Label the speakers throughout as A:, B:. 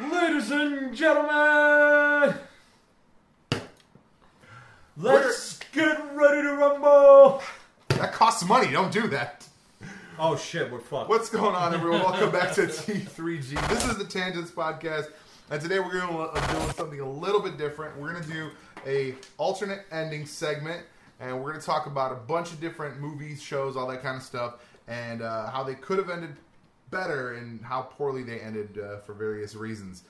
A: Ladies and gentlemen, let's get ready to rumble.
B: That costs money. Don't do that.
A: Oh shit, we're fucked.
B: What's going on, everyone? Welcome back to T3G. This is the Tangents Podcast, and today we're going to do something a little bit different. We're going to do a alternate ending segment, and we're going to talk about a bunch of different movies, shows, all that kind of stuff, and uh, how they could have ended better and how poorly they ended uh, for various reasons.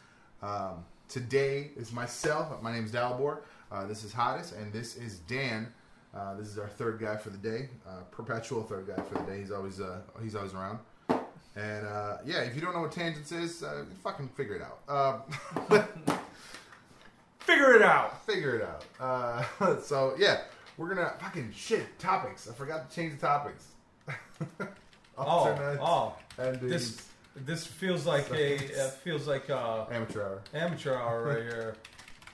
B: Um, today is myself. My name's Dalibor. Uh, this is Hottest, and this is Dan. Uh, this is our third guy for the day, uh, perpetual third guy for the day. He's always uh, he's always around. And uh, yeah, if you don't know what tangents is, uh, fucking figure it out. Uh,
A: Figure it out.
B: figure it out. Uh, so yeah, we're gonna fucking shit topics. I forgot to change the topics.
A: Oh,
B: Alternate
A: oh,
B: endings.
A: this this feels like a it feels like uh
B: amateur hour.
A: amateur hour right here.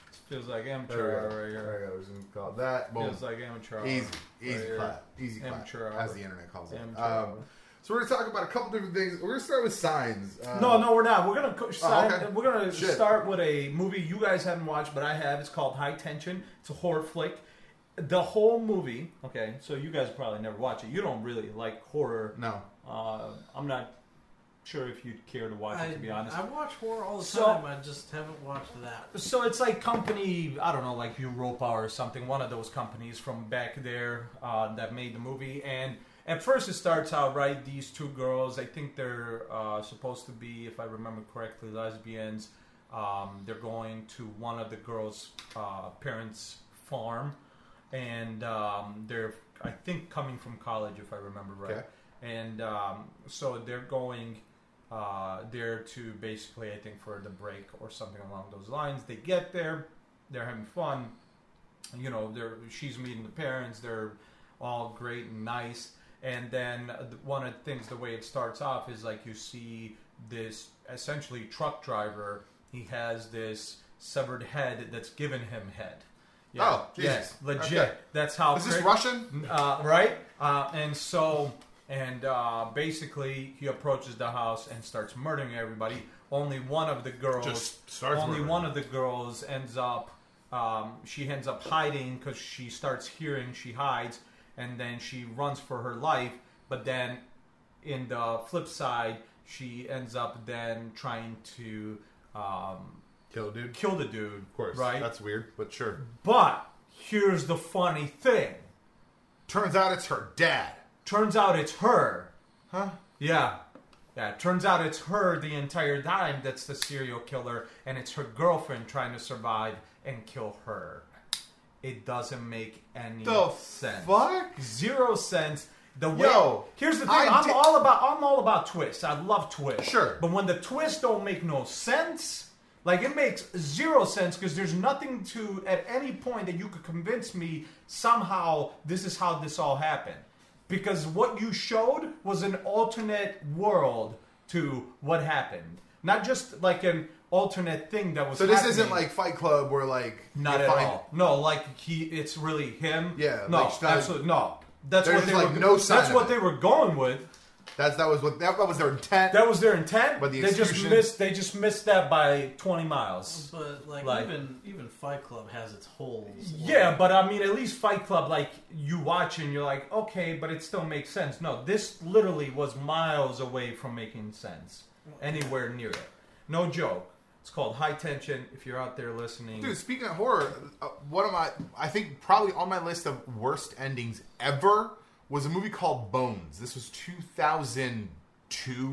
A: This feels like amateur
B: There we
A: hour
B: go.
A: right here.
B: There we go. We're just gonna call it that. Boom.
A: Feels like amateur hour.
B: Easy,
A: Right
B: easy
A: here.
B: clap, easy clap,
A: Amateur hour.
B: as the internet calls it.
A: Amateur hour.
B: Um, so we're gonna talk about a couple different things. We're gonna start with signs. Uh,
A: No, no, we're not. We're gonna co- sign,
B: Oh, okay.
A: we're gonna
B: Shit.
A: start with a movie you guys haven't watched, but I have. It's called High Tension. It's a horror flick. The whole movie. Okay, so you guys probably never watch it. You don't really like horror.
B: no.
A: Uh, I'm not sure if you'd care to watch
C: I,
A: it. To be honest,
C: I watch horror all the
A: So-
C: time. I just haven't watched that.
A: So it's like company, I don't know, like Europa or something, one of those companies from back there uh, that made the movie. And at first it starts out right, these two girls, I think they're uh, supposed to be, if I remember correctly, lesbians. Um, they're going to one of the girls' uh, parents' farm. And um, they're, I think, coming from college, if I remember right.
B: Okay.
A: And um, so they're going uh, there to basically, I think, for the break or something along those lines. They get there, they're having fun. You know, they're she's meeting the parents. They're all great and nice. And then uh, th- one of the things, the way it starts off is like you see this essentially truck driver. He has this severed head that's given him head.
B: Oh, Jesus.
A: Yeah, legit.
B: Okay.
A: That's how.
B: Is this
A: cra-
B: Russian?
A: uh, right? Uh, and so, and uh, basically, he approaches the house and starts murdering everybody. Only one of the girls,
B: Just starts
A: only
B: murdering.
A: one of the girls ends up. Um, she ends up hiding because she starts hearing. She hides, and then she runs for her life. But then, in the flip side, she ends up then trying to um,
B: Kill dude.
A: kill the dude.
B: Of course.
A: right? Mm-hmm.
B: That's weird, but sure.
A: but here's the funny thing.
B: Turns out it's her dad.
A: Turns out it's her.
B: Huh?
A: Yeah. Yeah. Turns out it's her the entire time that's the serial killer, and it's her girlfriend trying to survive and kill her. It doesn't make any
B: The
A: sense.
B: fuck?
A: Zero sense. The way
B: Yo,
A: here's the thing.
B: I
A: I'm
B: di-
A: all about I'm all about twists. I love twists.
B: Sure.
A: But when the twists don't make no sense, like it makes zero sense because there's nothing to at any point that you could convince me somehow this is how this all happened. Because what you showed was an alternate world to what happened, not just like an alternate thing that was.
B: So this isn't
A: happening.
B: like Fight Club where like
A: Not
B: you
A: at
B: find-
A: all. No, like he, it's really him.
B: Yeah,
A: no,
B: like, that-
A: absolutely no. That's
B: There's
A: what they
B: just, like,
A: were.
B: no sign
A: that's
B: of
A: what
B: it.
A: they were going with.
B: That's that was what that, was their intent.
A: That was their intent.
B: But the
A: they just
B: execution-
A: missed. They just missed that by twenty miles.
C: But like,
A: Like-
C: even even Fight Club has its holes.
A: Yeah, but I mean, at least Fight Club, like you watch and you're like, okay, but it still makes sense. No, this literally was miles away from making sense anywhere near it. No joke. It's called High Tension. If you're out there listening,
B: Dude, speaking of horror, uh, one of my I think probably on my list of worst endings ever was a movie called Bones. This was 2002,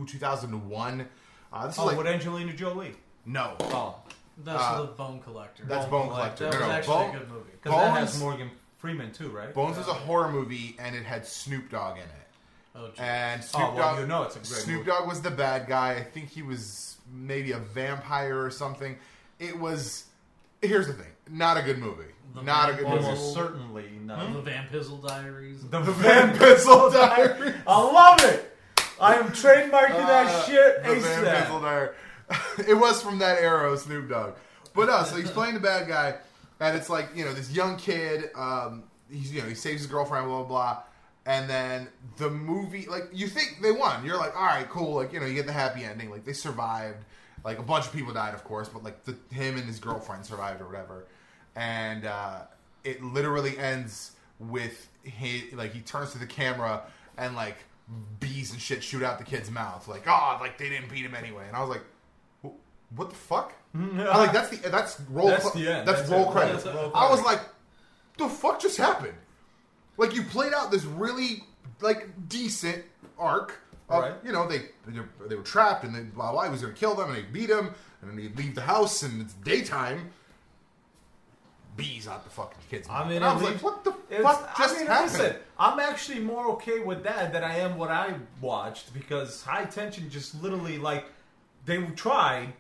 B: 2001. Uh, this
A: oh,
B: is like
A: with Angelina Jolie.
B: no,
A: Oh,
C: that's
B: Uh,
C: the Bone Collector.
B: that's
A: Bone
B: Bone
A: Collector.
B: Collector.
C: that was
B: No, no,
C: actually
B: Bone-
C: a good movie.
A: because that has
B: Bones?
A: Morgan Freeman too, right?
B: Bones was a horror movie and it had Snoop Dogg in it.
C: Oh, geez.
B: And Snoop
A: Oh, well,
B: Dogg,
A: you know it's a great
B: Snoop
A: movie.
B: Dogg was the bad guy. I think he was maybe a vampire or something. It was. Here's the thing: not a good movie.
C: The
B: not a good
C: Vampire-
B: movie.
A: Almost certainly not.
C: the Van Pizzle Diaries.
A: The
B: Van
A: Van
B: Pizzle
A: Pizzle
B: Diaries.
A: Diaries. I love it. I am trademarking
B: Uh,
A: that shit
B: the Van Pizzle
A: ASAP.
B: Diary. it was from that era of Snoop Dogg. But no, so he's playing the bad guy, and it's like you know this young kid. Um, he's you know he saves his girlfriend, blah blah blah, and then the movie like you think they won. You're like, all right, cool. Like you know you get the happy ending. Like they survived. Like a bunch of people died, of course, but like the, him and his girlfriend survived or whatever. And uh, it literally ends with his like he turns to the camera and like bees and shit shoot out the kid's mouth. Like oh, like they didn't beat him anyway. And I was like, "Wh- what the fuck? I like that's the that's roll
A: That's
B: cl-
A: the end.
B: that's
A: That's it.
B: roll credits.
A: That's roll
B: I was
A: credits.
B: like, the fuck just happened? Like you played out this really like decent arc. Of,
A: Right.
B: You know they they- they were trapped and they, blah blah. He was gonna kill them and they beat him and then they leave the house and it's daytime. Bees out the fucking kids.
A: I
B: mouth.
A: mean,
B: and I was
A: it
B: like,
A: leaves-
B: what the
A: It's-
B: fuck just
A: I mean,
B: happened?
A: listen, I'm actually more okay with that than I am what I watched because High Tension just literally like they tried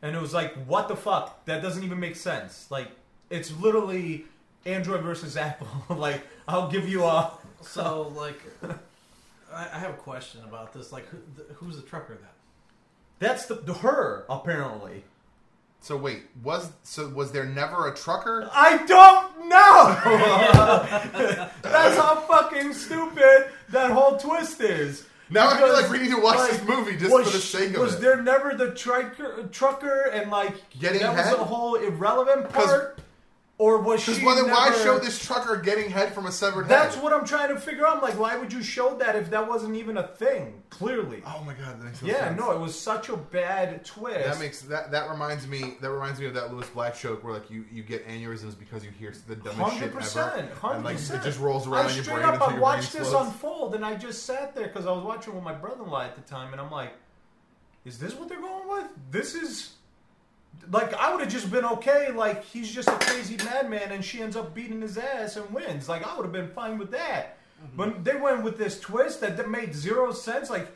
A: and it was like what the fuck that doesn't even make sense. Like it's literally Android versus Apple. like I'll give you a
C: So like, I, I have a question about this. Like, who, the, who's the trucker then?
A: that's the, the her apparently.
B: So wait, was so was there never a trucker?
A: I don't know. that's how fucking stupid that whole twist is.
B: Now I feel
A: Because,
B: like we need to watch
A: like,
B: this movie just
A: was
B: for the
A: sh-
B: sake of
A: was
B: it.
A: there never the trucker, trucker and like
B: Getting
A: that
B: head?
A: was the whole irrelevant
B: 'Cause-
A: part, or was she?
B: Because why, then why
A: never-
B: show this trucker getting head from a severed
A: That's
B: head?
A: what I'm trying to figure out. I'm like, why would you show that if that wasn't even a thing? Clearly,
B: Oh my god, that makes no
A: yeah,
B: sense.
A: no, it was such a bad twist.
B: That makes that that reminds me that reminds me of that Lewis Black joke where like you you get aneurysms because you hear the dumbest shit
A: Hundred
B: ever.
A: percent,
B: And
A: hundred
B: like
A: percent.
B: it just rolls around
A: I
B: in your
A: straight
B: brain
A: up,
B: until
A: I
B: your
A: watched
B: brain
A: this
B: explodes.
A: unfold, and I just sat there because I was watching with my brother-in-law at the time, and I'm like, "Is this what they're going with? This is." Like I would have just been okay. Like he's just a crazy madman, and she ends up beating his ass and wins. Like I would have been fine with that,
B: Mm-hmm.
A: but they went with this twist that, that made zero sense. Like,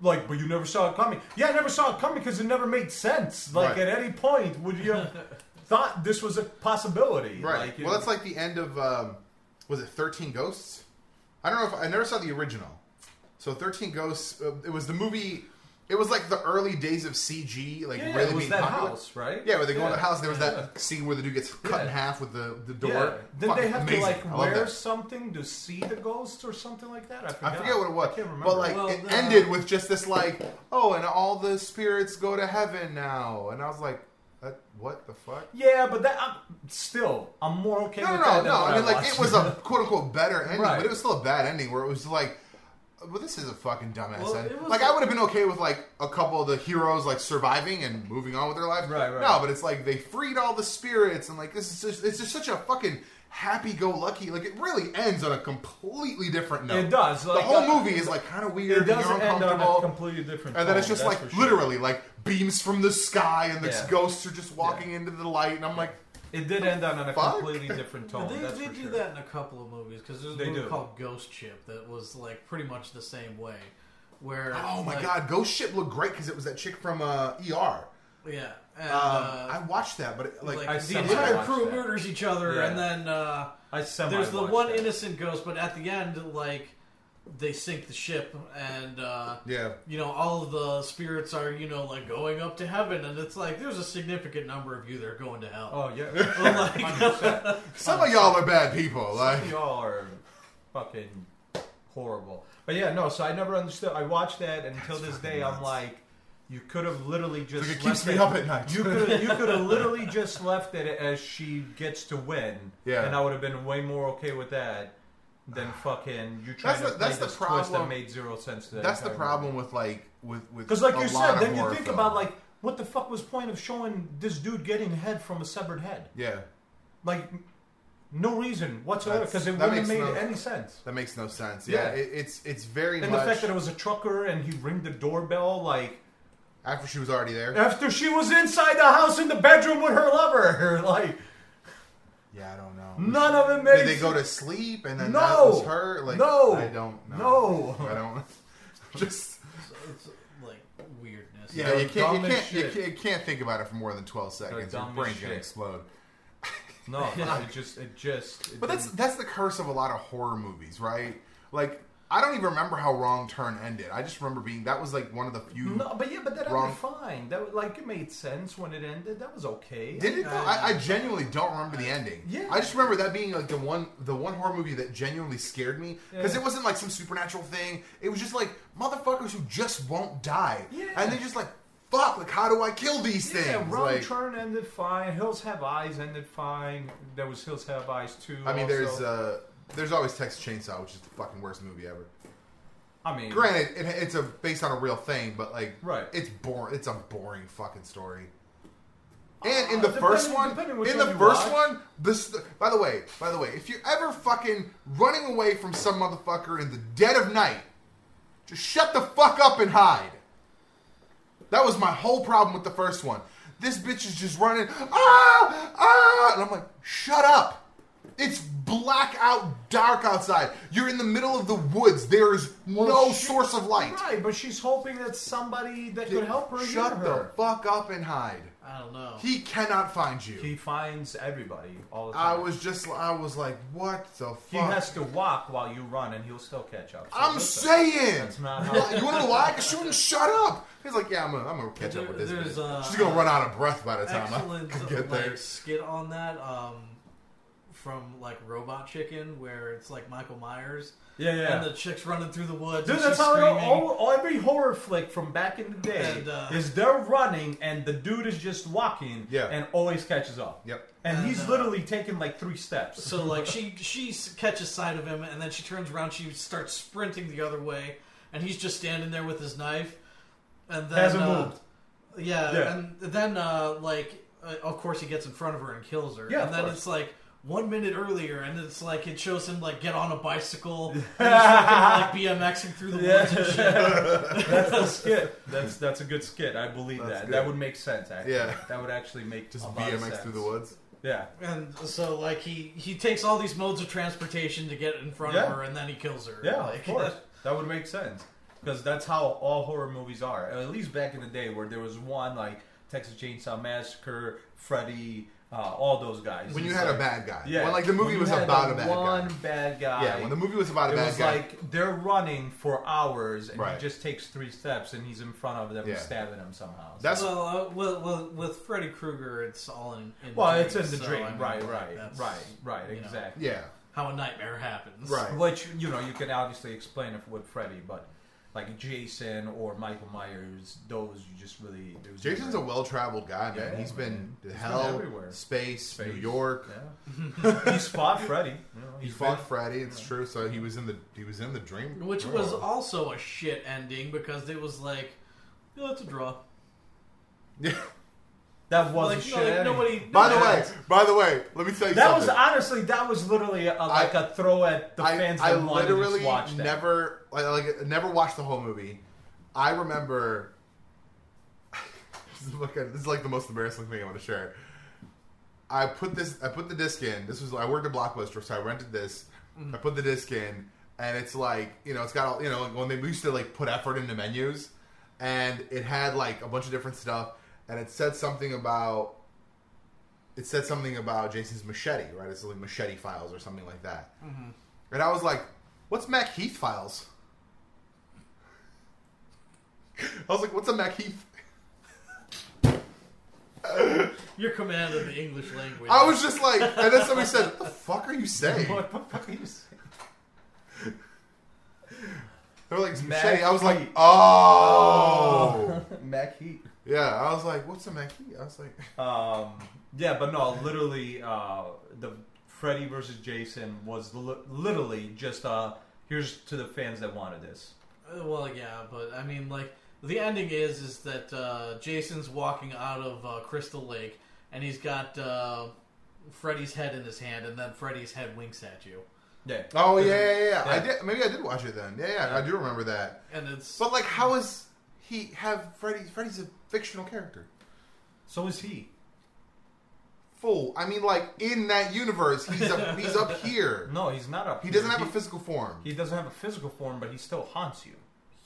A: like, but you never saw it coming. Yeah, I never saw it coming because it never made sense. Like
B: Right.
A: at any point would you have thought this was a possibility?
B: Right.
A: Like, it-
B: well, that's like the end of um, was it Thirteen Ghosts? I don't know if I never saw the original. So Thirteen Ghosts, uh, it was the movie. It was like the early days of CG, like
A: yeah,
B: really
A: it was
B: being
A: that
B: popular.
A: house, right?
B: Yeah, where they go in the
A: Yeah.
B: house. There was
A: Yeah.
B: that scene where the dude gets cut in
A: Yeah.
B: half with the, the door.
A: Yeah. Then
B: Fucking
A: they have
B: amazing.
A: to
B: I
A: like
B: love
A: wear
B: that.
A: something to see the ghosts or something like that. I forgot,
B: I forget what it was,
A: I can't remember.
B: but like
C: Well,
B: it
C: uh,
B: ended with just this like, oh, and all the spirits go to heaven now, and I was like, that, what the fuck?
A: yeah, but that I'm, still I'm more okay.
B: No,
A: with
B: no,
A: that
B: no,
A: than
B: no.
A: what
B: I mean, like
A: watched.
B: it was a quote unquote better ending,
A: Right.
B: but it was still a bad ending where it was like, well, this is a fucking dumbass
C: Well,
B: ending.
C: it was
B: Like
C: like-
B: I would have been okay with like a couple of the heroes like surviving and moving on with their lives.
A: Right, right.
B: No, but it's like they freed all the spirits and like this is just it's just such a fucking happy go lucky. Like it really ends on a completely different note.
A: It does,
B: the
A: like,
B: whole
A: uh,
B: movie is like kind of weird.
A: it
B: and
A: does
B: you're
A: end on
B: uncomfortable.
A: a completely different.
B: And then it's
A: tone,
B: just
A: that's
B: like
A: for sure.
B: literally like beams from the sky and the
A: Yeah.
B: ghosts are just walking into the light and I'm like,
A: it did end on a
B: Fuck.
A: completely different tone.
C: they
A: that's
C: they
A: for
C: do
A: sure.
C: that in a couple of movies because there's a
A: They
C: movie
A: do.
C: called Ghost Ship that was like pretty much the same way. Where
B: oh my
C: like,
B: god, Ghost Ship looked great because it was that chick from uh, ER.
C: yeah, and,
B: Um,
C: uh,
B: I watched that, but it, like,
C: like
A: I
C: the
A: see that. I
C: entire
A: watched
C: crew
A: that.
C: murders each other,
A: Yeah.
C: and then uh,
A: I semi
C: there's the one
A: that.
C: innocent ghost, but at the end, like they sink the ship, and uh,
B: yeah,
C: you know all of the spirits are you know like going up to heaven, and it's like there's a significant number of you that are going to hell.
A: Oh yeah,
C: like,
B: some of y'all are bad people. Like,
A: y'all are fucking horrible. But yeah, no. So I never understood. I watched that, and until this day, I'm like, you could have literally just. left
B: it keeps me up at night.
A: You could you could have literally just left it as she gets to win.
B: Yeah.
A: And I would have been way more okay okay with that than fucking you trying
B: That's
A: to
B: the-
A: play
B: that's the
A: this twist that
B: problem.
A: made zero sense to that
B: that's the
A: entire
B: problem with like with with
A: because, like
B: a
A: you
B: lot
A: said,
B: of
A: then you
B: horror
A: think
B: films.
A: about like what the fuck was point of showing this dude getting head from a severed head?
B: yeah,
A: Like, no reason whatsoever
B: That's-
A: because it
B: that
A: wouldn't have made
B: makes no-
A: any sense.
B: that makes no sense. Yeah,
A: Yeah.
B: It, it's it's very
A: And the
B: much
A: fact that it was a trucker and he ringed the doorbell like
B: after she was already there.
A: after she was inside the house in the bedroom with her lover, like
B: Yeah, I don't know.
A: none of it made.
B: Did they go to sleep and then
A: No.
B: that was her? Like,
A: No.
B: I don't know.
A: No.
B: I don't. Just
C: so it's like weirdness.
B: yeah,
A: They're
B: you can't,
A: dumb
B: you
A: as
B: can't, you
A: shit.
B: can't, you can't think about it for more than twelve seconds. Your
A: dumb as
B: brain's gonna
A: shit.
B: explode.
A: No, no, it just it just. It
B: But that's
A: didn't-
B: that's the curse of a lot of horror movies, right? Like, I don't even remember how Wrong Turn ended. I just remember being that was like one of the few.
A: no, but yeah, but that
B: Wrong.
A: ended fine. That was- like it made sense when it ended. That was okay.
B: Did it though? I, I genuinely don't remember the ending.
A: uh, Yeah.
B: I just remember that being like the one the one horror movie that genuinely scared me because
A: Yeah.
B: it wasn't like some supernatural thing. It was just like motherfuckers who just won't die,
A: Yeah.
B: and they just like fuck, like how do I kill these
A: Yeah,
B: things?
A: Wrong
B: Like,
A: Turn ended fine. Hills Have Eyes ended fine. There was Hills Have Eyes too.
B: I mean,
A: also.
B: there's uh, there's always Texas Chainsaw, which is the fucking worst movie ever.
A: I mean,
B: Granted, it, it's a based on a real thing, but like,
A: Right.
B: It's boring. It's a boring fucking story. And in the
A: Uh,
B: first
A: depending-
B: one,
A: depending which
B: in the
A: one you
B: first
A: watch.
B: one, this. By the way, by the way, if you're ever fucking running away from some motherfucker in the dead of night, just shut the fuck up and hide. That was my whole problem with the first one. This bitch is just running, ah, ah, and I'm like, shut up. It's blackout dark outside. You're in the middle of the woods. There is no
A: she-
B: source of light.
A: right, but she's hoping that somebody that could help her
B: Shut
A: hear
B: the
A: her.
B: fuck up and hide.
C: I don't know.
B: He cannot find you.
A: He finds everybody all the
B: I
A: time.
B: was just, I was like, what the fuck?
A: He has to walk while you run, and he'll still catch up. So
B: I'm
A: listen,
B: saying.
A: that's not how.
B: Why- you want to lie? Cause she wouldn't shut up. He's like, yeah, I'm gonna, I'm gonna catch up with this.
C: There's,
B: bitch.
C: uh,
B: She's gonna run out of breath by the time I
C: excellent
A: uh,
B: get
C: like
B: there.
C: skit on that um, from like Robot Chicken, where it's like Michael Myers
A: Yeah, yeah.
C: and the chick's running through the woods.
A: Dude,
C: and
A: that's
C: she's
A: how it all,
C: screaming.
A: all, all- every horror flick from back in the day
C: And, uh,
A: is they're running and the dude is just walking
B: Yeah.
A: and always catches up.
B: Yep.
A: And,
C: And,
A: he's
C: uh,
A: literally taking like three steps.
C: So like she she s- catches sight of him, and then she turns around. She starts sprinting the other way, and he's just standing there with his knife, and then
A: Hasn't
C: uh,
A: moved.
C: Yeah,
A: Yeah.
C: and then uh, like uh, of course he gets in front of her and kills her.
A: Yeah, of
C: and then
A: course.
C: it's like. One minute earlier, and it's like it shows him like get on a bicycle, and he's fucking, like BMXing through the woods. And shit.
A: that's the skit. That's that's a good skit. I believe
B: That's
A: that.
B: good.
A: That would make sense. Actually.
B: Yeah.
A: That would actually make
B: Just
A: a lot of
B: BMX
A: sense.
B: through the woods.
A: Yeah.
C: And so, like, he he takes all these modes of transportation to get in front
A: Yeah.
C: of her, and then he kills her.
A: Yeah,
C: like,
A: of course. that would make sense because that's how all horror movies are. At least back in the day, where there was one like Texas Chainsaw Massacre, Freddy, uh, all those guys.
B: When you
A: It's
B: had a
A: like-
B: bad guy.
A: yeah,
B: When like the
A: when
B: movie
A: you
B: was
A: had
B: about
A: the
B: a bad
A: one
B: guy.
A: bad guy.
B: Yeah. When the movie was about a
A: it
B: bad
A: was
B: guy.
A: like they're running for hours, and
B: Right.
A: he just takes three steps, and he's in front of them,
B: Yeah.
A: stabbing them somehow. So-
B: That's
C: well, uh, well, well, with Freddy Krueger, it's all in. in
A: well, it's in
C: dreams,
A: the
C: so,
A: dream,
C: I mean,
A: right,
C: like,
A: right,
C: that's
A: right, right,
C: you know.
A: exactly.
B: yeah.
C: How a nightmare happens,
B: Right.
A: Which you know you can obviously explain it with Freddy, but like Jason or Michael Myers, those you just really there was
B: Jason's a well traveled guy, man.
A: Yeah,
B: He's been
A: man.
B: to
A: He's
B: hell,
A: been everywhere.
B: Space,
A: Space.
B: New York.
A: Yeah. he's fought Freddy. You know,
B: He
A: he's
B: fought
A: been-
B: Freddy. It's true. So he was in the he was in the dream,
C: Which was
B: world.
C: also a shit ending because it was like, oh, it's a draw.
B: yeah.
A: That was
C: like,
A: a
C: no,
A: shit.
C: like,
A: ending.
C: nobody.
B: By the
C: nobody
B: way, by the way, let me tell you
A: that was
B: something.
A: honestly that was literally a, like a throw at the fans that wanted to
B: literally
A: watch that.
B: never like, like never watched the whole movie. I remember. this, is fucking- this is like the most embarrassing thing I'm going to share. I put this. I put the disc in. This was I worked at Blockbuster, so I rented this.
A: Mm.
B: I put the disc in, and it's like you know, it's got all you know. like, When they we used to like put effort into menus, and it had like a bunch of different stuff, and it said something about. It said something about Jason's machete, right? It's like machete files or something like that. And I was like, what's Mac Heath files? I was like, what's a Mac Heath?
C: Your command of the English language.
B: I was just like, and then somebody said, what the fuck are you saying?
A: What the fuck are you saying?
B: They were like, it's
A: Mac
B: machete. I was like,
A: Heath.
B: oh.
A: Mac Heat.
B: yeah, I was like, what's a Mac Heath? I was like,
A: Um, yeah, but no, literally, uh, the Freddy versus Jason was li- literally just uh, here's to the fans that wanted this.
C: Uh, Well, yeah, but I mean, like the ending is is that uh, Jason's walking out of uh, Crystal Lake, and he's got uh, Freddy's head in his hand, and then Freddy's head winks at you,
A: Yeah.
B: oh, yeah, yeah, yeah. I
A: Yeah.
B: did, maybe I did watch it then. Yeah, yeah, I do remember that.
C: and it's
B: But like, how is he have Freddy? Freddy's a fictional character.
A: So is he.
B: Fool. I mean, like, in that universe, he's up, he's up here.
A: No, he's not up.
B: He
A: here.
B: doesn't have a physical form.
A: He doesn't have a physical form, but he still haunts you.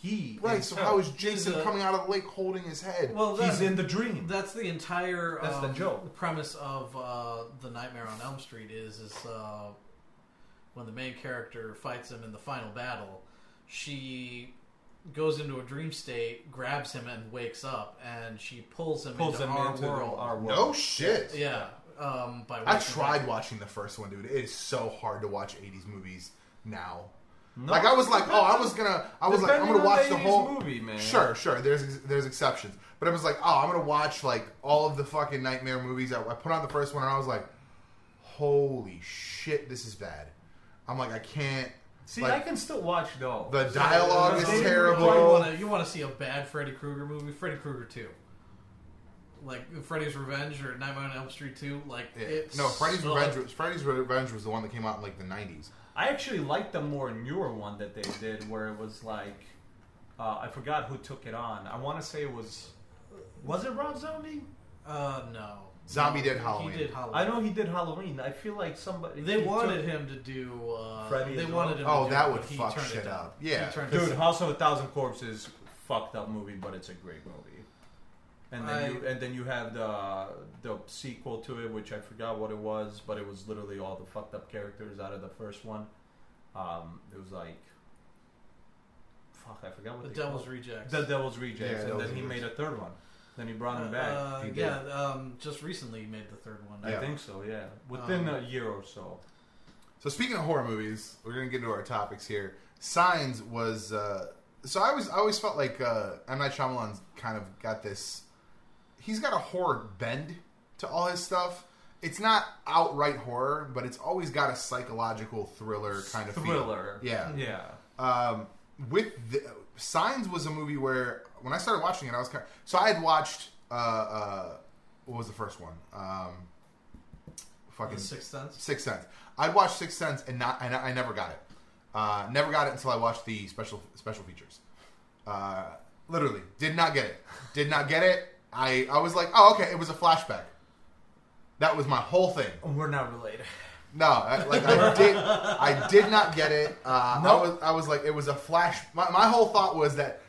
A: He
B: Right, so how is
C: He's
B: Jason
C: a-
B: coming out of the lake holding his head?
C: well, that,
A: he's in the dream?
C: That's the entire
A: That's the
C: um,
A: joke.
C: premise of uh, the Nightmare on Elm Street is is uh, when the main character fights him in the final battle, she goes into a dream state, grabs him, and wakes up, and she pulls him
A: pulls
C: into
A: him
C: our
A: into the-
C: world.
A: our world.
B: no shit.
C: Yeah. Um, by
B: I
C: waking
B: tried
C: up.
B: watching the first one, dude. It is so hard to watch 80s movies now.
A: No,
B: like I was like, oh, I
A: depends
B: was
A: on-
B: gonna, I was like, I'm
A: depending
B: gonna
A: on
B: watch the
A: lady's
B: whole
A: movie, man.
B: Sure, sure. There's ex- there's exceptions, but I was like, oh, I'm gonna watch like all of the fucking nightmare movies. I, I put on the first one and I was like, holy shit, this is bad. I'm like, I can't.
A: See,
B: like,
A: I can still watch though.
B: the dialogue
A: it's
B: is
A: David
C: You
B: terrible.
C: want, to, you want to see a bad Freddy Krueger movie? Freddy Krueger 2. Like Freddy's Revenge or Nightmare on Elm Street 2. Like,
B: Yeah.
C: it's
B: No, Freddy's Revenge. Was, Freddy's Revenge was the one that came out in like the 90s.
A: I actually liked the more newer one that they did, where it was like, uh, I forgot who took it on. I want to say it was, was it Rob Zombie?
C: Uh, no.
B: Zombie did
C: He
B: Halloween.
C: did Halloween.
A: I know he did Halloween. I feel like somebody
C: They
A: he
C: wanted
A: took-
C: him to do. Uh,
A: Freddy
C: they
A: as
C: wanted
A: well?
B: Oh,
C: him. to do
B: that
C: it,
B: would
C: but he
B: fuck
C: turned it
B: shit
C: down.
B: up. Yeah.
C: He turned it
A: Dude,
C: down.
A: House of a Thousand Corpses, fucked up movie, but it's a great movie. And then
C: I-
A: you and then you have the the sequel to it, which I forgot what it was, but it was literally all the fucked up characters out of the first one. Um, it was like, fuck, I forgot what
C: the
A: they
C: Devil's
A: called-
C: Rejects.
A: the Devil's Rejects,
B: Yeah,
A: and
B: Devil's
A: then he
B: Rejects.
A: made a third one. Then he brought him back.
C: Uh,
B: He did.
C: yeah, um, just recently he made the third one.
A: I
B: yeah.
A: think so, yeah. Within
C: Um,
A: a year or so.
B: So speaking of horror movies, we're gonna get into our topics here. Signs was uh, so I was I always felt like uh, M Night Shyamalan's kind of got this. He's got a horror bend to all his stuff. It's not outright horror, but it's always got a psychological thriller kind of
A: thriller.
B: Feel. Yeah,
A: Yeah.
B: um, with the, Signs was a movie where when I started watching it, I was kind of, so I had watched uh, uh, what was the first one? Um, fucking
C: The Sixth Sense.
B: Sixth Sense. I'd watched Sixth Sense and not, and I never got it. Uh, never got it until I watched the special special features. Uh, literally, did not get it. Did not get it. I I was like, oh okay, it was a flashback. That was my whole thing.
A: We're not related.
B: No, I, like I did, I did not get it. Uh,
A: No.
B: I was, I was like, it was a flash. My, my whole thought was that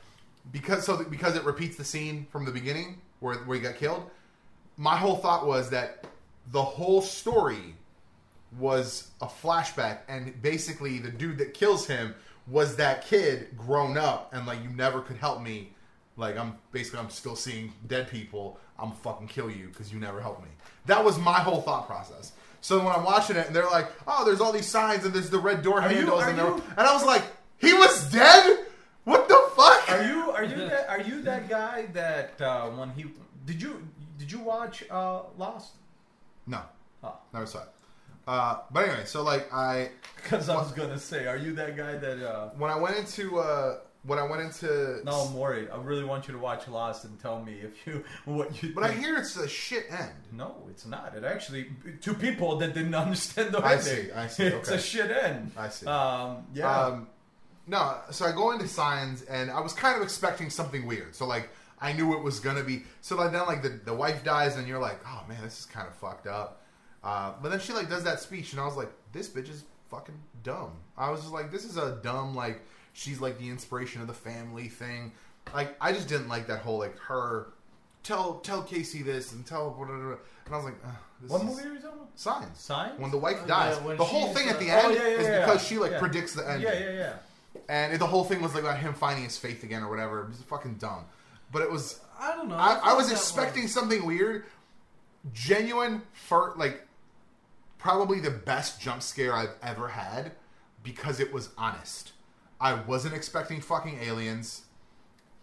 B: because so that because it repeats the scene from the beginning where where he got killed. My whole thought was that the whole story was a flashback, and basically the dude that kills him was that kid grown up, and like you never could help me. Like I'm basically I'm still seeing dead people. I'm fucking kill you because you never helped me. That was my whole thought process. So when I'm watching it, and they're like, "Oh, there's all these signs, and there's the red door
A: you-
B: handles,"
A: are
B: and, they're-
A: you-
B: and I was like, "He was dead? What the fuck?"
A: Are you are you that are you that guy that uh, when he did you did you watch uh, Lost?
B: No,
A: Oh,
B: never saw it. Uh, but anyway, so like I
A: because I was gonna say, are you that guy that? Uh,
B: when I went into uh, when I went into
A: no, Maury, I really want you to watch Lost and tell me if you what you.
B: but I
A: think.
B: hear it's a shit end.
A: No, it's not. It actually to people that didn't understand the
B: I
A: ending,
B: see, I see,
A: It's
B: okay.
A: a shit end.
B: I see.
A: Um, yeah.
B: Um, no, so I go into signs, and I was kind of expecting something weird. So like, I knew it was gonna be. So like, then like the, the wife dies, and you're like, oh man, this is kind of fucked up. Uh, but then she like does that speech, and I was like, this bitch is fucking dumb. I was just like, this is a dumb like she's like the inspiration of the family thing. Like I just didn't like that whole like her tell tell Casey this and tell blah, blah, blah. and I was like, Ugh, this
A: what
B: is-
A: movie are you talking about?
B: Signs.
A: Signs?
B: When the wife
C: Oh,
B: dies,
C: yeah, when
B: the whole
C: she's,
B: thing at
C: uh,
B: the
A: oh,
B: end
A: yeah, yeah,
B: is
A: yeah.
B: because she like
A: Yeah.
B: predicts the end,
A: Yeah, yeah, yeah.
B: and it, the whole thing was like about him finding his faith again or whatever. It was fucking dumb, but it was.
C: I don't know.
B: I, I
C: thought
B: was
C: that
B: expecting something weird. Genuine for like probably the best jump scare I've ever had because it was honest. I wasn't expecting fucking aliens,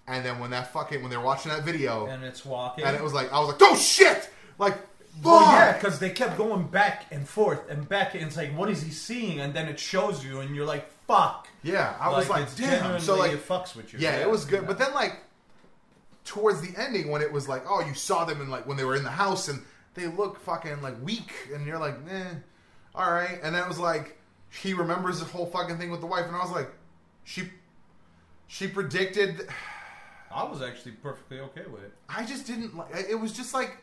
B: and then when that fucking when they were watching that video, and,
A: And it's walking.
B: it was like I was like, oh shit, like fuck.
A: Well, yeah, because they kept going back and forth and back, and it's like, what is he seeing? And then it shows you, and you're like, fuck.
B: Yeah, I was like,
A: it's
B: damn. So
A: genuinely,
B: like,
A: it fucks with you.
B: yeah, it was good.
A: yeah.
B: But then like, towards the ending, when it was like, oh, you saw them and like when they were in the house and they look fucking like weak, and you're like, eh, all right. And then it was like, he remembers the whole fucking thing with the wife, and I was like, she, she predicted.
A: I was actually perfectly okay with it.
B: I just didn't like. It was just like.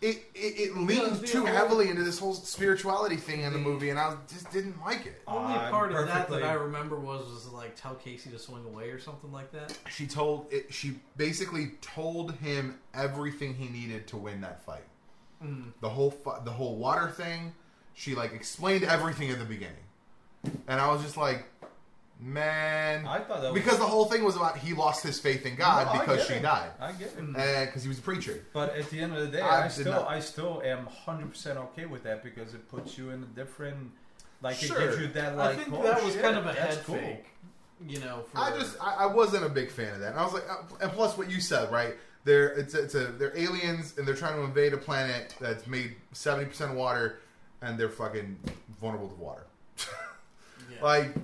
B: It, it, it
C: Yeah,
B: leaned
C: the
B: too
C: whole-
B: heavily into this whole spirituality thing in the movie, and I just didn't like it.
C: one- Only
A: I'm
C: part of that that
A: perfectly-
C: I remember was was like tell Casey to swing away or something like that.
B: she told it, she basically told him everything he needed to win that fight.
A: Mm-hmm.
B: The whole fu- the whole water thing, she like explained everything at the beginning, and I was just like, man,
A: I thought that was-
B: because the whole thing was about he lost his faith in God
A: No, I
B: because
A: get
B: she
A: it.
B: died,
A: I get it.
B: because he was a preacher.
A: But at the end of the day,
B: I
A: I,
B: did
A: still,
B: not.
A: I still am hundred percent okay with that because it puts you in a different Like
B: Sure.
A: it gives you that
C: I
A: like.
C: think
A: oh,
C: that was
A: shit,
C: kind of a
A: that's
C: head
A: cool.
C: fake. You know, for,
B: I just I, I wasn't a big fan of that. And I was like, uh, and plus what you said, right? They're it's a, it's a they're aliens and they're trying to invade a planet that's made seventy percent water, and they're fucking vulnerable to water.
C: yeah.
B: Like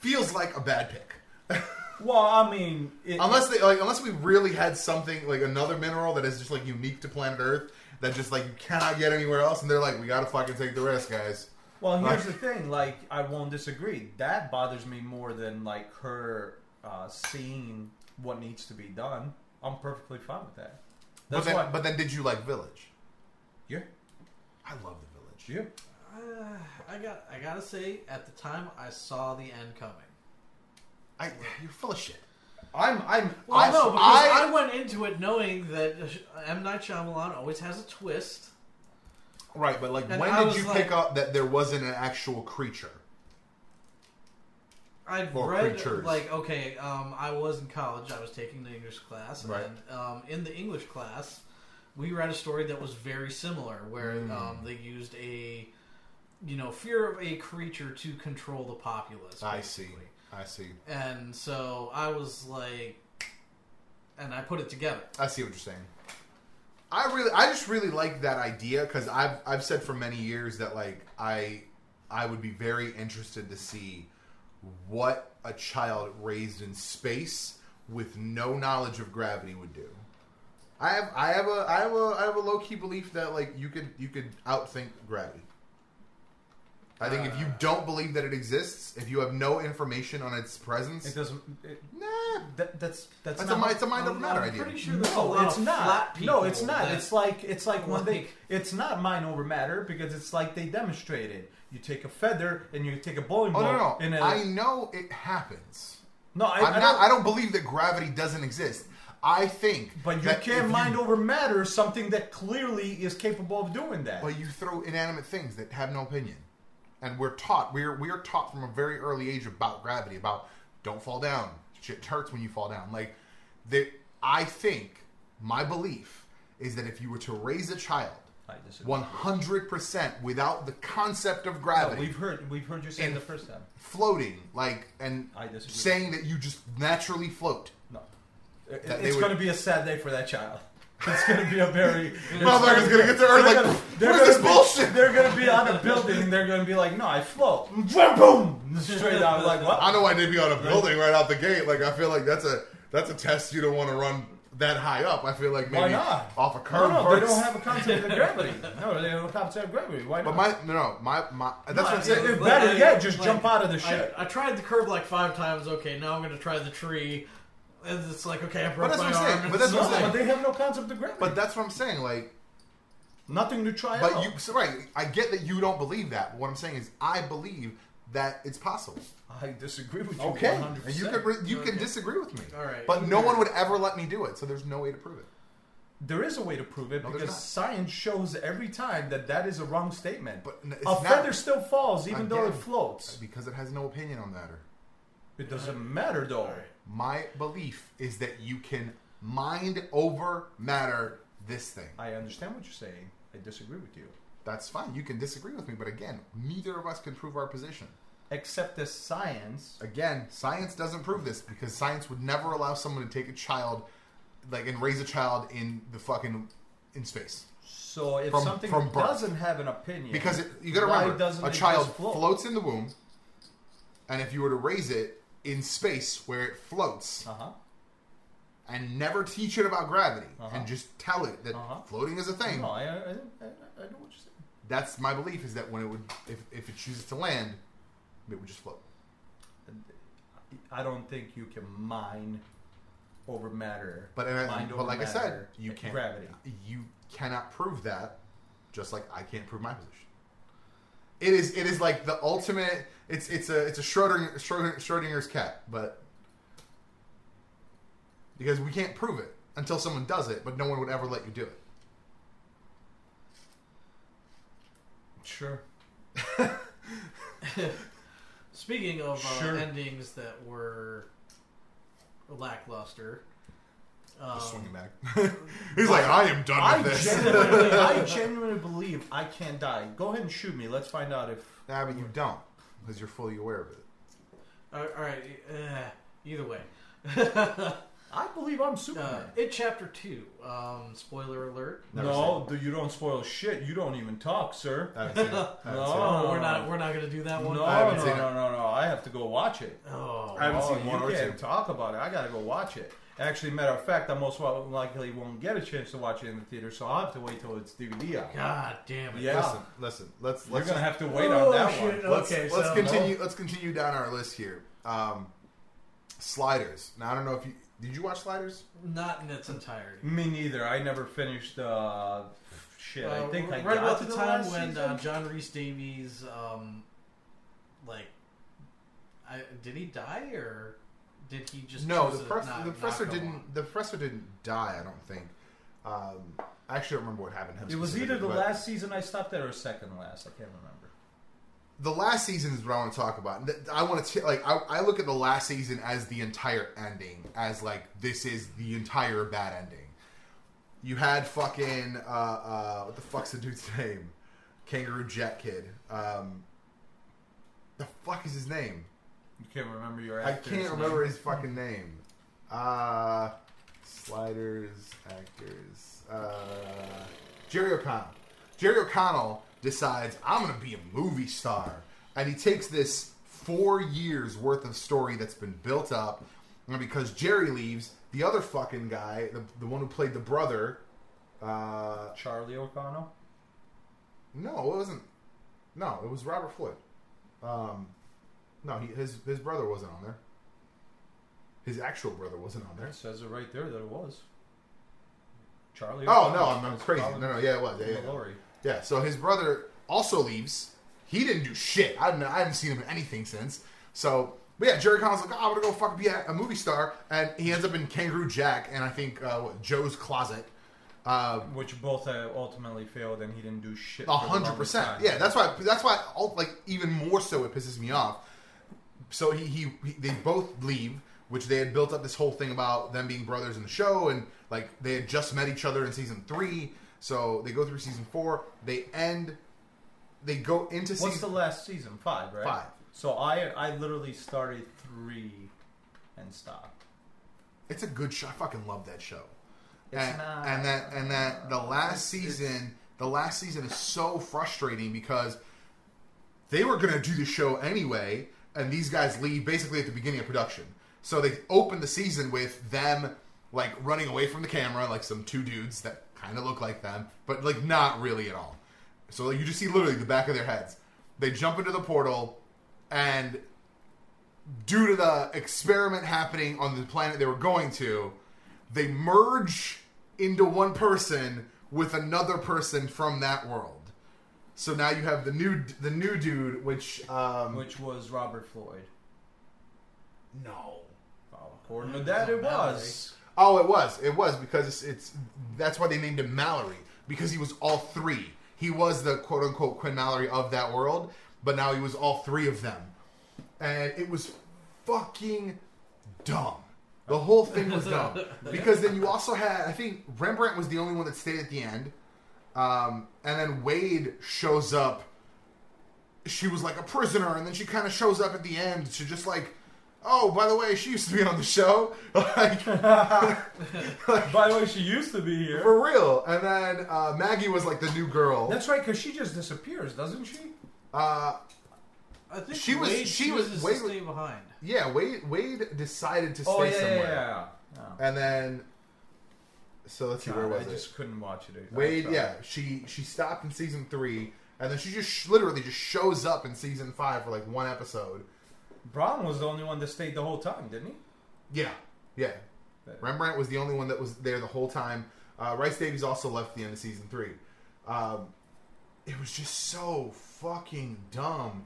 B: feels like a bad pick.
A: Well, I mean, it,
B: Unless they like unless we really had something like another mineral that is just like unique to planet Earth that just like you cannot get anywhere else, and they're like, we gotta fucking take the risk, guys.
A: Well, here's
B: Like-
A: the thing. Like, I won't disagree. That bothers me more than like her uh, seeing what needs to be done. I'm perfectly fine with that.
B: But
A: That's
B: then,
A: why.
B: but then did you like Village?
A: yeah,
B: I love the Village.
A: yeah.
C: Uh, I got I gotta say, at the time I saw the end coming.
B: I, you're full of shit.
A: I'm. I'm.
C: Well,
B: I-
C: no, because
B: I-
C: I, went into it knowing that M Night Shyamalan always has a twist.
B: Right, but like,
C: And
B: when
C: I
B: did
C: was
B: you
C: like-
B: pick up that there wasn't an actual creature?
C: I've
B: Or
C: read
B: creatures.
C: like okay, um, I was in college. I was taking the English class,
B: Right.
C: and um, in the English class, we read a story that was very similar, where
A: Hmm.
C: um, they used a you know fear of a creature to control the populace.
B: I see.
C: basically.
B: I see.
C: And so I was like, and I put it together.
B: I see what you're saying. I really, I just really like that idea because I've I've said for many years that like I I would be very interested to see what a child raised in space with no knowledge of gravity would do. I have I have a I have a I have a low key belief that like you could you could outthink gravity. I think if you
C: Uh.
B: don't believe that it exists, if you have no information on its presence,
A: It doesn't. It,
B: nah,
A: that, that's that's,
B: that's a,
A: not.
B: mi- it's a mind
C: I'm,
B: over matter
C: I'm
B: idea.
C: pretty sure there's a
A: no,
C: lot
A: it's
C: of
A: not.
C: flat people.
A: No, it's not.
C: that-
A: It's like it's like when they.
C: Like-
A: It's not mind over matter because it's like they demonstrated. You take a feather and you take a bowling
B: Oh
A: ball.
B: no, no!
A: And a,
B: I know it happens.
A: no, I,
B: I'm
A: I
B: not.
A: don't-
B: I don't believe that gravity doesn't exist. I think,
A: But you
B: that if
A: can't mind over matter something that clearly is capable of doing that.
B: But you throw inanimate things that have no opinion, and we're taught. We're we're taught from a very early age about gravity. About don't fall down. Shit hurts when you fall down. Like, they, I think my belief is that if you were to raise a child,
A: I disagree.
B: one hundred percent without the concept of
A: No,
B: gravity,
A: we've heard we've heard you say
B: And-
A: the first time.
B: floating, like, and
A: I disagree.
B: saying that you just naturally float.
A: No, It-
B: That they
A: it's
B: would-
A: going to be a sad day for that child. It's going to be a very
B: Motherfucker's gonna get to Earth like, "What is this bullshit?"
A: They're going to be on a building and they're going to be like, "No, I float." Boom, straight out. Like what?
B: I know I did be on a building right out the gate. Like I feel like that's a that's a test you don't want to run that high up. I feel like
A: Why
B: maybe
A: not?
B: off a
A: No,
B: curve.
A: no, they
B: first.
A: don't have a concept of gravity. No, they don't have a concept of gravity. Why
B: But
A: not?
B: my no, no my my that's what I'm saying.
A: it-
C: Like,
A: better
C: I-
A: yet, just jump out of the
C: I-
A: shit.
C: I, tried the curb like five times. Okay, now I'm going to try the tree. And it's like, okay, I broke
B: that's
C: my
B: what I'm saying,
C: arm.
B: but that's
A: no,
B: what I'm saying.
A: but they have no concept of gravity.
B: but that's what I'm saying. Like,
A: nothing to try out.
B: but you so right. I get that you don't believe that. But what I'm saying is, I believe that it's possible.
A: I disagree with you.
B: Okay,
A: 100%.
B: you could re- you can
C: Okay.
B: disagree with me.
C: All right.
B: but no
C: Yeah.
B: one would ever let me do it. So there's no way to prove it.
A: There is a way to prove it
B: No, there's
A: because
B: not.
A: science shows every time that that is a wrong statement.
B: But n- it's
A: a
B: not
A: feather still falls even though it
B: Again.
A: floats.
B: because it has no opinion on that. Or
A: It doesn't matter though.
C: Alright.
B: My belief is that you can mind over matter this thing.
A: I understand what you're saying. I disagree with you.
B: That's fine. You can disagree with me, but again, neither of us can prove our position.
A: Except as science.
B: Again, science doesn't prove this because science would never allow someone to take a child, like, and raise a child in the fucking in space
A: So if
B: From-
A: something
B: from birth.
A: doesn't have an opinion,
B: because it, you gotta
A: why
B: remember
A: doesn't
B: a
A: it
B: child
A: just float?
B: floats in the womb, and if you were to raise it in space where it floats
A: Uh huh.
B: and never teach it about gravity
A: Uh-huh.
B: and just tell it that
A: Uh-huh.
B: floating is a thing,
A: No, I, I, I, I know what you're saying.
B: that's my belief is that when it would if, if it chooses to land it would just float
A: I don't think you can mine over matter.
B: but and I,
A: mind
B: but
A: over
B: like i said
A: matter,
B: you
A: and
B: can't
A: gravity.
B: you cannot prove that just like i can't prove my position it is it is like the ultimate it's it's a it's a Schrodinger, Schrodinger, schrodinger's cat but because we can't prove it until someone does it but no one would ever let you do it
A: Sure.
C: Speaking of uh,
A: Sure.
C: endings that were lackluster, um,
B: just swinging back he's like i am done
A: I
B: with this
A: genuinely, I genuinely believe I can't die. Go ahead and shoot me. Let's find out if
B: nah but you don't because you're fully aware of it.
C: All all right. Uh, either way.
A: I believe I'm
C: uh, it chapter two. Um, spoiler alert.
B: Never
A: no, the, you don't spoil shit. You don't even talk, sir.
B: I haven't seen it. I haven't seen it.
A: No.
C: Oh, we're not. We're not gonna do that
A: No,
C: one.
A: no,
B: I haven't
A: no,
B: seen it.
A: no, no, I have to go watch it.
C: Oh.
B: I haven't
A: Oh,
B: seen one
A: you
B: or
A: can't
B: two.
A: talk about it. I gotta go watch it. Actually, matter of fact, I most wel- likely won't get a chance to watch it in the theater, so I'll have to wait till it's DVD out.
C: God damn it.
A: Yeah.
B: Listen, listen. Let's
A: You're
B: let's
A: gonna have to wait
C: Oh,
A: on that
C: shit.
A: one.
B: let's,
C: Okay,
B: let's
C: so-
B: continue. Let's continue down our list here. Um, sliders. Now I don't know if you did you watch Sliders.
C: Not in its entirety.
A: Me neither. I never finished. Uh, shit. I
C: Uh,
A: think I
C: right
A: got
C: about
A: to
C: the, time
A: last
C: when
A: season.
C: uh, John Reese Davies, um, like, I, did he die or did he just
B: no,
C: choose
B: the,
C: to
B: press,
C: not-
B: the
C: not
B: professor
C: go
B: didn't.
C: on?
B: The professor didn't die. I don't think. Um, I actually don't remember what happened. To him
A: It was either the
B: specifically, but
A: last season I stopped at or second last. I can't remember.
B: The last season is what I want to talk about. Th- I want to like. I, I look at the last season as the entire ending, as like this is the entire bad ending. You had fucking uh, uh, what the fuck's the dude's name? Kangaroo Jet Kid. Um, the fuck is his name?
A: You can't remember your
B: I
A: actor's
B: can't
A: name.
B: remember his fucking name. Uh, sliders, actors. Uh, Jerry O'Connell. Jerry O'Connell decides, I'm going to be a movie star. And he takes this four years worth of story that's been built up. And because Jerry leaves, the other fucking guy, the, the one who played the brother, uh,
A: Charlie O'Connell.
B: no, it wasn't. No, it was Robert Floyd. Um, no, he, his his brother wasn't on there. His actual brother wasn't on there.
A: It says it right there that it was. Charlie.
B: Oh
A: O'Connell
B: no, I'm, I'm
A: was
B: crazy.
A: Colin
B: No, no, yeah, it was. Yeah, yeah, yeah.
A: Mallory.
B: yeah. So his brother also leaves. He didn't do shit. I haven't, I haven't seen him in anything since. So, but yeah, Jerry Connell's like, oh, I'm gonna go fuck be a, a movie star, and he ends up in Kangaroo Jack, and I think uh, what, Joe's Closet. Um,
A: Which both uh, ultimately failed, and he didn't do shit. for
B: A
A: the
B: hundred
A: longest
B: percent.
A: time.
B: Yeah, that's why. That's why. All, like even more so, it pisses me off. So he, he he they both leave, which they had built up this whole thing about them being brothers in the show, and like they had just met each other in season three. So they go through season four. They end. They go into
A: What's the
B: season.
A: last season? Five, right?
B: Five.
A: So I I literally started three, and stopped.
B: it's a good show. I fucking love that show.
A: It's
B: and,
A: not-
B: and that and that the last
A: It's- it's-
B: season, the last season is so frustrating because they were gonna do the show anyway, and these guys leave basically at the beginning of production. So they opened the season with them like running away from the camera, like some two dudes that kind of look like them, but like not really at all. So like, you just see literally the back of their heads. They jump into the portal, and due to the experiment happening on the planet they were going to, they merge into one person with another person from that world. So now you have the new the new dude, which um,
A: Which was Robert Floyd.
B: no,
A: Oh, according to that, it was.
B: oh, it was it was because it's, it's that's why they named him Mallory because he was all three. He was the quote unquote Quinn Mallory of that world, but now he was all three of them, and it was fucking dumb. The whole thing was dumb because then you also had I think Rembrandt was the only one that stayed at the end, um, and then Wade shows up. She was like a prisoner, and then she kind of shows up at the end to just like, oh, by the way, she used to be on the show, like, like,
A: By the way, she used to be here.
B: for real. And then uh, Maggie was like the new girl.
A: That's right, because she just disappears, doesn't she?
B: Uh,
C: I think
B: She was-
C: Wade
B: she was-
C: chooses to
B: Wade was-
C: stay behind.
B: yeah, Wade Wade decided to stay
A: Oh yeah, yeah,
B: somewhere,
A: yeah, yeah.
B: and then so let's see where
A: God,
B: was
A: Oh. I
B: it?
A: just couldn't watch it. I'm
B: Wade,
A: sorry.
B: yeah, she she stopped in season three, and then she just sh- literally just shows up in season five for like one episode.
A: Brown was the only one that stayed the whole time, didn't he?
B: Yeah, yeah.
A: That-
B: Rembrandt was the only one that was there the whole time. Uh, Rice Davies also left at the end of season three. Um, it was just so fucking dumb.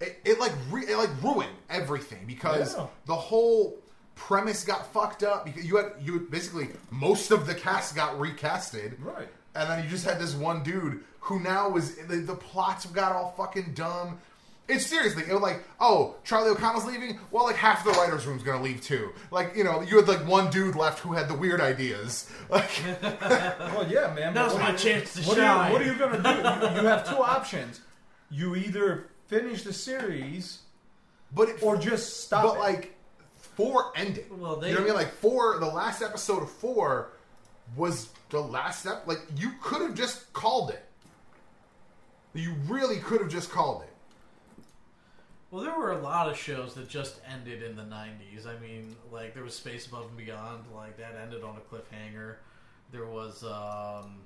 B: It, it like re- it like ruined everything because
A: Yeah.
B: the whole premise got fucked up because you had you had basically most of the cast got recasted.
A: Right.
B: And then you just had this one dude who now was the, the plots got all fucking dumb. It's seriously, it was like, oh, Charlie O'Connell's leaving. Well, like half the writers' room's gonna leave too. Like, you know, you had like one dude left who had the weird ideas. Like,
A: Well, yeah, man. but
C: Now's
A: what
C: my
A: are you-
C: chance to
A: what
C: shine.
A: Are you, what are you gonna do? You, you have two options. You either finish the series
B: But it,
A: or just stop
B: but
A: it.
B: like four ended.
C: Well, they-
B: you know what I mean? Like four, the last episode of four was the last step. Like you could have just called it. You really could have just called it.
C: Well, there were a lot of shows that just ended in the '90s. I mean, like there was Space Above and Beyond, like that ended on a cliffhanger. There was, um,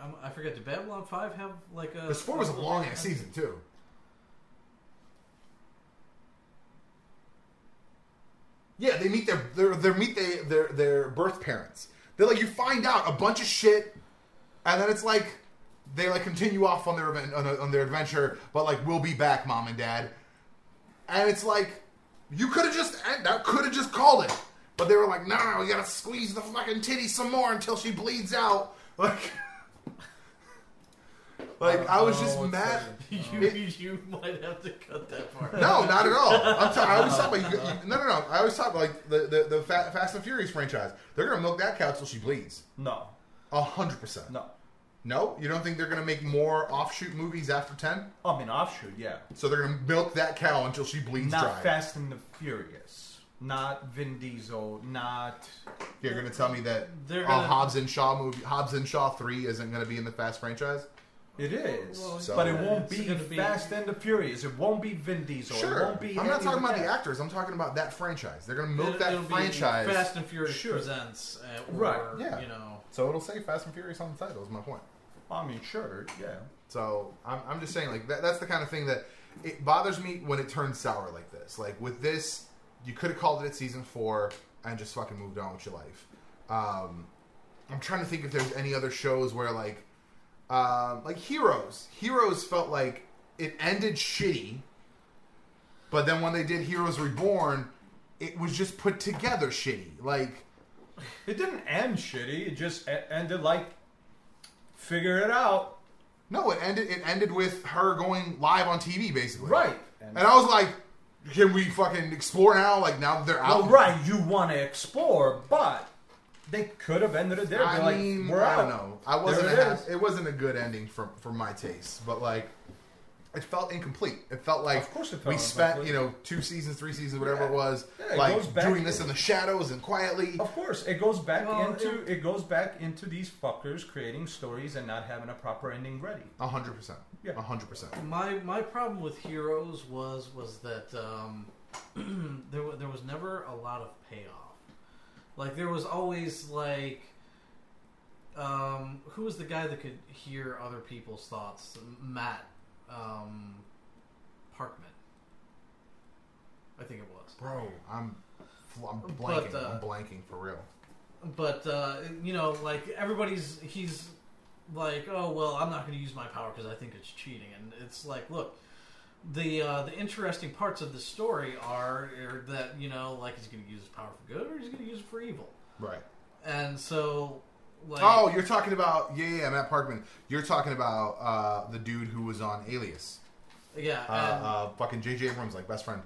C: I'm, I forget. Did Babylon Five have like a?
B: Because four was a long ass season too. Yeah, they meet their their, their meet they, their their birth parents. They're like you find out a bunch of shit, and then it's like they like continue off on their event on, on their adventure, but like we'll be back, mom and dad. And it's like you could have just that could have just called it, but they were like, no, no, we gotta squeeze the fucking titty some more until she bleeds out. Like, like I was
A: Oh,
B: just
A: it's
B: mad.
C: You,
B: It-
C: you might have to cut that part.
B: No, not at all. I'm t- i always talk about you, you- no, no, no. I always talk about, like the the, the Fa- Fast and Furious franchise. They're gonna milk that cow till she bleeds.
A: no,
B: A hundred percent.
A: no.
B: No, you don't think they're gonna make more offshoot movies after ten?
A: I mean, offshoot, yeah.
B: So they're gonna milk that cow until she bleeds
A: Not
B: dry.
A: Fast and the Furious. Not Vin Diesel. Not.
B: You're gonna tell me that
C: They're
B: a
C: gonna-
B: Hobbs and Shaw movie, Hobbs and Shaw three, isn't gonna be in the Fast franchise?
A: It is,
C: Well,
B: So-
A: but it won't
C: it's
A: be,
C: gonna be-
A: Fast and the Furious. It won't be Vin Diesel. It
B: Sure.
A: won't be.
B: I'm not
A: any
B: talking
A: of
B: about the
A: that.
B: actors. I'm talking about that franchise. They're gonna
C: It-
B: milk
C: it'll
B: that
C: be
B: franchise.
C: Fast and Furious
A: Sure.
C: presents, uh, or,
A: Right,
B: yeah.
C: You know,
B: So it'll say Fast and Furious on the title. Is my point.
A: I mean, sure, yeah.
B: So I'm, I'm just saying, like that, that's the kind of thing that it bothers me when it turns sour like this. Like with this, you could have called it at season four and just fucking moved on with your life. Um, I'm trying to think if there's any other shows where like, um, like Heroes. Heroes felt like it ended shitty, but then when they did Heroes Reborn, it was just put together shitty. Like
A: It didn't end shitty. It just e- ended like, figure it out.
B: No, it ended. It ended with her going live on TV, basically.
A: Right.
B: And, I was like, "Can we fucking explore now? Like now that they're out,
A: Well, right, you want to explore, but they could have ended it there.
B: I
A: They're like,
B: mean,
A: we're
B: I
A: out.
B: don't know. I wasn't.
A: There
B: A
A: it
B: hap-
A: is.
B: it wasn't a good ending for for my taste, but like, it felt incomplete. It felt like
A: Of course it felt
B: we spent
A: incomplete.
B: you know two seasons, three seasons, whatever
A: Yeah.
B: it was,
A: Yeah, it goes
B: like
A: back
B: doing
A: to- Oh,
B: this in the shadows and quietly.
A: Of course, it goes back
C: Well,
A: into it, goes back into these fuckers creating stories and not having a proper ending ready.
B: A hundred percent.
A: Yeah.
B: A hundred percent.
C: my my problem with Heroes was was that um, there wa- there was never a lot of payoff. Like there was always like, um, who was the guy that could hear other people's thoughts? Matt um, Parkman, I think it was.
B: Bro, I'm, fl- I'm
C: But,
B: blanking.
C: uh,
B: I'm blanking for real.
C: But uh, you know, like everybody's he's like, oh well, I'm not going to use my power because I think it's cheating, and it's like, look, the uh, the interesting parts of the story are, are that you know, like he's going to use his power for good or he's going to use it for evil,
B: Right.
C: and so like,
B: Oh, you're talking about yeah, yeah, yeah, Matt Parkman. You're talking about uh, the dude who was on Alias.
C: yeah,
B: Uh,
C: and-
B: uh, fucking J.J. Abrams, like best friend.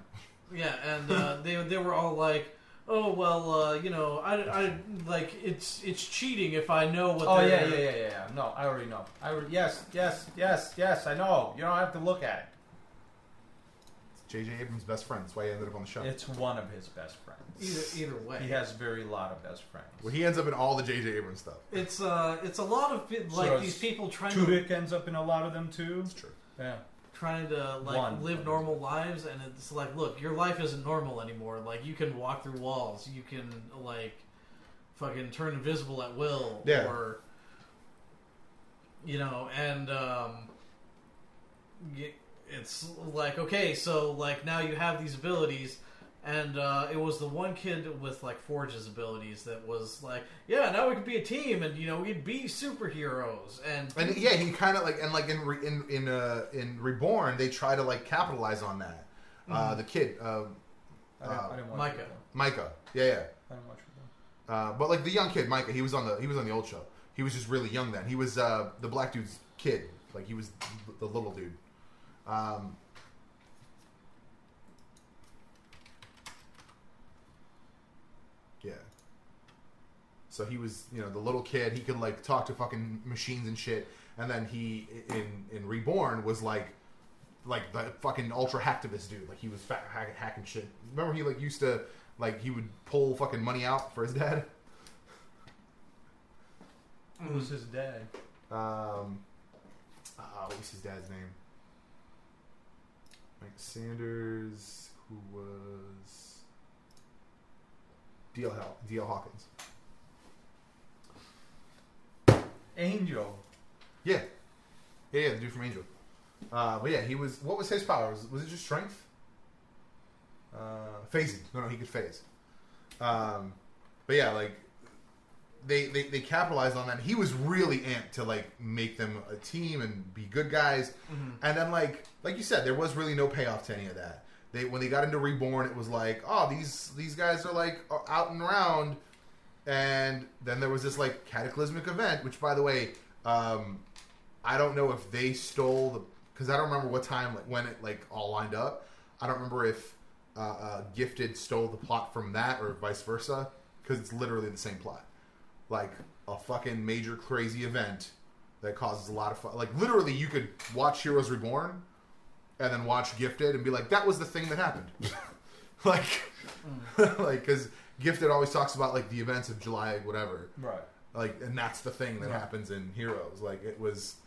C: Yeah, and uh, they they were all like, "Oh well, uh, you know, I, I like it's it's cheating if I know what."
A: Oh yeah,
C: they're-
A: yeah, yeah, yeah, yeah. No, I already know. I already, yes, yes, yes, yes. I know. You don't have to look at
B: J.J. Abrams' best friend. That's why he ended up on the show.
A: it. It's one of his best friends.
C: Either either way,
A: He has very lot of best friends.
B: Well, he ends up in all the J.J. Abrams stuff.
C: it's uh it's a lot of pe- like
A: it's
C: these people trying to
A: Tudyk ends up in a lot of them too.
B: It's true.
A: Yeah.
C: trying to like
A: One.
C: live normal lives, and it's like, look, your life isn't normal anymore. Like you can walk through walls, you can like fucking turn invisible at will,
B: Yeah.
C: or you know, and um, y- it's like okay, so like now you have these abilities. And uh, it was the one kid with like Forge's abilities that was like, yeah, now we could be a team, and you know we'd be superheroes. And
B: And yeah, he kind of like and like in Re- in in uh, in Reborn, they try to like capitalize on that. Uh, the kid,
A: I
B: uh,
A: didn't,
B: Uh,
A: I didn't watch
C: Micah.
A: Reborn.
B: Micah. Yeah, yeah.
A: I didn't watch Reborn.
B: Uh, but like the young kid, Micah, he was on the he was on the old show. He was just really young then. He was uh, the black dude's kid. Like he was the little dude. Um, yeah. So he was, you know, the little kid. He could like talk to fucking machines and shit. And then he in in Reborn was like, like the fucking ultra hacktivist dude. Like he was fat, hack, hacking shit. Remember he like used to like he would pull fucking money out for his dad.
A: It was his dad.
B: Um, uh, what was his dad's name? Mike Sanders, who was DL Hel- DL Hawkins.
A: Angel.
B: Yeah, yeah, yeah, the dude from Angel. Uh, but yeah, he was. What was his power? Was, was it just strength? Uh, phasing. No, no, he could phase. Um, but yeah, like they, they they capitalized on that. He was really amped to like make them a team and be good guys. And then like like you said, there was really no payoff to any of that. They when they got into Reborn, it was like, oh, these these guys are like are out and round. And then there was this like cataclysmic event, which by the way, um, I don't know if they stole the because I don't remember what time like when it like all lined up. I don't remember if uh, uh, Gifted stole the plot from that or vice versa because it's literally the same plot, like a fucking major crazy event that causes a lot of fun. Like literally, you could watch Heroes Reborn and then watch Gifted and be like, that was the thing that happened, like like because Gifted always talks about like the events of July whatever
A: Right.
B: like and that's the thing that
A: Yeah.
B: happens in heroes like it was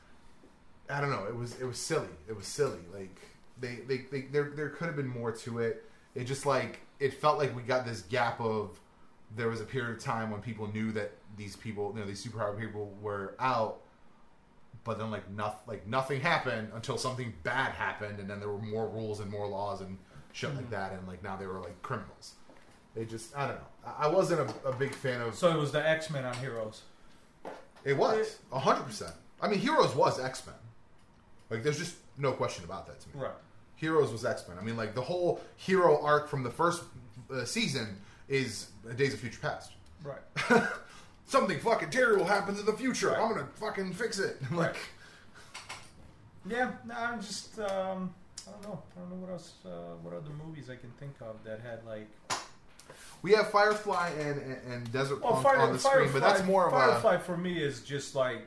B: i don't know it was it was silly it was silly like they they, they there there could have been more to it it just like it felt like we got this gap of there was a period of time when people knew that these people you know these superpower people were out but then like nothing like nothing happened until something bad happened and then there were more rules and more laws and shit like that and like now they were like criminals they just i don't know I- i wasn't a, a big fan of
A: So it was the X Men on Heroes.
B: it was a hundred percent. I mean, Heroes was X Men. Like, there's just no question about that to me.
A: Right.
B: Heroes was X Men. I mean, like the whole hero arc from the first uh, season is Days of Future Past.
A: Right.
B: Something fucking terrible happens in the future. I'm gonna fucking fix it. like,
A: Yeah. No, I'm just. Um, I don't know. I don't know what else. Uh, what other movies I can think of that had like.
B: we have Firefly and and, and Desert
A: Well,
B: Punk
A: Fire,
B: on the
A: Firefly,
B: screen, but that's more of
A: Firefly for me is just like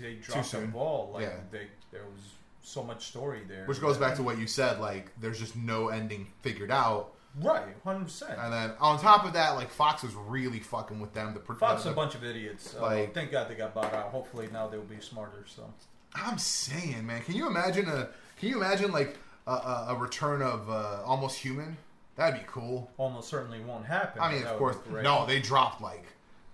A: they dropped the
B: soon.
A: ball. Like
B: Yeah.
A: they, there was so much story there,
B: a which goes back to what you said. Like, there's just no ending figured out.
A: right, hundred percent.
B: And then on top of that, like Fox was really fucking with them. The pro-
A: Fox
B: the,
A: a bunch of idiots. Uh,
B: like-
A: thank God they got bought out. Hopefully now they'll be smarter. So
B: I'm saying, man, can you imagine a can you imagine like a, a, a return of uh, almost human? That'd be cool.
A: almost certainly won't happen.
B: I mean,
A: That
B: of
A: would
B: course,
A: be great.
B: no, they dropped like,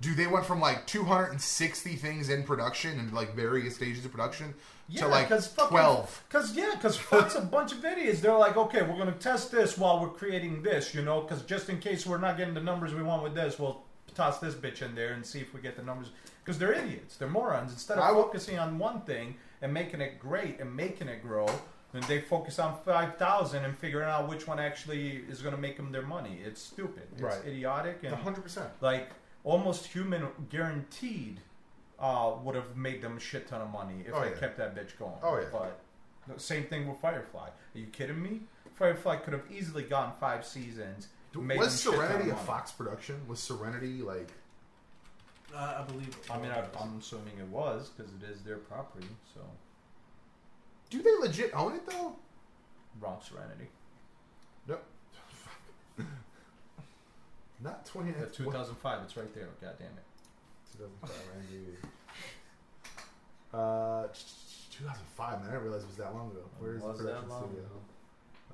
B: dude, they went from like 260 things in production and like various stages of production
A: Yeah,
B: to like
A: cause fucking,
B: 12.
A: Because yeah, because Fox a bunch of idiots. They're like, okay, we're gonna test this while we're creating this, you know, because just in case we're not getting the numbers we want with this, we'll toss this bitch in there and see if we get the numbers. Because they're idiots, they're morons. Instead of
B: I w-
A: focusing on one thing and making it great and making it grow, then they focus on five thousand and figuring out which one actually is gonna make them their money. It's stupid. It's
B: Right.
A: idiotic and
B: 100%.
A: like almost human guaranteed uh, would have made them a shit ton of money if
B: Oh,
A: they
B: yeah.
A: kept that bitch going.
B: Oh, yeah.
A: But the same thing with Firefly. Are you kidding me? Firefly could have easily gone five seasons. made
B: Was
A: them shit ton of
B: Serenity a
A: money.
B: Fox production? Was Serenity like.
C: Uh, I believe.
A: I mean, I, I'm assuming it was because it is their property. So
B: Do they legit own it though?
A: wrong Serenity.
B: Nope. Not 20.
A: The 2005. It's right there. God damn it.
B: 2005 MV. Uh, 2005, man. I didn't realize it was that long ago. Where is
A: was
B: the production
A: that long?
B: studio?
A: ago?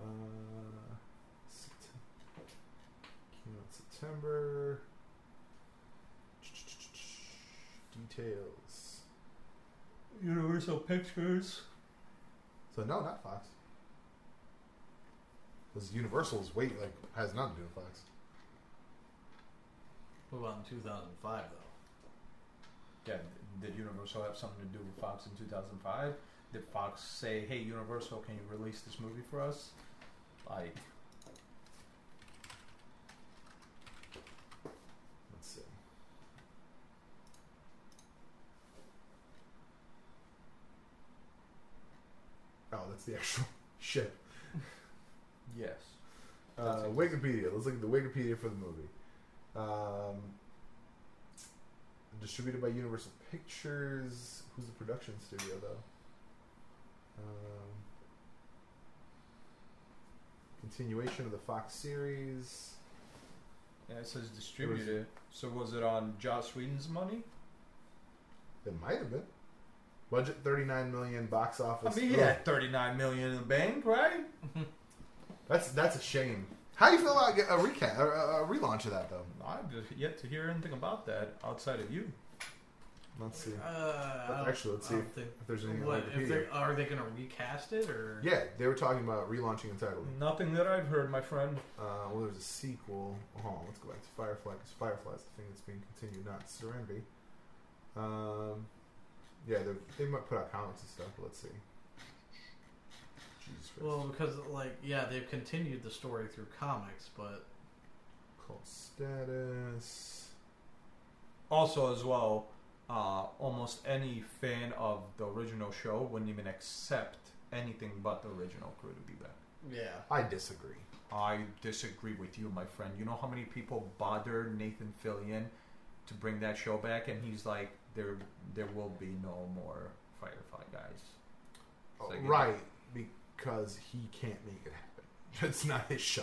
B: Uh, Sept- came out September. Details.
A: Universal Pictures.
B: So no, not Fox. Because Universal's weight like has nothing to do with Fox.
C: What about in 2005 though?
A: Yeah, did Universal have something to do with Fox in 2005? Did Fox say, "Hey, Universal, can you release this movie for us?" Like,
B: Let's see. Oh, that's the actual ship.
A: yes.
B: Uh,
A: That's it.
B: Wikipedia. Let's look at the Wikipedia for the movie. Um, Distributed by Universal Pictures. Who's the production studio though? Um, continuation of the Fox series.
A: Yeah, it says distributed. So was it on Joss Whedon's money?
B: It might have been. Budget thirty nine million. Box
A: I
B: office.
A: mean, he
B: Ugh.
A: had thirty nine million in the bank, right?
B: That's that's a shame. How do you feel about a recap, or a, a relaunch of that though?
A: I've yet to hear anything about that outside of you.
B: Let's see.
C: Uh, I don't-
B: Actually, let's
C: I don't think-
B: If there's anything on
C: What if
B: Wikipedia.
C: they are they going to recast it or?
B: Yeah, they were talking about relaunching Untitled.
A: Nothing that I've heard, my friend.
B: Uh, well, there's a sequel. Hold on, let's go back to Firefly because Firefly's the thing that's being continued, not Serenity. Um, yeah, they're- they might put out comics and stuff. But let's see. Jesus Christ.
C: Well, because like yeah, they've continued the story through comics, but
B: Cult status.
A: Also, as well, uh, almost any fan of the original show wouldn't even accept anything but the original crew to be back.
C: yeah,
B: I disagree.
A: I disagree with you, my friend. You know how many people bothered Nathan Fillion to bring that show back, and he's like, "There, there will be no more Firefly guys." So you-
B: Uh, right, because he can't make it happen. It's not his show.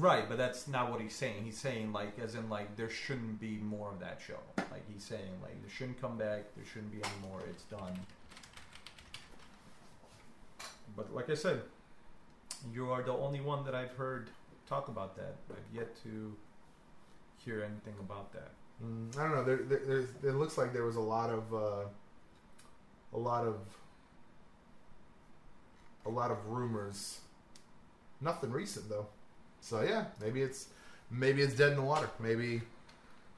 A: Right, but that's not what he's saying. He's saying like, as in like, there shouldn't be more of that show. Like he's saying like, there shouldn't come back. There shouldn't be any more. It's done. But like I said, you are the only one that I've heard talk about that. I've yet to hear anything about that.
B: Mm, I don't know. There, there, there's, it looks like there was a lot of uh, a lot of a lot of rumors. Nothing recent though. So yeah, maybe it's maybe it's dead in the water. Maybe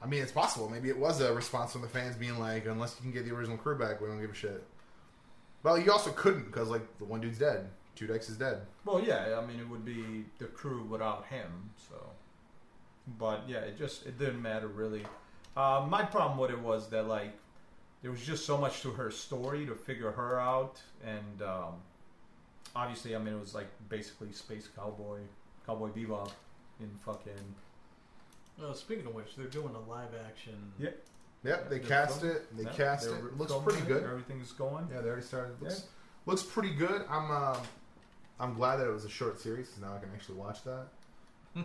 B: I mean it's possible. Maybe it was a response from the fans being like, unless you can get the original crew back, we don't give a shit. Well, you also couldn't because like the one dude's dead. Two Dex is dead.
A: Well, yeah, I mean, it would be the crew without him. So, but yeah, it just it didn't matter really. Uh, my problem with it was that like there was just so much to her story to figure her out, and um, obviously, I mean, it was like basically space cowboy, cowboy bebop in fucking.
C: Well, Oh, speaking of which, they're doing a live action.
A: Yeah.
B: Yep, they
A: They're
B: cast
A: filming-
B: it. They
A: yeah,
B: cast
A: they're
B: it. Looks
A: filming
B: pretty
A: it,
B: good.
A: Everything's going.
B: Yeah, they already started. Looks, looks pretty good. I'm uh, I'm glad that it was a short series 'cause now I can actually watch that.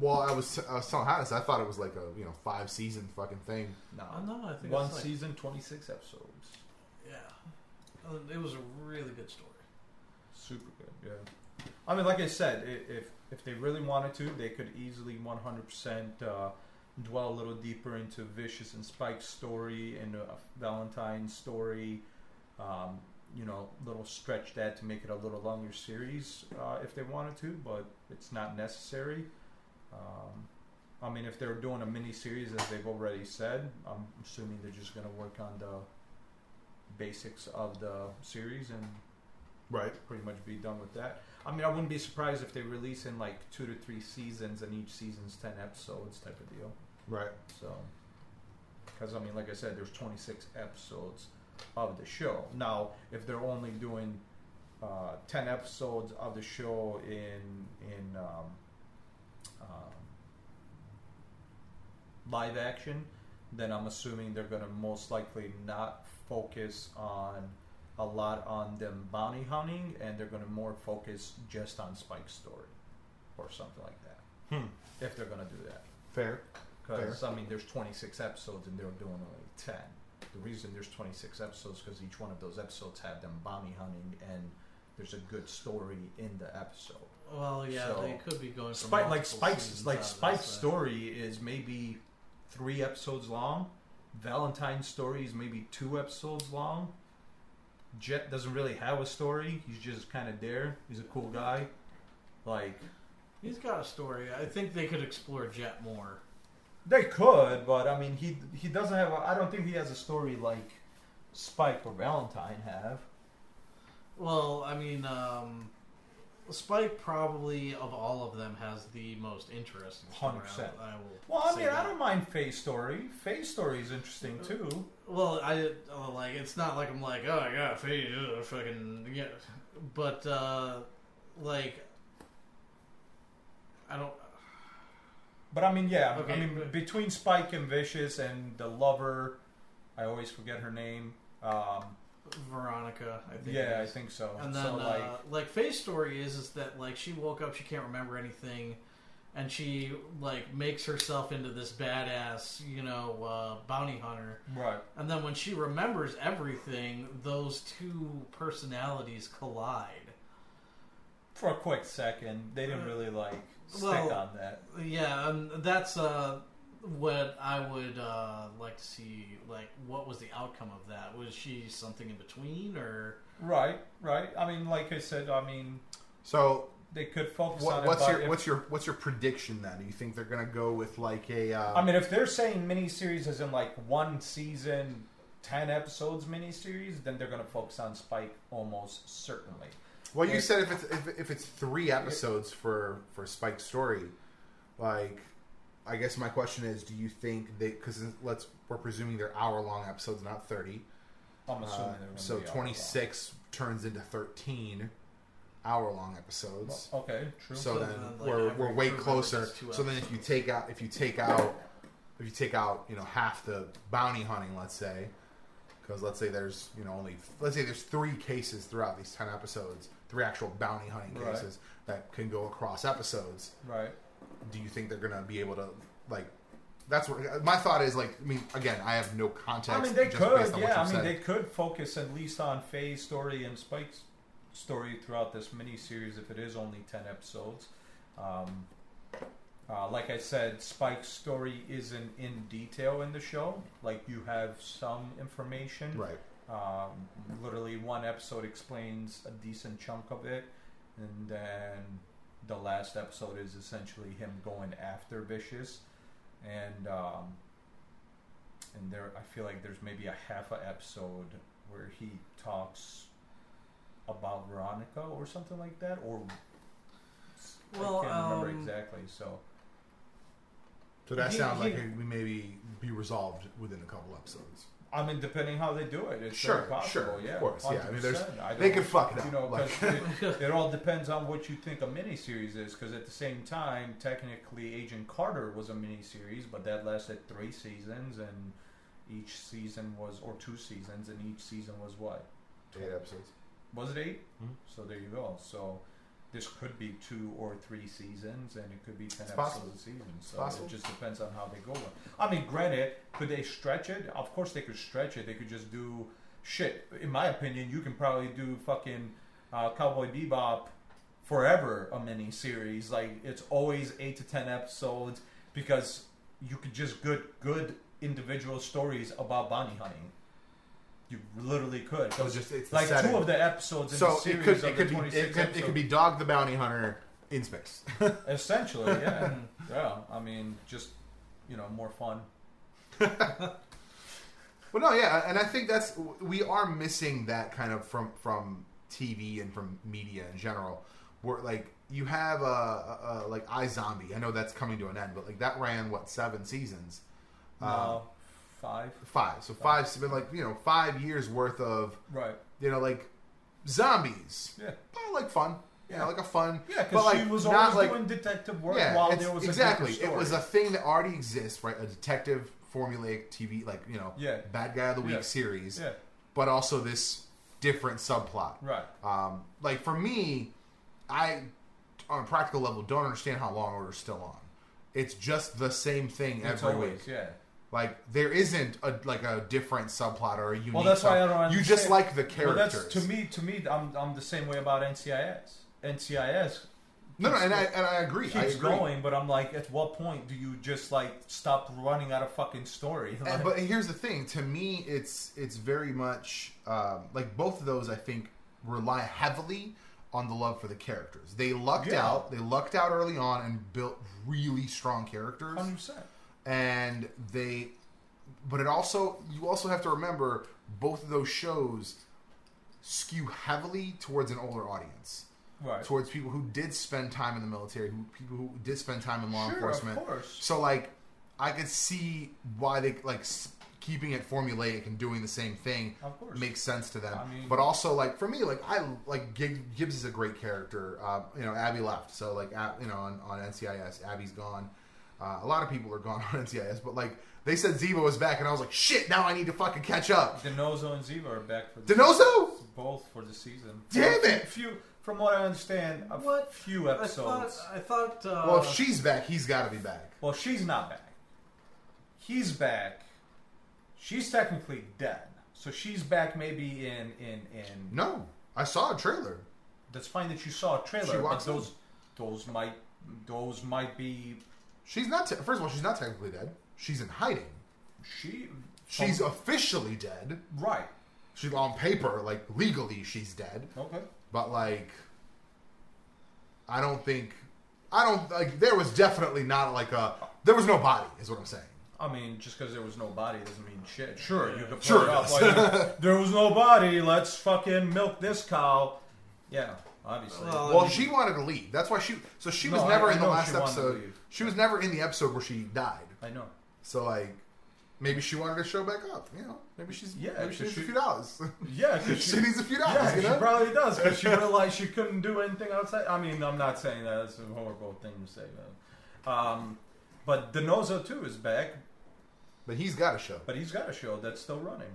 B: well, I was I was telling Hannes I thought it was like a you know five season fucking thing.
A: No,
C: Oh, no, I think
A: one
C: it's like-
A: season, twenty six episodes.
C: Yeah, Uh, it was a really good story.
A: Super good, yeah. I mean, like I said, i- if if they really wanted to, they could easily 100% uh, dwell a little deeper into Vicious and Spike's story and uh, Valentine's story. Um, you know, little stretch that to make it a little longer series uh, if they wanted to, but it's not necessary. Um, I mean, if they're doing a mini series, as they've already said, I'm assuming they're just going to work on the basics of the series and
B: Right.
A: pretty much be done with that. I mean, I wouldn't be surprised if they release in like two to three seasons, and each season's ten episodes type of deal.
B: Right.
A: So, because I mean, like I said, there's 26 episodes of the show. Now, if they're only doing uh, 10 episodes of the show in in um, um, live action, then I'm assuming they're going to most likely not focus on a lot on them bounty hunting, and they're going to more focus just on Spike's story or something like that. If they're going to do that.
B: Hmm, Fair.
A: Because I mean, there's 26 episodes and they're doing only 10. The reason there's 26 episodes because each one of those episodes had them bounty hunting and there's a good story in the episode.
C: Well, yeah,
A: So-
C: they could be going. for
A: Spike, like
C: multiple
A: Spike's,
C: seasons out
A: like
C: of this,
A: Spike's
C: uh,
A: story is maybe three episodes long. Valentine's story is maybe two episodes long. Jet doesn't really have a story. He's just kind of there. He's a cool guy. Like
C: He's got a story. I think they could explore Jet more.
A: They could, but I mean, he he doesn't have. A, I don't think he has a story like Spike or Valentine have.
C: Well, I mean, um, Spike probably of all of them has the most interesting. story.
A: 100%.
C: I, I will.
A: Well, I
C: say
A: mean, I
C: that.
A: don't mind Faye's story. Faye's story is interesting too.
C: Well, I uh, like it's not like I'm like oh yeah, Faye, uh, fucking yeah, but uh, like I don't.
A: But I mean, yeah, I
C: Okay.
A: mean between Spike and Vicious and the lover, I always forget her name. Um,
C: Veronica, I think.
A: yeah,
C: it
A: I
C: is.
A: think so.
C: And then,
A: so like,
C: uh, like Faye's story is, is that like she woke up, she can't remember anything, and she like makes herself into this badass, you know, uh, bounty hunter.
A: right,
C: And then when she remembers everything, those two personalities collide.
A: for a quick second, they didn't really like stick
C: Well-
A: on that.
C: Yeah, and that's uh, what I would uh, like to see. Like, what was the outcome of that? Was she something in between, or
A: Right, right. I mean, like I said, I mean
B: So
A: they could focus on
B: what,
A: it,
B: what's
A: but
B: your
A: if-
B: what's your what's your prediction then? Do you think they're gonna go with like a? Uh,
A: I mean, if they're saying miniseries as in like one season, ten episodes miniseries, then they're going to focus on Spike almost certainly.
B: well, you
A: it-
B: said if it's if, if it's three episodes for for Spike's story, like I guess my question is, do you think they? Because let's we're presuming they're hour long episodes, not thirty.
A: I'm
B: Uh,
A: assuming they're gonna
B: so
A: be all
B: twenty six turns into thirteen hour long
A: wrong.
B: episodes.
A: Okay, true.
B: So,
C: So
B: then,
C: then, like,
B: we're,
C: every
B: we're way
C: crew member
B: closer.
C: gets two
B: So then if you take out if you take out if you take out you know half the bounty hunting, let's say, because let's say there's you know only let's say there's three cases throughout these ten episodes, three actual bounty hunting
A: Right.
B: cases that can go across episodes.
A: right.
B: Do you think they're gonna be able to like? That's what my thought is. Like, I mean, again, I have no context.
A: I mean, they
B: just
A: could.
B: based on what
A: Yeah, I
B: you've
A: mean,
B: said.
A: they could focus at least on Faye's story and Spike's story throughout this miniseries if it is only ten episodes. Um, uh, like I said, Spike's story isn't in detail in the show. Like you have some information,
B: right.
A: Um, literally, one episode explains a decent chunk of it, and then the last episode is essentially him going after Vicious, and um, and there I feel like there's maybe a half a episode where he talks about Veronica or something like that, or
C: Well,
A: I can't remember
C: um,
A: exactly. So
B: So that
C: He-
B: sounds
C: he-
B: like it we maybe be resolved within a couple episodes.
A: I mean, depending how they do it, it's
B: Sure,
A: very possible.
B: sure, of
A: yeah,
B: course, yeah. I mean, there's-
A: 100%. I
B: They
A: don't-
B: could fuck it up.
A: you know,
B: like,
A: 'cause it, it all depends on what you think a miniseries is. Because at the same time, technically, Agent Carter was a miniseries, but that lasted three seasons, and each season was, or two seasons, and each season was what?
B: eight episodes.
A: Was it 8
B: Mhm.
A: So there you go. So this could be two or three seasons, and it could be ten
B: It's
A: episodes
B: possible.
A: a season. So
B: possible.
A: it just depends on how they go. With. I mean, granted, could they stretch it? Of course they could stretch it. They could just do shit. In my opinion, you can probably do fucking uh, Cowboy Bebop forever a mini series. Like it's always eight to ten episodes because you could just good good individual stories about bounty hunting. You literally could.
B: So just it's the
A: like
B: setting.
A: two of the episodes in the
B: So it
A: series
B: could
A: of
B: it
A: the
B: could, be,
A: 26
B: it, could, it could be
A: episodes.
B: Dog the Bounty Hunter in space.
A: essentially, yeah, yeah. I mean, just you know, more fun.
B: Um, well, no, yeah, and I think that's we are missing that kind of from from TV and from media in general. Where like you have a, a, a like iZombie. I know that's coming to an end, but like that ran what seven seasons?
A: No, five,
B: Five. So five's been like you know five years worth of
A: right?
B: you know like zombies.
A: Yeah,
B: Oh, like fun. Yeah,
A: Yeah.
B: like a fun.
A: yeah.
B: but,
A: Because
B: like,
A: she was
B: not,
A: always
B: like-
A: doing detective work
B: yeah,
A: while
B: it's-
A: there was
B: exactly.
A: A different
B: It was a
A: story.
B: thing that already exists, right? A detective formulaic TV, like you know,
A: Yeah.
B: bad guy of the week
A: Yeah.
B: series,
A: yeah,
B: but also this different subplot.
A: right.
B: Um, like for me, I on a practical level don't understand how Law and Order is still on. It's just the same thing
A: It's
B: every
A: always
B: week.
A: yeah.
B: Like there isn't a like a different subplot or a unique.
A: Well, that's why I
B: sub-
A: don't
B: You just
A: understand.
B: like the
A: Well,
B: characters.
A: that's to me. To me, I'm I'm the same way about NCIS. NCIS
B: no, no, and I and I agree. I
A: keeps
B: agree.
A: going, but I'm like, at what point do you just like stop running out of fucking story?
B: And-
A: Like-
B: Uh, but here's the thing: to me, it's it's very much um, like both of those. I think rely heavily on the love for the characters. They lucked
A: Yeah.
B: out. They lucked out early on and built really strong characters.
A: 100%.
B: and they, but it also you also have to remember both of those shows skew heavily towards an older audience,
A: Right.
B: towards people who did spend time in the military, who people who did spend time in law
A: Sure,
B: enforcement.
A: Of course.
B: So like, I could see why they like s- keeping it formulaic and doing the same thing
A: Of course.
B: makes sense to them.
A: I mean-
B: but also like for me, like I like Gig- Gibbs Uh, is a great character. Um, you know, Abby left, so like Ab- you know on, on NCIS, Abby's gone. Uh, a lot of people are gone on NCIS, but like they said Zeebo was back, and I was like, shit, now I need to fucking catch up.
A: Denozo and Ziva are back for the
B: Denozo?
A: season. both for the season.
B: Damn
A: Few-
B: it!
A: Few, from what I understand, a
C: What?
A: few
C: I thought.
A: episodes.
C: I thought. Uh,
B: Well, if she's back, he's got to be back.
A: Well, she's not back. He's back. She's technically dead, so she's back maybe in in in.
B: No, I saw a trailer.
A: That's fine that you saw a trailer,
B: She
A: but
B: walks in.
A: those those might those might be
B: She's not. Te- First of all, she's not technically dead. She's in hiding.
A: she.
B: She's
A: from-
B: officially dead.
A: right.
B: She's on paper, like legally, she's dead.
A: Okay.
B: But like, I don't think. I don't like. There was definitely not like a. There was no body, is what I'm saying.
A: I mean, just because there was no body doesn't mean shit. Sure, you could
B: Sure
A: sure
B: it
A: up
B: does.
A: like, there was no body. Let's fucking milk this cow. Yeah, obviously.
C: Well,
B: Well, she wanted to leave. That's why she. So she was
A: No, I-
B: never
A: I
B: in the
A: know
B: last
A: she wanted to
B: episode.
A: leave.
B: She was never in the episode where she died.
A: I know.
B: So like, maybe she wanted to show back up. You know, maybe she's
A: Yeah,
B: Maybe she
A: so
B: needs a
A: she-
B: few dollars.
A: Yeah, 'cause
B: she needs a few dollars.
A: Yeah,
B: you know?
A: she probably does because she realized she couldn't do anything outside. I mean, I'm not saying that; it's a horrible thing to say. But, um, but Denozo too is back,
B: but he's got a show.
A: but he's got a show that's still running.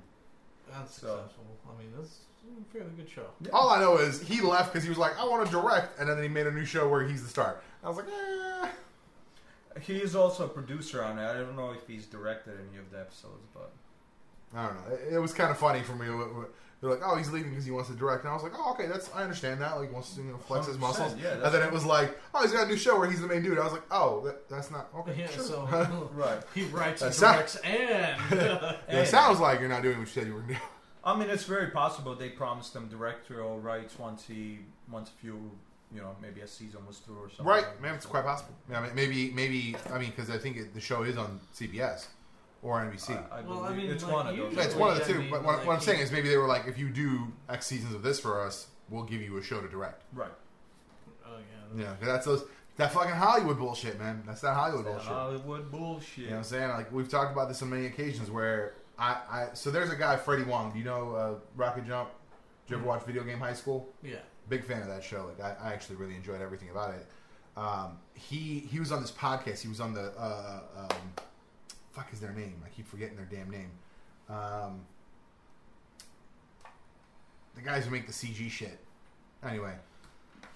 C: that's
A: so-
C: successful. I mean, that's a fairly good show.
B: All I know is he left because he was like, I want to direct, and then he made a new show where he's the star. I was like, eh.
A: He is also a producer on it. I don't know if he's directed any of the episodes, but
B: I don't know. It, it was kind of funny for me. Wh- wh- They're like, oh, he's leaving because he wants to direct, and I was like, oh, okay, that's I understand that. Like, he wants to you know, flex his
A: 100%,
B: muscles.
A: yeah,
B: and
A: that's-
B: then it was like, oh, he's got a new show where he's the main dude. I was like, oh, that, that's not okay.
C: Yeah,
B: sure.
C: so
A: right.
C: he writes and
B: That's not-
C: directs and
B: Yeah, it
A: And-
B: sounds like you're not doing what you said you were going to do.
A: I mean, it's very possible they promised him directorial rights once he, once a few, you know, maybe a season was through or something.
C: uh,
B: Right, man, it's quite possible. Yeah, I mean, maybe, maybe, I mean, because I think it, the show is on CBS or NBC.
A: I, I
C: Well,
A: believe
C: I mean,
A: it's
C: like,
A: one of those.
B: yeah,
C: usually-
B: it's one of the
C: Uh, Yeah, I
B: two.
C: mean,
B: but what, what I'm
C: like,
B: saying is maybe they were like, if you do X seasons of this for us, we'll give you a show to direct.
A: right.
C: Oh yeah.
B: Yeah, 'cause that's those that fucking Hollywood bullshit, man. That's that Hollywood
A: That
B: bullshit.
A: Hollywood bullshit.
B: You know what I'm saying? Like we've talked about this on many occasions where I, I so there's a guy Freddie Wong. Do you know uh, Rocket Jump? Did you ever watch Video Game High School?
C: Yeah.
B: Big fan of that show. Like I, I actually really enjoyed everything about it. Um, he he was on this podcast. He was on the uh, um, fuck is their name? I keep forgetting their damn name. Um, the guys who make the CG shit. Anyway,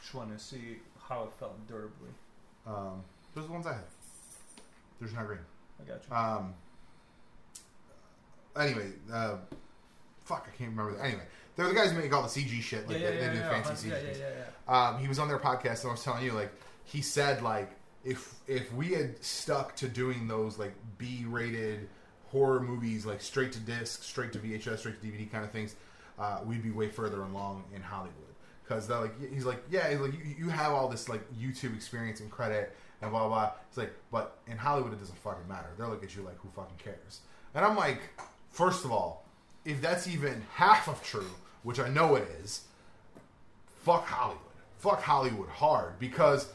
A: Just want to see how it felt durably.
B: um, those are the ones I have. There's not green.
A: I got you.
B: Um. Anyway, uh, fuck, I can't remember. The, anyway, they're the guys who make all the CG shit. Like
A: yeah, yeah,
B: they,
A: yeah,
B: they do
A: yeah,
B: fancy
A: yeah,
B: CG.
A: yeah, yeah, yeah.
B: Um, he was on their podcast, and I was telling you, like, he said, like, if if we had stuck to doing those like B rated horror movies, like straight to disc, straight to VHS, straight to DVD kind of things, uh, we'd be way further along in Hollywood. Because they're like, he's like, yeah, he's like you, you have all this like YouTube experience and credit and blah blah. blah. It's like, but in Hollywood, it doesn't fucking matter. They're looking at you like, who fucking cares? And I'm like, first of all, if that's even half of true, which I know it is, fuck Hollywood. Fuck Hollywood hard because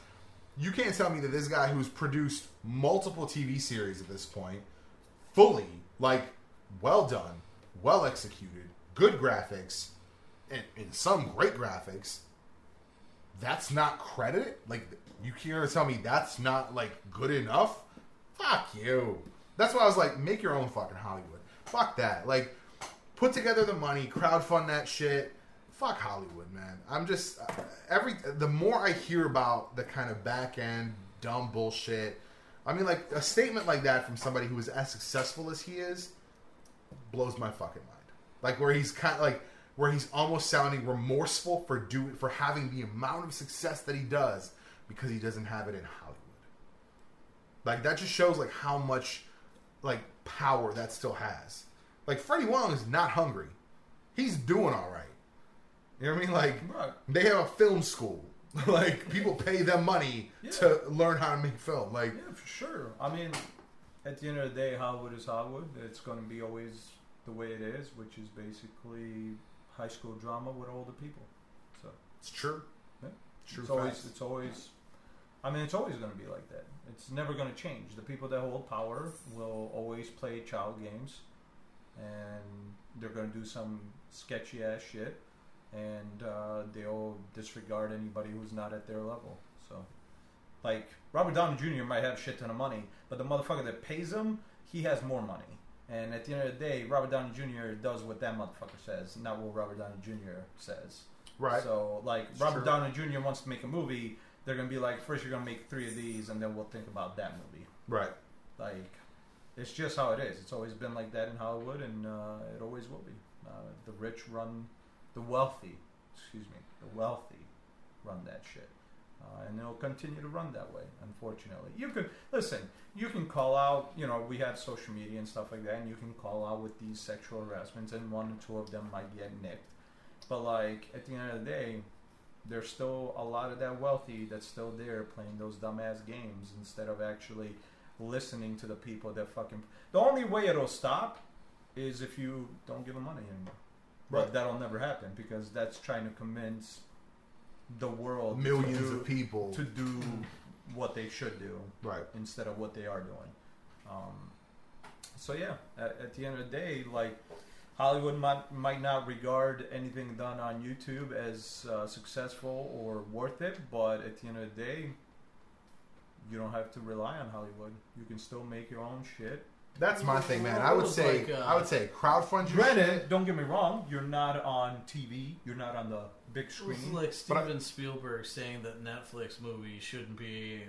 B: you can't tell me that this guy who's produced multiple TV series at this point, fully, like, well done, well executed, good graphics, and, and some great graphics, that's not credit? Like, you can't tell me that's not, like, good enough? Fuck you. That's why I was like, make your own fucking Hollywood. Fuck that. Like, put together the money, crowdfund that shit. Fuck Hollywood, man. I'm just uh, every the more I hear about the kind of back end dumb bullshit. I mean, like a statement like that from somebody who is as successful as he is blows my fucking mind. Like where he's kind of like where he's almost sounding remorseful for doing for having the amount of success that he does because he doesn't have it in Hollywood. Like that just shows like how much like power that still has. Like Freddie Wong is not hungry. He's doing all right. You know what I mean? Like
A: Right.
B: they have a film school. like people pay them money to learn how to make film. Like
A: Yeah, for sure. I mean, at the end of the day, Hollywood is Hollywood. It's going to be always the way it is, which is basically high school drama with older people. So
B: it's true.
A: Yeah.
B: True
A: it's always,
B: facts.
A: it's always. I mean, it's always going to be like that. It's never going to change. The people that hold power will always play child games, and they're going to do some sketchy ass shit, and uh, they'll disregard anybody who's not at their level. So Like Robert Downey Jr. might have shit ton of money, but the motherfucker that pays him, he has more money. And at the end of the day, Robert Downey Jr. does what that motherfucker says, not what Robert Downey Jr. says.
B: Right.
A: So, like,
B: It's
A: Robert
B: true.
A: Downey Jr. wants to make a movie. They're gonna be like, first you're gonna make three of these, and then we'll think about that movie.
B: Right.
A: Like, it's just how it is. It's always been like that in Hollywood, and uh, it always will be. Uh, the rich run, the wealthy, excuse me, the wealthy run that shit. Uh, and they'll continue to run that way, unfortunately. You could, listen, you can call out, you know, we have social media and stuff like that, and you can call out with these sexual harassments, and one or two of them might get nicked. But, like, at the end of the day, there's still a lot of that wealthy that's still there playing those dumbass games instead of actually listening to the people that fucking. The only way it'll stop is if you don't give them money anymore.
B: Right.
A: But that'll never happen because that's trying to convince the world to
B: Millions
A: do-
B: of people.
A: to do what they should do
B: right.
A: instead of what they are doing. Um, so yeah, at, at the end of the day, like Hollywood might might not regard anything done on YouTube as uh, successful or worth it, but at the end of the day, you don't have to rely on Hollywood. You can still make your own shit.
B: That's my thing, man. I would say
C: Like, uh,
B: I would say crowdfund your shit.
A: Granted, don't get me wrong, you're not on TV, you're not on the big
C: It was
A: screen.
C: like
B: Mm-hmm. But I-
C: Steven Spielberg saying that Netflix movies shouldn't be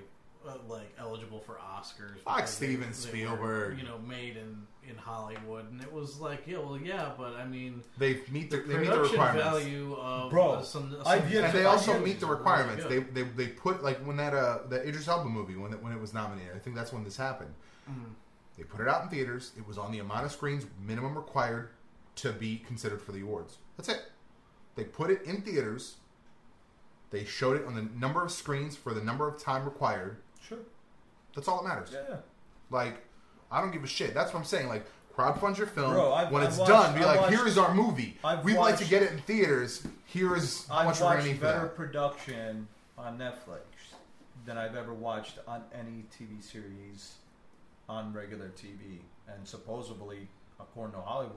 C: uh, like eligible for Oscars.
B: Fuck
C: because they-
B: Steven
C: they were,
B: Spielberg.
C: you know, made in in Hollywood, and it was like, yeah, well, yeah, but I mean,
B: They meet the, they meet the
C: production
B: requirements.
C: value of
A: Bro,
C: uh, some, some
A: I did-
B: And they
A: Yeah,
B: also
A: yeah.
B: meet the requirements. They, they they put like when that uh that Idris Elba movie when it, when it was nominated. I think that's when this happened.
C: Mm.
B: They put it out in theaters. It was on the amount of screens minimum required to be considered for the awards. That's it. They put it in theaters. They showed it on the number of screens for the number of time required.
A: Sure.
B: That's all that matters.
A: Yeah.
B: Like, I don't give a shit. That's what I'm saying. Like, crowdfund your film.
A: Bro, I've-
B: when
A: I've
B: it's
A: watched-
B: done, be
A: I've
B: like,
A: watched-
B: here is our movie.
A: I've
B: We'd like to
A: watched-
B: get it in theaters. Here is how
A: I've
B: much we're going to
A: watched
B: need for
A: better
B: that.
A: production on Netflix than I've ever watched on any TV series on regular TV. And supposedly, according to Hollywood,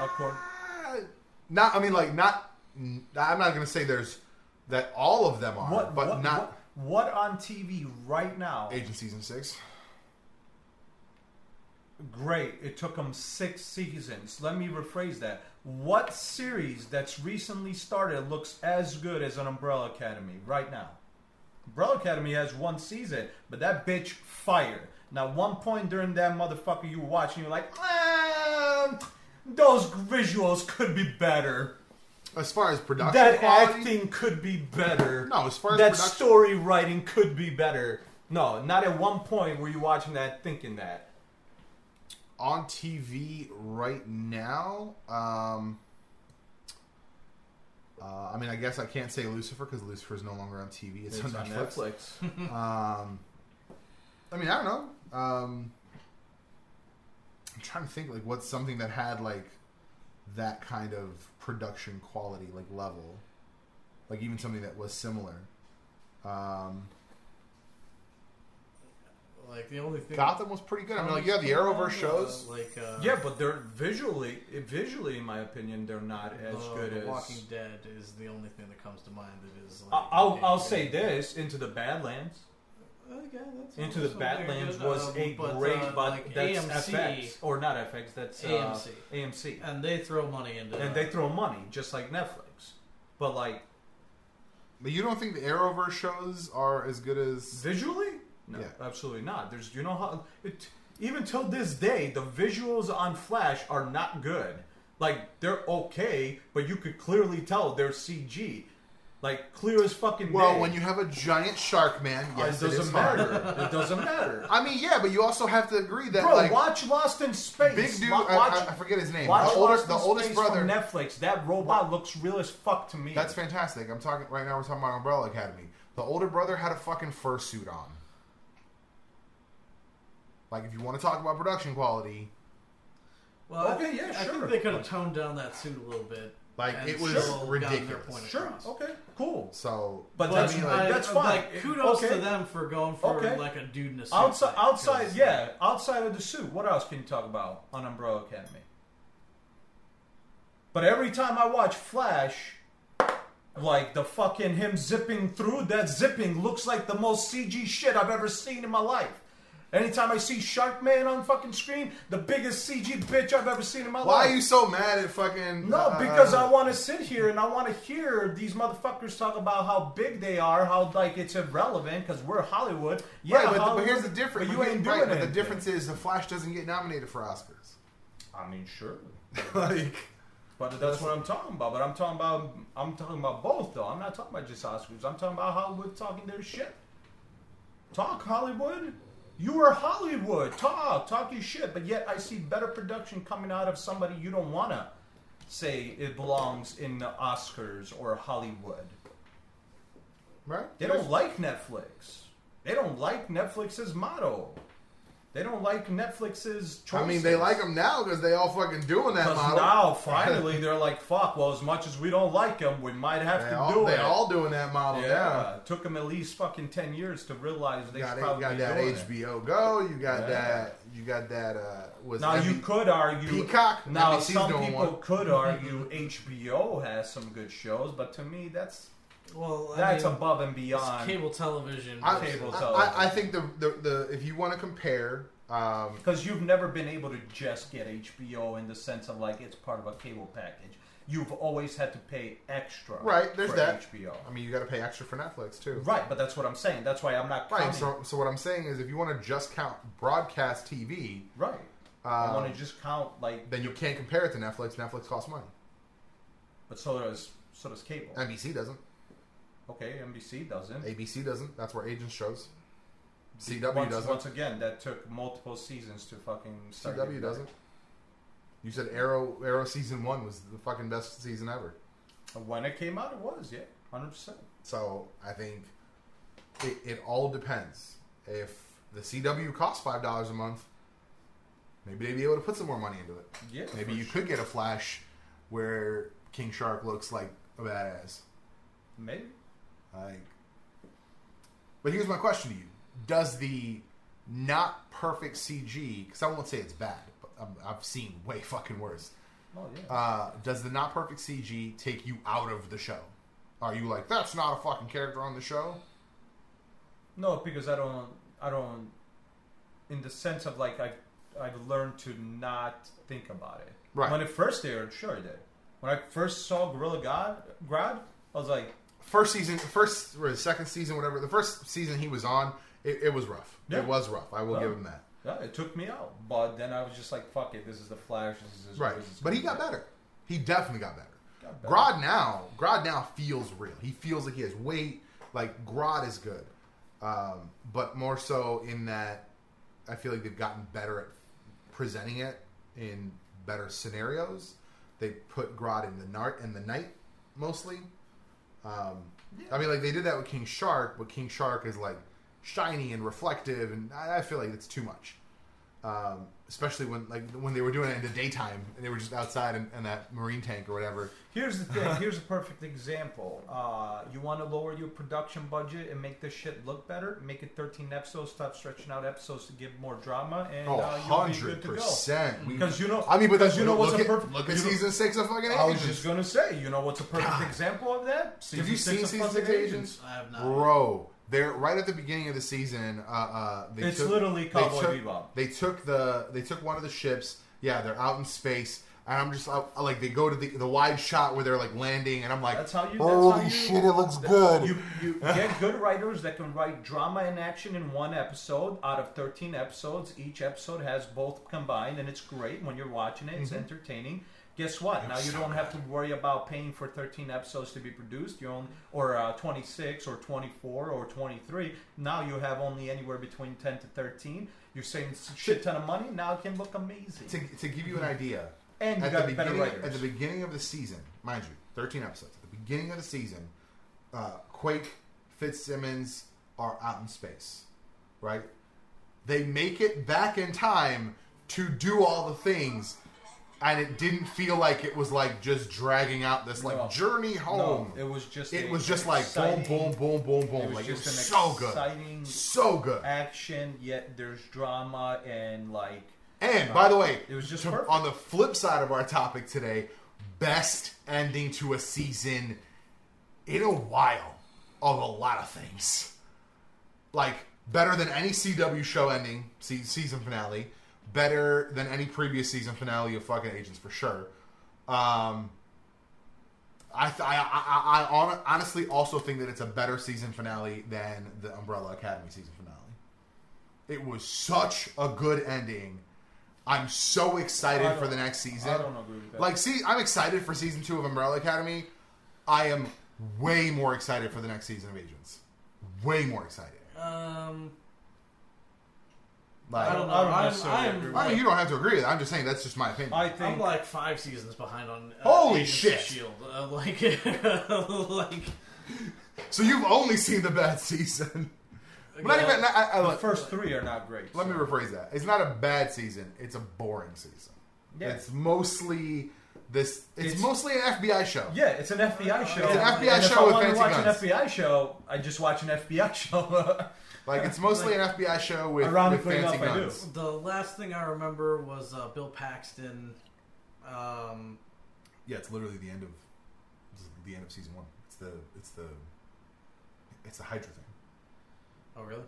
A: according,
B: Eh, Not, I mean, like, not. n- I'm not going to say there's that all of them are,
A: what,
B: Uh, but
A: what,
B: not
A: what, what on TV right now?
B: Agent Season Six.
A: Great, it took them six seasons. Let me rephrase that. What series that's recently started looks as good as an Umbrella Academy right now? Umbrella Academy has one season, but that bitch fired. Now, one point during that motherfucker, you were watching, you're like, um, those visuals could be better.
B: As far as production
A: That
B: quality,
A: acting could be better.
B: No, as far as
A: that
B: production-
A: story writing could be better. No, not at one point were you watching that thinking that.
B: on TV right now. Um, uh, I mean, I guess I can't say Lucifer because Lucifer is no longer on TV. It's, on, Netflix.
A: Netflix.
B: Um, I mean, I don't know. Um, I'm trying to think like what's something that had like that kind of production quality, like level, like even something that was similar. Um,
C: like the only thing.
B: Gotham was pretty good. I mean, like yeah, the Arrowverse shows.
C: Uh, like uh,
A: Yeah, but they're visually, visually, in my opinion, they're not as
C: uh,
A: good
C: The
A: as.
C: Walking Dead is the only thing that comes to mind that is. Like,
A: I- I'll I'll
C: yeah.
A: say this: Into the Badlands.
C: Okay, that's
A: Into the
C: also
A: Badlands
C: very good.
A: was
C: Um,
A: a
C: but,
A: great,
C: uh,
A: but
C: like
A: that's
C: AMC,
A: FX or not FX. That's uh,
C: AMC.
A: AMC,
C: and they throw money into.
A: and they throw money just like Netflix, but like
B: But you don't think the Arrowverse shows are as good as
A: visually, no,
B: Yeah.
A: absolutely not. There's you know how it, even till this day the visuals on Flash are not good. Like they're okay, but you could clearly tell they're CG. Like clear as fucking
B: well
A: day. Uh,
B: when you have a giant shark man? Yes,
A: it
B: it
A: doesn't
B: is hard.
A: matter. it doesn't matter.
B: I mean, yeah, but you also have to agree that
A: Bro,
B: like
A: watch Lost in Space.
B: big dude,
A: Wa-
B: I-
A: watch,
B: I, I forget his name.
A: watch
B: the older,
A: Lost
B: the
A: in
B: oldest
A: Space
B: brother.
A: from Netflix. That robot looks real as fuck to me.
B: That's fantastic. I'm talking right now. We're talking about Umbrella Academy. The older brother had a fucking fursuit on. Like, if you want to talk about production quality,
C: Well, I
A: Okay,
C: think-
A: yeah,
C: I
A: sure.
C: think they could have toned down that suit a little bit.
B: Like,
C: and
B: it was
C: still gotten Their
B: ridiculous.
C: point
A: sure.
C: across.
A: Okay. Cool.
B: so
A: But
C: But
A: that's
B: I mean,
A: fine.
B: like-
A: that's
C: I-
A: fine.
C: Like, kudos
A: Okay.
C: to them for going for
A: Okay.
C: like a dude in a suit.
A: Outside,
C: thing, 'cause,
A: outside, yeah, outside of the suit. What else can you talk about on Umbrella Academy? But every time I watch Flash, Like the fucking him zipping through that zipping looks like the most CG shit I've ever seen in my life. Anytime I see Shark Man on fucking screen, the biggest CG bitch I've ever seen in my
B: Why
A: life.
B: are you so mad at fucking?
A: No,
B: uh,
A: because I want to sit here and I want to hear these motherfuckers talk about how big they are, how like it's irrelevant because we're Hollywood. Yeah,
B: right, but,
A: Hollywood,
B: but here's the difference.
A: But you
B: But
A: ain't
B: right,
A: doing
B: but
A: it.
B: The difference is the Flash doesn't get nominated for Oscars.
A: I mean, surely.
B: like,
A: But that's what I'm talking about. But I'm talking about I'm talking about both though. I'm not talking about just Oscars. I'm talking about Hollywood talking their shit. Talk Hollywood. You are Hollywood. Talk, talk your shit. But yet I see better production coming out of somebody you don't wanna say it belongs in the Oscars or Hollywood.
B: right?
A: They don't like Netflix. They don't like Netflix's motto. They don't like Netflix's choices.
B: I mean, they like them now because they all fucking doing that
A: Because
B: model.
A: now, finally, they're like, fuck, well, as much as we don't like him, we might have
B: they
A: to
B: all,
A: do
B: they
A: it.
B: all doing that model
A: yeah.
B: now.
A: Took them at least fucking 10 years to realize they
B: You got,
A: should
B: it-
A: probably
B: you
A: be
B: got that
A: doing it.
B: HBO Go. You got
A: Yeah.
B: that. You got that. Uh, was
A: Now, you
B: MB
A: could argue.
B: Peacock.
A: Now,
B: NBC's
A: some
B: doing
A: people
B: one.
A: could argue HBO has some good shows, but to me, that's
C: Well, I
A: that's
C: mean,
A: above and
C: it's
A: beyond.
C: cable television.
B: I,
A: cable
B: I-
A: television.
B: I, I think the, the the if you want to compare, um,
A: Because you've never been able to just get HBO in the sense of like it's part of a cable package. You've always had to pay extra.
B: Right, there's
A: for
B: that.
A: HBO.
B: I mean, you got to pay extra for Netflix too.
A: Right, but that's what I'm saying. That's why I'm not
B: Right.
A: counting-
B: So, so what I'm saying is, if you want to just count broadcast TV,
A: Right. I
B: um,
A: want to just count like,
B: then you can't compare it to Netflix. Netflix costs money.
A: but so does so does cable.
B: NBC doesn't.
A: Okay, NBC doesn't.
B: ABC doesn't. That's where Agents shows. CW
A: once,
B: doesn't.
A: Once again, that took multiple seasons to fucking start. getting
B: CW
A: better.
B: doesn't. You said Arrow. Arrow season one was the fucking best season ever.
A: When it came out, it was yeah, hundred percent.
B: So I think it, it all depends. If the CW costs five dollars a month, maybe they'd be able to put some more money into it.
A: Yeah.
B: Maybe
A: for
B: you
A: sure.
B: could get a Flash where King Shark looks like a badass.
A: Maybe.
B: Like, but here's my question to you: Does the not perfect CG? Because I won't say it's bad, but I'm, I've seen way fucking worse.
A: Oh yeah.
B: Uh, does the not perfect CG take you out of the show? Are you like that's not a fucking character on the show?
A: No, because I don't. I don't. In the sense of like I, I've learned to not think about it.
B: Right.
A: When it first aired, sure it did. When I first saw Gorilla God, Grodd, I was like,
B: First season, first or the second season, whatever. The first season he was on, it, it was rough.
A: Yeah.
B: It was rough. I will
A: Yeah.
B: give him that.
A: yeah, it took me out. But then I was just like, fuck it. This is the Flash. This is
B: Right,
A: This is
B: but he got better. He definitely got better.
A: Got better.
B: Grodd now, Grodd now feels real. He feels like he has weight. Like Grodd is good, um, but more so in that I feel like they've gotten better at presenting it in better scenarios. They put Grodd in the night in the night mostly. Um, I mean, like they did that with King Shark, but King Shark is like shiny and reflective, and I, I feel like it's too much. Um, especially when like when they were doing it in the daytime and they were just outside in, in that marine tank or whatever.
A: Here's the thing. Here's a perfect example. Uh, you want to lower your production budget and make this shit look better? Make it 13 episodes. Stop stretching out episodes to give more drama, and
B: Oh,
A: uh, you'll be
B: hundred
A: good to go.
B: percent. We-
A: Because you know,
B: I mean, but
A: because
B: that's
A: you know what's
B: look
A: a
B: at,
A: perfect.
B: look at
A: you know-
B: season six of fucking
A: I was
B: Agents,
A: just gonna say, you know what's a perfect
B: God.
A: example of that?
B: Have you seen
A: six of
B: season
A: fucking
B: six of Agents?
C: I have not.
B: bro. They're right at the beginning of the season. Uh, uh, they
A: It's
B: took,
A: literally Cowboy
B: they took,
A: Bebop.
B: They took the they took one of the ships. Yeah, they're out in space, and I'm just I, I- like they go to the, the wide shot where they're like landing, and I'm like,
A: That's how you. That's
B: holy
A: how you,
B: shit, it looks good.
A: You, you get good writers that can write drama and action in one episode out of 13 episodes. Each episode has both combined, and it's great when you're watching it. It's entertaining. Guess what? now you
B: Mm-hmm. so
A: don't have to worry about paying for 13 episodes to be produced. You own or uh, 26 or 24 or 23. Now you have only anywhere between 10 to 13. You're saving a shit ton of money. Now it can look amazing.
B: to, to give you an idea,
A: And you
B: at
A: got
B: the
A: better
B: beginning
A: writers.
B: at the beginning of the season, mind you, 13 episodes. At the beginning of the season, uh, Quake, Fitzsimmons are out in space, right? They make it back in time to do all the things, and it didn't feel like it was like just dragging out this like
A: No.
B: journey home.
A: No, it was just
B: it
A: a-
B: was just
A: an
B: like boom,
A: exciting-
B: boom, boom, boom, boom.
A: It was
B: like
A: just
B: it was
A: an
B: so good,
A: exciting
B: so good.
A: action, yet there's drama and like
B: And by the way,
A: It was just
B: to-
A: perfect.
B: on the flip side of our topic today, best ending to a season in a while of a lot of things. Like better than any CW show ending se- season finale, better than any previous season finale of fucking Agents for sure. Um, I, th- I, I, I, I hon- honestly also think that it's a better season finale than the Umbrella Academy season finale. It was such a good ending. I'm so
A: I
B: excited
A: don't-
B: for the next season.
A: I don't agree with that.
B: Like, see, I'm excited for season two of Umbrella Academy. I am way more excited for the next season of Agents. Way more excited.
C: Um,
B: Like,
C: I don't know.
A: I don't
C: I'm,
A: necessarily
C: I'm,
A: agree with
B: I mean, you don't have to agree with it. I'm just saying that's just my opinion.
A: I
C: I'm
A: think
C: like five seasons behind on uh,
B: Holy
C: Agents of
B: shit.
C: Shield. Uh, like, like,
B: so you've only seen the bad season. Not
C: yeah.
B: even. I, I,
A: the
B: look,
A: first three are not great.
B: let me
A: so-
B: rephrase that. It's not a bad season. It's a boring season.
A: Yeah.
B: It's mostly this. It's,
A: It's-
B: mostly an FBI show.
A: Yeah, it's an FBI show.
C: It's an
B: FBI
A: and if
B: show
A: I
B: with
A: wanted to
B: fancy
A: watch
B: guns.
A: an FBI show, I just watch an FBI show.
B: Like it's mostly an FBI show with, with
A: Ironically
B: fancy
A: enough, I do.
B: guns.
C: The last thing I remember was uh, Bill Paxton. Um,
B: Yeah, it's literally the end of this is the end of season one. It's the it's the it's the Hydra thing.
C: oh, really?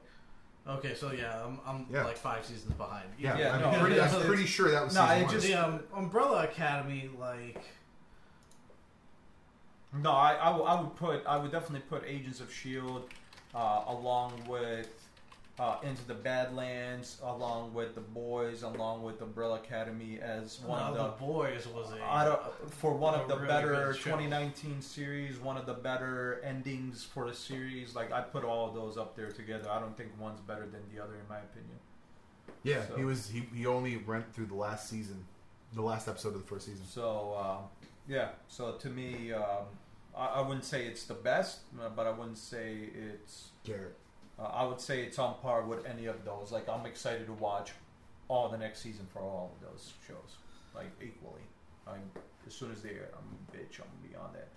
C: Okay, so yeah, I'm, I'm
B: Yeah.
C: like five seasons behind.
B: Yeah,
A: Yeah,
B: I'm,
A: no,
B: pretty,
A: it's-
B: I'm
A: it's-
B: pretty sure that was
A: no,
B: season
A: it
B: one.
A: just-
C: The um, Umbrella Academy, like,
A: No, I, I, w- I would put I would definitely put Agents of Shield E uh, along with uh, Into the Badlands, along with The Boys, along with Umbrella Academy as one
C: no,
A: of
C: uh, the,
A: the
C: Boys was a.
A: I don't, for one of
C: a
A: the
C: really
A: better
C: good show.
A: 2019 series, one of the better endings for a series. Like I put all of those up there together. I don't think one's better than the other in my opinion.
B: yeah,
A: so-
B: he was he, he only went through the last season, the last episode of the first season.
A: So um, yeah, so to me, um, I, I wouldn't say it's the best, uh, but I wouldn't say it's.
B: Garrett.
A: Uh, I would say it's on par with any of those. Like I'm excited to watch all the next season for all of those shows, like equally. I'm as soon as they air, I'm bitch. I'm gonna be on that.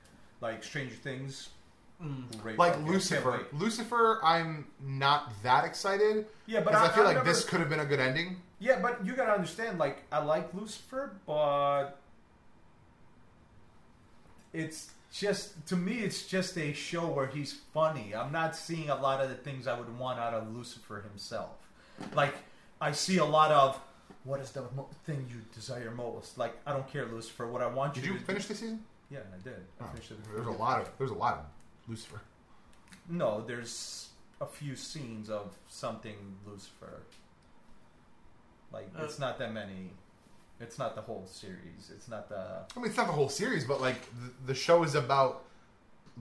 A: Like Stranger Things,
C: Mm.
A: great
B: Like
A: fucking- I can't
B: Lucifer,
A: wait.
B: Lucifer, I'm not that excited
A: Yeah, but
B: because I, feel like
A: remember-
B: this could have been a good ending.
A: Yeah, but you gotta understand. Like I like Lucifer, but it's just to me, it's just a show where he's funny. I'm not seeing a lot of the things I would want out of Lucifer himself. Like I see a lot of what is the mo- thing you desire most? Like I don't care, Lucifer. What I want you,
B: Did you
A: to
B: finish
A: Do-
B: the season?
A: yeah, I did. I
B: Oh,
A: finished it.
B: There's a lot of there's a lot of Lucifer.
A: No, there's a few scenes of something Lucifer. Like
C: Uh,
A: it's not that many. It's not the whole series. It's not the
B: I mean, it's not the whole series, but like the, the show is about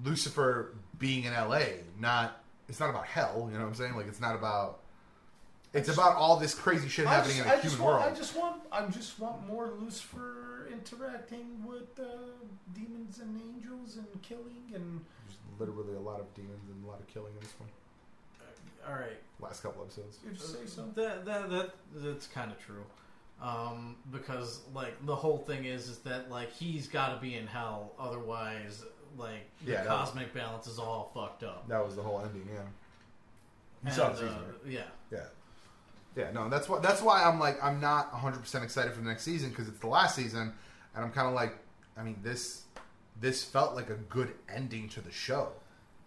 B: Lucifer being in L.A. Not it's not about hell. You know what I'm saying? Like it's not about. It's about all this crazy shit
A: I
B: happening
A: just,
B: in a
A: I just
B: human
A: want,
B: world.
A: I just want, I just want more Lucifer interacting with uh, demons and angels and killing and.
B: There's literally a lot of demons and a lot of killing in this one.
C: All right.
B: Last couple episodes.
A: If you say something.
C: That, that, that, that's kind of true. Um, because, like, the whole thing is, is that, like, he's got to be in hell. Otherwise, like, the
B: Yeah, that-
C: cosmic balance is all fucked up.
B: That was the whole ending. Yeah. You
C: And,
B: saw the season,
C: uh,
B: right?
C: Yeah.
B: Yeah. Yeah, no, that's why that's why I'm like I'm not 100% excited for the next season because it's the last season and I'm kind of like I mean this this felt like a good ending to the show.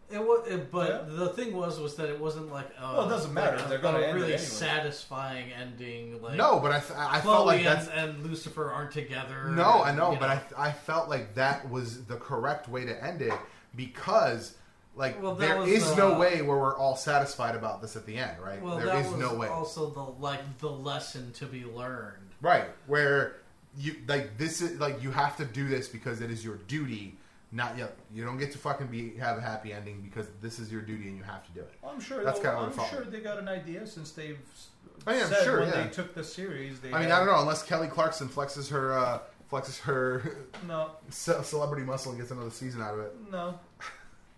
C: It was, it, but
A: Yeah.
C: the thing was, was that it wasn't like a,
A: Well, it doesn't matter.
C: like a-
A: They're gonna
C: a
A: end it
C: really
A: anyway.
C: satisfying ending. Like
B: no, but I th- I
C: Chloe
B: felt like
C: and,
B: that's
C: and Lucifer aren't together.
B: No, I know,
C: you
B: but I I felt like that was the correct way to end it because like
C: Well, that
B: there
C: was,
B: is no
C: uh,
B: way where we're all satisfied about this at the end, right?
C: Well,
B: there
C: that
B: is
C: was
B: no way.
C: Also, the like the lesson to be learned.
B: Right, where you like this is like you have to do this because it is your duty. Not yet. You don't get to fucking be have a happy ending because this is your duty and you have to do it.
A: I'm sure.
B: That's kinda what
A: I'm
B: it felt
A: sure
B: like.
A: they got an idea since they've. s-
B: Oh, yeah, I'm
A: said
B: sure,
A: when
B: yeah.
A: they took the series, they.
B: I mean, I don't know unless Kelly Clarkson flexes her uh, flexes her
A: know.
B: ce- celebrity muscle and gets another season out of it.
A: No, no.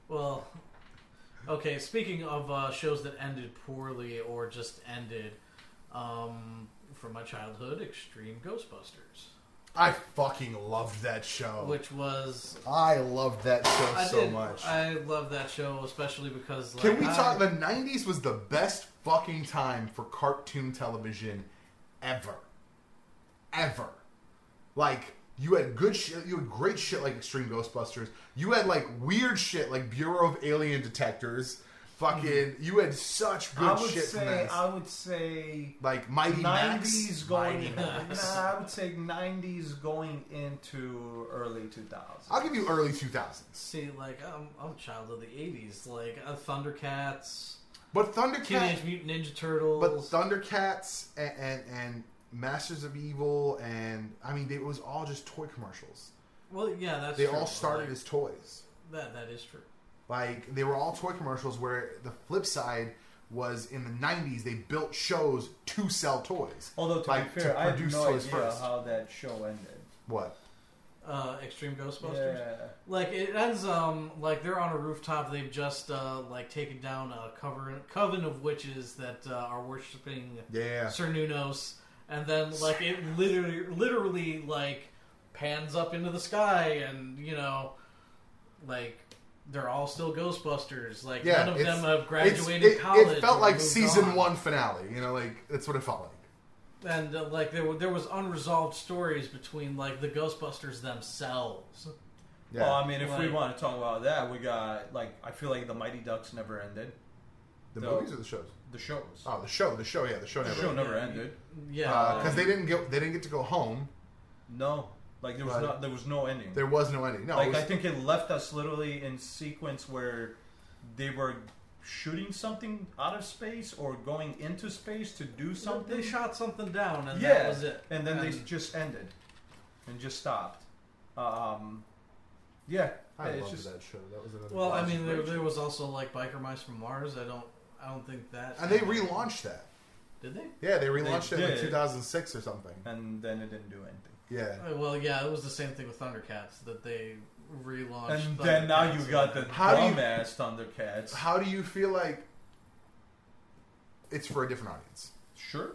C: Well, okay. Speaking of uh, shows that ended poorly or just ended, um, from my childhood, Extreme Ghostbusters,
B: I fucking loved that show.
C: which was
B: I loved Oh. that show
C: I
B: so
C: did,
B: much.
C: I love that show, especially because like,
B: Can we
C: I-
B: talk? The '90s was the best fucking time for cartoon television ever, ever. Like You had good shit. You had great shit like Extreme Ghostbusters. You had like weird shit like Bureau of Alien Detectors. Fucking, you had such good
A: Mm-hmm. I would
B: shit from
A: say
B: this.
A: I would say
B: like Mighty Max.
A: nineties going.
C: Mighty Max.
A: Nah, I would say nineties going into early two thousands.
B: I'll give you early two thousands,
C: See, like I'm, I'm a child of the '80s. Like uh, Thundercats,
B: but Thundercat.
C: Teenage Mutant Ninja
B: But
C: Turtles.
B: Thundercats and, and and Masters of Evil and I mean they, it was all just toy commercials.
C: well, yeah, that's
B: They
C: true.
B: all started
C: Like,
B: as toys.
C: that. That is true.
B: Like they were all toy commercials where the flip side was in the 90s they built shows to sell toys.
A: Although to
B: Like,
A: be
B: to
A: fair, I have
B: produce
A: no
B: toys
A: idea
B: first.
A: how that show ended.
B: What?
C: Uh, Extreme Ghostbusters.
A: Yeah.
C: Like it ends, um, like they're on a rooftop. They've just uh, like taken down a cover, coven of witches that uh, are worshiping
B: Yeah.
C: Sir Nunos, and then like it literally, literally like pans up into the sky, and you know, like they're all still Ghostbusters. Like
B: Yeah,
C: none of
B: it's-
C: them have
B: It's-
C: graduated
B: it,
C: college.
B: it felt
C: or
B: like
C: moved
B: season
C: on.
B: one finale. You know, like that's what it felt like.
C: and uh, like there were there was unresolved stories between like the Ghostbusters themselves.
B: Yeah.
A: Well, I mean, if we
C: Like-
A: want to talk about that, we got like I feel like the Mighty Ducks never ended.
B: the
A: so-
B: movies or the shows?
A: The shows.
B: Oh, the show. The show. Yeah, the show
A: the
B: never.
A: show never
C: Yeah.
A: ended.
C: Yeah,
B: Because Uh, they didn't get they didn't get to go home.
A: No, like there was
B: Right.
A: not there was no ending.
B: There was no ending. No, it
A: like
B: was-
A: I think it left us literally in sequence where they were shooting something out of space or going into space to do something.
C: They shot something down, and
A: yeah,
C: that was it.
A: and then they
C: And-
A: just ended and just stopped. Um, yeah,
B: I
A: it's
B: loved
A: just
B: that show. That was another.
C: Well, I
B: classic.
C: mean, there, there was also like Biker Mice from Mars. I don't, I don't think that.
B: and they relaunched that.
C: Did they?
B: Yeah, they relaunched it in like,
A: did.
B: 2006 or something.
A: and then it didn't do anything.
B: Yeah.
C: Oh, well, yeah, it was the same thing with Thundercats that they relaunched.
A: And then now
C: Thundercats
A: you got the
C: and-
B: How do you-
A: dumbass Thundercats.
B: How do you feel like it's for a different audience?
A: Sure.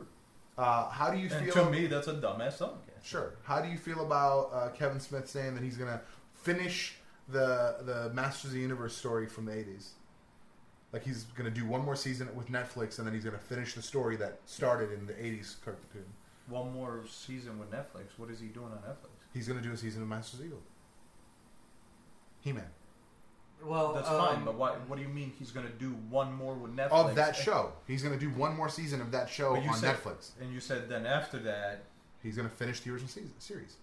B: Uh, how do you
A: And
B: feel?
A: to me, that's a dumbass Thundercats.
B: sure. How do you feel about uh, Kevin Smith saying that he's gonna finish the the Masters of the Universe story from the 80s? Like he's gonna do one more season with Netflix, and then he's gonna finish the story that started in the 80s cartoon.
A: One more season with Netflix. What is he doing on Netflix?
B: He's gonna do a season of Masters of Evil. He Man
C: Well,
A: That's
C: um,
A: fine, but why, what do you mean he's going to do one more with Netflix?
B: of that show. He's gonna do one more season of that show
A: But you
B: on
A: said-
B: Netflix.
A: And you said then after that,
B: He's gonna finish the original season series.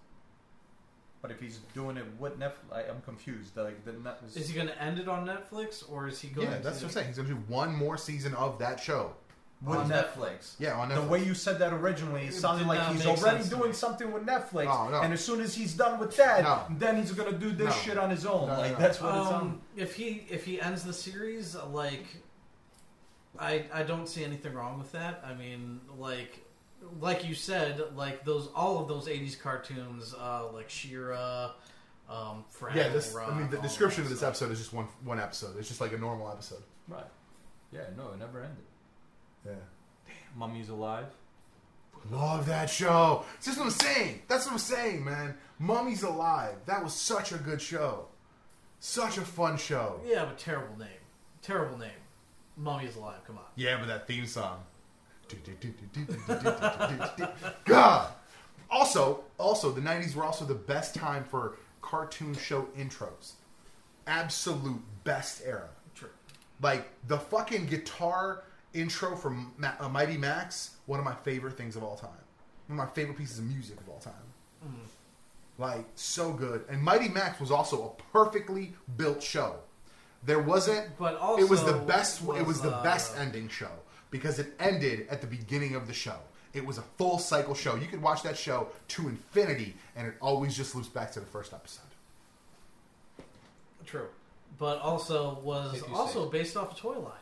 A: but if he's doing it with Netflix, I, I'm confused. Like the net
C: Is he going to end it on Netflix or is he going?
B: Yeah,
C: to
B: that's what I'm saying. He's gonna do one more season of that show.
A: with
C: on
A: Netflix.
B: Yeah, on
A: The
B: Netflix.
A: way you said that originally, it
C: It
A: sounded
C: did
A: like
C: not
A: he's
C: make
A: already
C: sense to
A: doing
C: me.
A: something with Netflix,
B: Oh, no.
A: and as soon as he's done with that,
B: No.
A: then he's gonna do this
B: No.
A: shit on his own.
B: No, no,
A: like
B: no.
A: that's what it sounded.
C: Um, if he if he ends the series, like I I don't see anything wrong with that. I mean, like like you said, like those all of those '80s cartoons, uh, like Shira, um, Fraggle
B: yeah, this.
C: Rock,
B: I mean, the
C: all
B: description
C: that
B: of this
C: stuff.
B: episode is just one one episode. It's just like a normal episode.
A: Right. Yeah. No, it never ended.
B: Yeah.
A: Mummy's alive.
B: Love that show. It's just what I'm saying. That's what I'm saying, man. Mummy's Alive. That was such a good show. Such a fun show.
C: Yeah, but terrible name. Terrible name. Mummy's alive. Come on.
B: Yeah, but that theme song. God. Also, also the '90s were also the best time for cartoon show intros. Absolute best era.
C: True.
B: Like the fucking guitar intro from Ma- uh, Mighty Max, one of my favorite things of all time. One of my favorite pieces of music of all time.
C: Mm-hmm.
B: Like so good. And Mighty Max was also a perfectly built show. There wasn't
C: But also,
B: it was the best. it was the
C: uh,
B: best ending show because it ended at the beginning of the show. It was a full cycle show. You could watch that show to infinity, and it always just loops back to the first episode.
C: True. But also was
A: If you
C: also
A: say-
C: based off a toy line.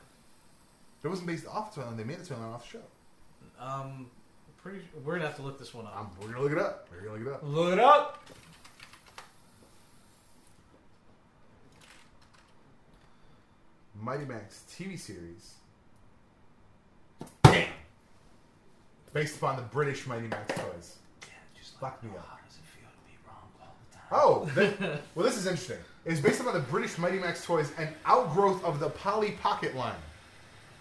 B: It wasn't based off the They made it to an off the show.
C: Um, pretty. We're gonna have to look this one
B: Um,
C: up.
B: we're gonna look it up. We're gonna look it up.
A: Look it up.
B: Mighty Max TV series. Damn. Based upon the British Mighty Max toys. Fuck me up.
A: does it feel to be wrong all the time?
B: Oh, th- well, this is interesting. It's based upon the British Mighty Max toys and outgrowth of the Polly Pocket line.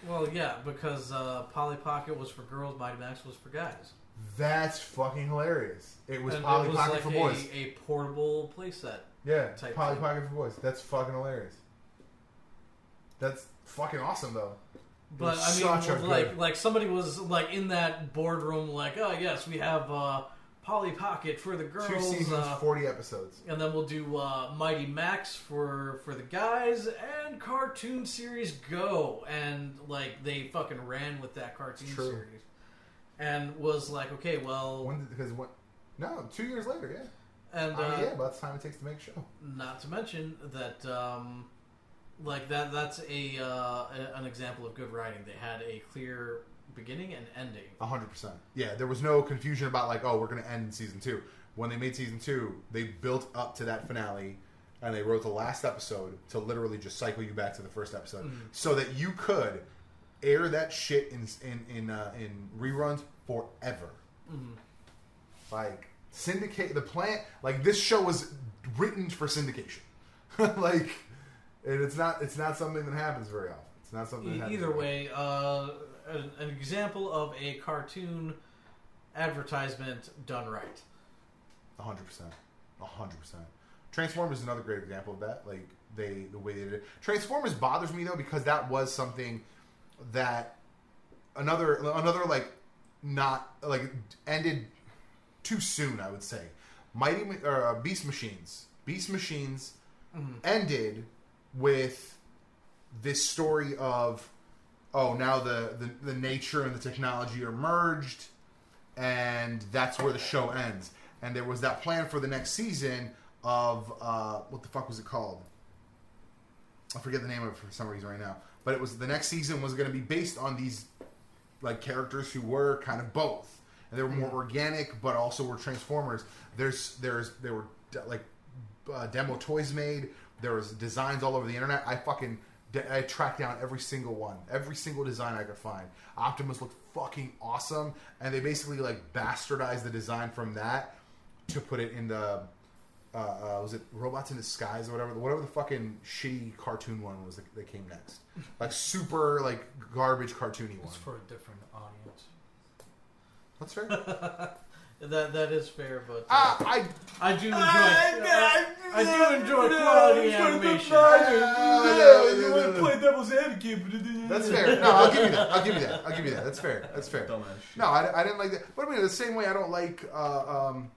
C: Well, yeah, because uh, Polly Pocket was for girls, Mighty Max was for guys.
B: That's fucking hilarious. It was
C: And
B: Polly
C: it was
B: Pocket
C: like
B: for
C: a,
B: boys.
C: a portable playset.
B: Yeah,
C: type
B: Polly
C: thing.
B: Pocket for boys. That's fucking hilarious. That's fucking awesome though.
C: But
B: It's
C: I mean,
B: such a
C: like,
B: good-
C: like somebody was like in that boardroom, like, oh yes, we have uh, Polly Pocket for the girls,
B: Two seasons,
C: uh,
B: forty episodes.
C: and then we'll do uh, Mighty Max for for the guys, and cartoon series Go, and like they fucking ran with that cartoon
B: True.
C: series, and was like, okay, well,
B: When did, because what? No, two years later. Yeah.
C: and
B: I mean,
C: uh,
B: yeah, about the time it takes to make a show.
C: Not to mention that, um, like that, that's a, uh, a- an example of good writing. They had a clear beginning and ending.
B: A hundred percent. Yeah, there was no confusion about like, oh, we're gonna end in season two. When they made season two, they built up to that finale, and they wrote the last episode to literally just cycle you back to the first episode,
C: Mm-hmm.
B: so that you could air that shit in in in, uh, in reruns forever.
C: Mm-hmm.
B: Like syndicate the plant. Like this show was written for syndication. like, and it's not it's not something that happens very often. It's not something. That
C: E-
B: happens
C: Either
B: very often.
C: way, uh, an, an example of a cartoon advertisement done right.
B: A hundred percent, a hundred percent. Transformers is another great example of that. Like they, the way they did it. Transformers bothers me though because that was something that another, another like not like ended too soon. I would say, Mighty Ma- or uh, Beast Machines, Beast Machines ended with this story of oh now the, the the nature and the technology are merged and that's where the show ends and there was that plan for the next season of uh, what the fuck was it called i forget the name of it for some reason right now but it was the next season was going to be based on these like characters who were kind of both and they were more organic but also were transformers there's there's there were de- like uh, demo toys made there was designs all over the internet i fucking de- i tracked down every single one every single design i could find optimus looked fucking awesome and they basically like bastardized the design from that to put it in the uh, uh, was it Robots in Disguise or whatever, whatever the fucking shitty cartoon one was that, that came next, like super like garbage cartoony one.
A: It's for a different audience.
B: That's fair.
C: That that is fair, but uh,
B: ah, I
C: I do enjoy.
A: I-
C: I do enjoy quality animation.
B: you wanna play
A: devil's advocate, but
B: that's fair. No, I'll give you that. I'll give you that. I'll give you that. That's fair. That's fair.
A: Dumbass shit.
B: No, I, I didn't like that. But I mean, the same way I don't like uh, um,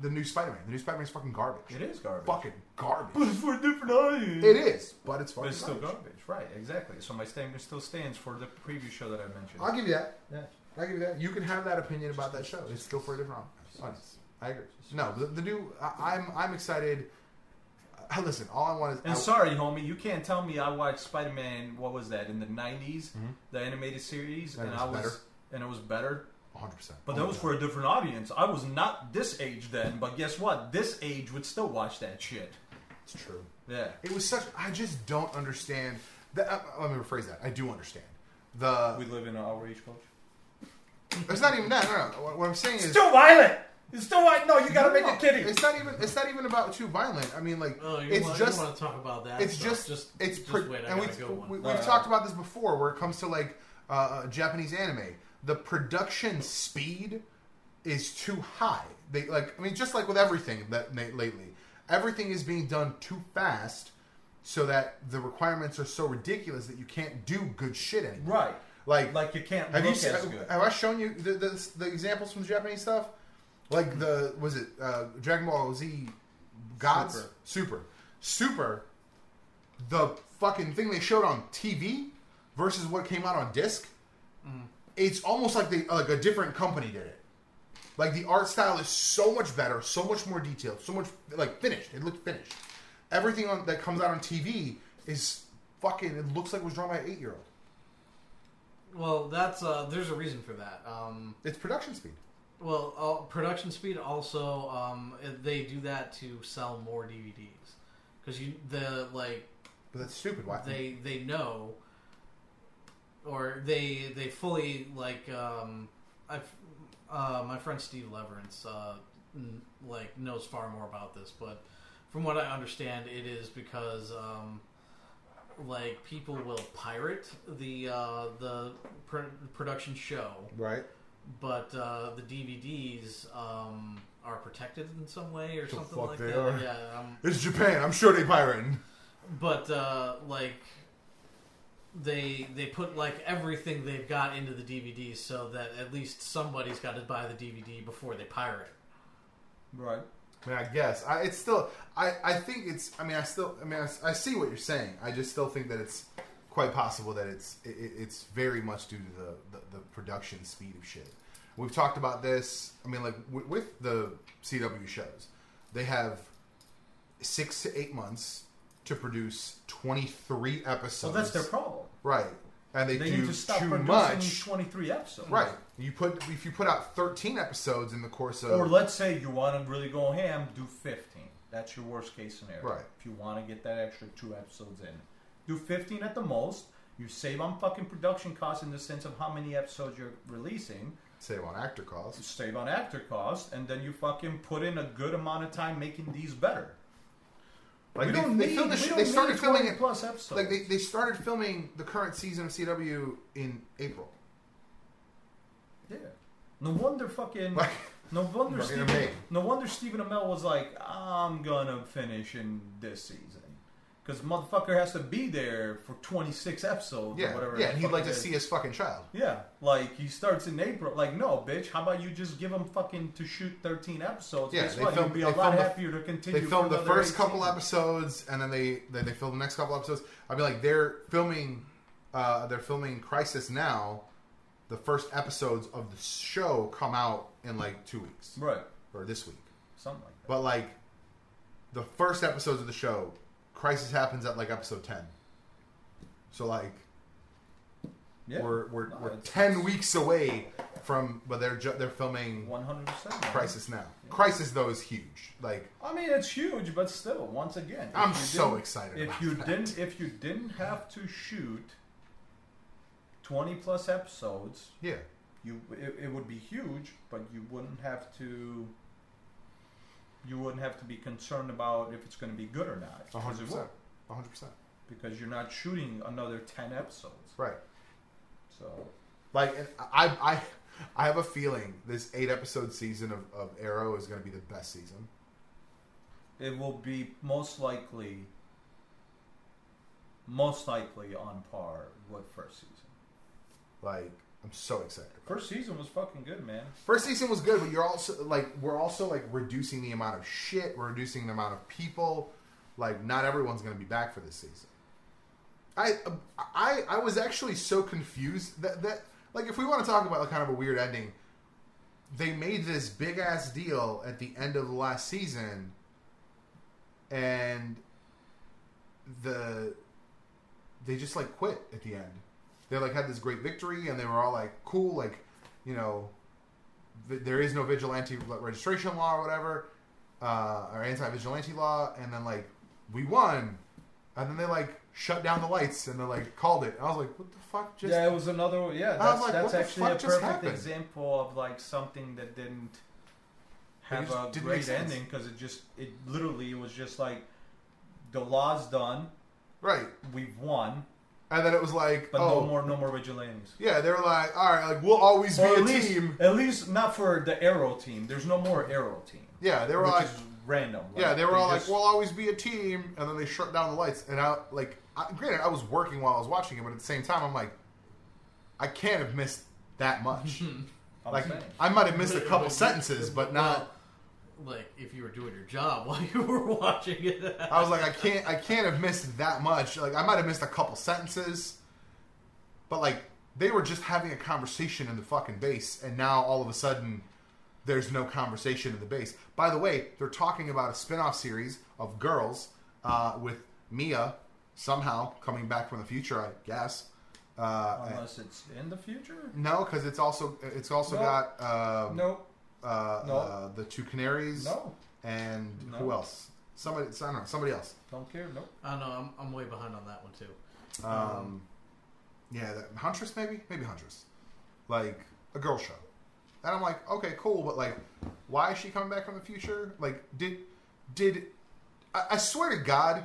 B: the new Spider-Man. The new Spider-Man is fucking garbage.
A: It is garbage.
B: Fucking garbage.
A: it's for a different audience.
B: It is, but it's fucking.
A: But it's still
B: garbage.
A: garbage, right? Exactly. So my statement still stands for the previous show that I mentioned.
B: I'll give you that.
A: yeah.
B: I give you that. You can have that opinion about that show. It's still for a different audience. I agree. No, the, the new. I, I'm I'm excited. Uh, listen, all I want is.
A: And
B: I-
A: sorry, homie, you can't tell me I watched Spider Man. What was that in the 90s The animated series,
B: And
A: and,
B: it Mm-hmm. was
A: I was
B: better.
A: and it was better.
B: 100%.
A: But
B: Oh
A: that
B: my
A: was
B: God.
A: for a different audience. I was not this age then. But guess what? This age would still watch that shit.
B: It's true.
A: Yeah.
B: It was such. I just don't understand. That, uh, let me rephrase that. I do understand. The
A: We live in an outrage culture.
B: it's not even that. No, no. What I'm saying is
A: Still violent. It's still violent. No, you gotta make
B: No,
A: it kitty.
B: It's not even. It's not even about too violent. I mean, like
C: Oh, you
B: it's
C: want,
B: just
C: want to talk about that?
B: it's
C: so
B: just,
C: just
B: it's
C: just
B: pro-
C: wait. I
B: and
C: gotta go
B: we,
C: one.
B: we,
A: No,
B: we've
A: no.
B: talked about this before where it comes to like uh, uh, japanese anime the production speed is too high they like i mean just like with everything that ma- lately everything is being done too fast so that the requirements are so ridiculous that you can't do good shit anymore
A: Right.
B: like
A: Like you can't
B: have
A: look
B: you seen,
A: as good.
B: have I shown you the, the, the examples from the Japanese stuff? Like the was it uh, Dragon Ball Z Gods
A: Super.
B: Super Super the fucking thing they showed on TV versus what came out on disc
A: Mm.
B: it's almost like they like a different company did it like the art style is so much better, so much more detailed, so much like finished. It looked finished. Everything on, that comes out on TV is fucking. It looks like it was drawn by an eight year old.
C: Well, that's uh, there's a reason for that. Um,
B: It's production speed.
C: well, uh, production speed also um, they do that to sell more DVDs because you the like
B: But that's stupid. Why?
C: they they know or they they fully like um, I've uh, my friend Steve Leverance uh, n- like knows far more about this, but from what I understand, it is because. Um, like people will pirate the uh, the pr- production show
B: right.
C: but uh, the DVDs um, are protected in some way or
B: The
C: something
B: fuck
C: like
B: they
C: that.
B: are.
C: Yeah, um,
B: It's Japan. I'm sure they pirating.
C: but uh, like they they put like everything they've got into the DVD so that at least somebody's got to buy the DVD before they pirate. it.
A: Right.
B: I mean, I guess I, it's still. I, I think it's. I mean, I still. I mean, I, s- I see what you're saying. I just still think that it's quite possible that it's. It, it- it's very much due to the, the the production speed of shit. We've talked about this. I mean, like w- with the CW shows, they have six to eight months to produce 23 episodes.
A: So that's their problem.
B: right, and they,
A: They,
B: do
A: need to stop
B: too
A: producing
B: much.
A: 23 episodes.
B: Right. You put if you put out 13 episodes in the course of
A: Or let's say you want to really go ham, do 15. That's your worst case scenario.
B: Right.
A: If you want to get that extra two episodes in, do 15 at the most. You save on fucking production costs in the sense of how many episodes you're releasing.
B: say on actor costs.
A: Save on actor costs, and then you fucking put in a good amount of time making these better.
B: Like
A: we
B: they,
A: don't
B: they
A: need.
B: filmed the
A: we
B: sh-
A: don't
B: they
A: need
B: started filming
A: 20
B: it.
A: plus episodes.
B: Like they, they started filming the current season of CW in April.
A: yeah. No wonder fucking.
B: Like
A: No wonder
B: Fucking
A: Stephen,
B: amazing.
A: No wonder Stephen Amell was like, I'm gonna finish in this season. Because motherfucker has to be there for 26 episodes or
B: yeah,
A: whatever.
B: yeah,
A: the
B: and he'd
A: fuck
B: like
A: it
B: to
A: is.
B: see his fucking child.
A: Yeah, like he starts in April. Like, no, bitch, how about you just give him fucking to shoot 13 episodes?
B: Yeah,
A: Guess
B: they
A: what?
B: filmed-
A: You'll be a
B: they
A: lot
B: filmed the-
A: happier to continue.
B: They
A: for
B: filmed the
A: another
B: first
A: eight
B: couple
A: seasons.
B: episodes, and then they then they filmed the next couple episodes. I mean, like they're filming, uh, they're filming Crisis now. The first episodes of the show come out in like two weeks
A: Right,
B: or this week.
A: something like that.
B: But like the first episodes of the show, Crisis happens at like episode ten. So like
A: Yeah,
B: we're we're,
A: No,
B: we're
A: it's-
B: ten weeks away from, but they're ju- they're filming
A: 100%. man.
B: Crisis now. Crisis though is huge. Like
A: I mean, it's huge, but still, once again, if
B: I'm
A: you
B: so
A: didn't-
B: excited.
A: If
B: about
A: you
B: that.
A: didn't, if you didn't have to shoot twenty plus episodes,
B: yeah,
A: you it, it would be huge, but you wouldn't have to. You wouldn't have to be concerned about if it's going to be good or not,
B: a
A: because
B: hundred
A: it
B: percent,
A: won't,
B: A hundred percent.
A: because you're not shooting another ten episodes.
B: Right.
A: So
B: Like and I I I have a feeling this eight episode season of, of Arrow is going to be the best season.
A: it will be most likely, most likely on par with first season.
B: Like I'm so excited.
A: First season was fucking good, man.
B: First season was good, but you're also like we're also like reducing the amount of shit, we're reducing the amount of people. Like not everyone's going to be back for this season. I I I was actually so confused that that like if we want to talk about like kind of a weird ending, they made this big ass deal at the end of the last season and the they just like quit at the end. They like had this great victory and they were all like cool like you know vi- there is no vigilante registration law or whatever, uh, or anti-vigilante law, and then like we won, and then they like shut down the lights and they like called it. I was like, what the fuck just
A: yeah, it was another. Yeah,
B: I was
A: that's,
B: like, what
A: that's
B: the
A: actually
B: fuck
A: a
B: just
A: perfect
B: happened?
A: example of like something that didn't have
B: just
A: a
B: didn't make
A: great
B: sense.
A: ending because it just it literally was just like the law's done,
B: right?
A: we've won,
B: And then it was like,
A: but
B: oh
A: no more, no more vigilantes.
B: yeah, they were like, all right, like we'll always
A: Or
B: be
A: at
B: a
A: least,
B: team.
A: at least not for the arrow team. There's no more arrow team.
B: Yeah, they were
A: which
B: like,
A: is random. like,
B: yeah, they were all
A: just-
B: like, we'll always be a team, and then they shut down the lights. And I like, I, granted, I was working while I was watching it, but at the same time, I'm like, I can't have missed that much.
A: I'm
B: like,
A: saying.
B: I might have missed a couple
C: Well,
B: sentences, but not.
C: like if you were doing your job while you were watching it.
B: I was like, I can't, I can't have missed that much. Like, I might have missed a couple sentences, but like, they were just having a conversation in the fucking base, and now all of a sudden, there's no conversation in the base. By the way, they're talking about a spin-off series of girls uh, with Mia somehow coming back from the future, I guess. Uh, and-
A: unless it's in the future.
B: no, because it's also it's also
A: No.
B: got um,
A: No,
B: Uh,
A: No.
B: Uh, the two canaries
A: no,
B: and
A: No.
B: who else? Somebody, I don't know, somebody else.
A: don't care. Nope.
C: I don't know. I'm, I'm way behind on that one too.
B: Um, yeah, that, Huntress maybe, maybe Huntress, like a girl show. And I'm like, okay, cool, but like, why is she coming back from the future? Like, did did I, I swear to God,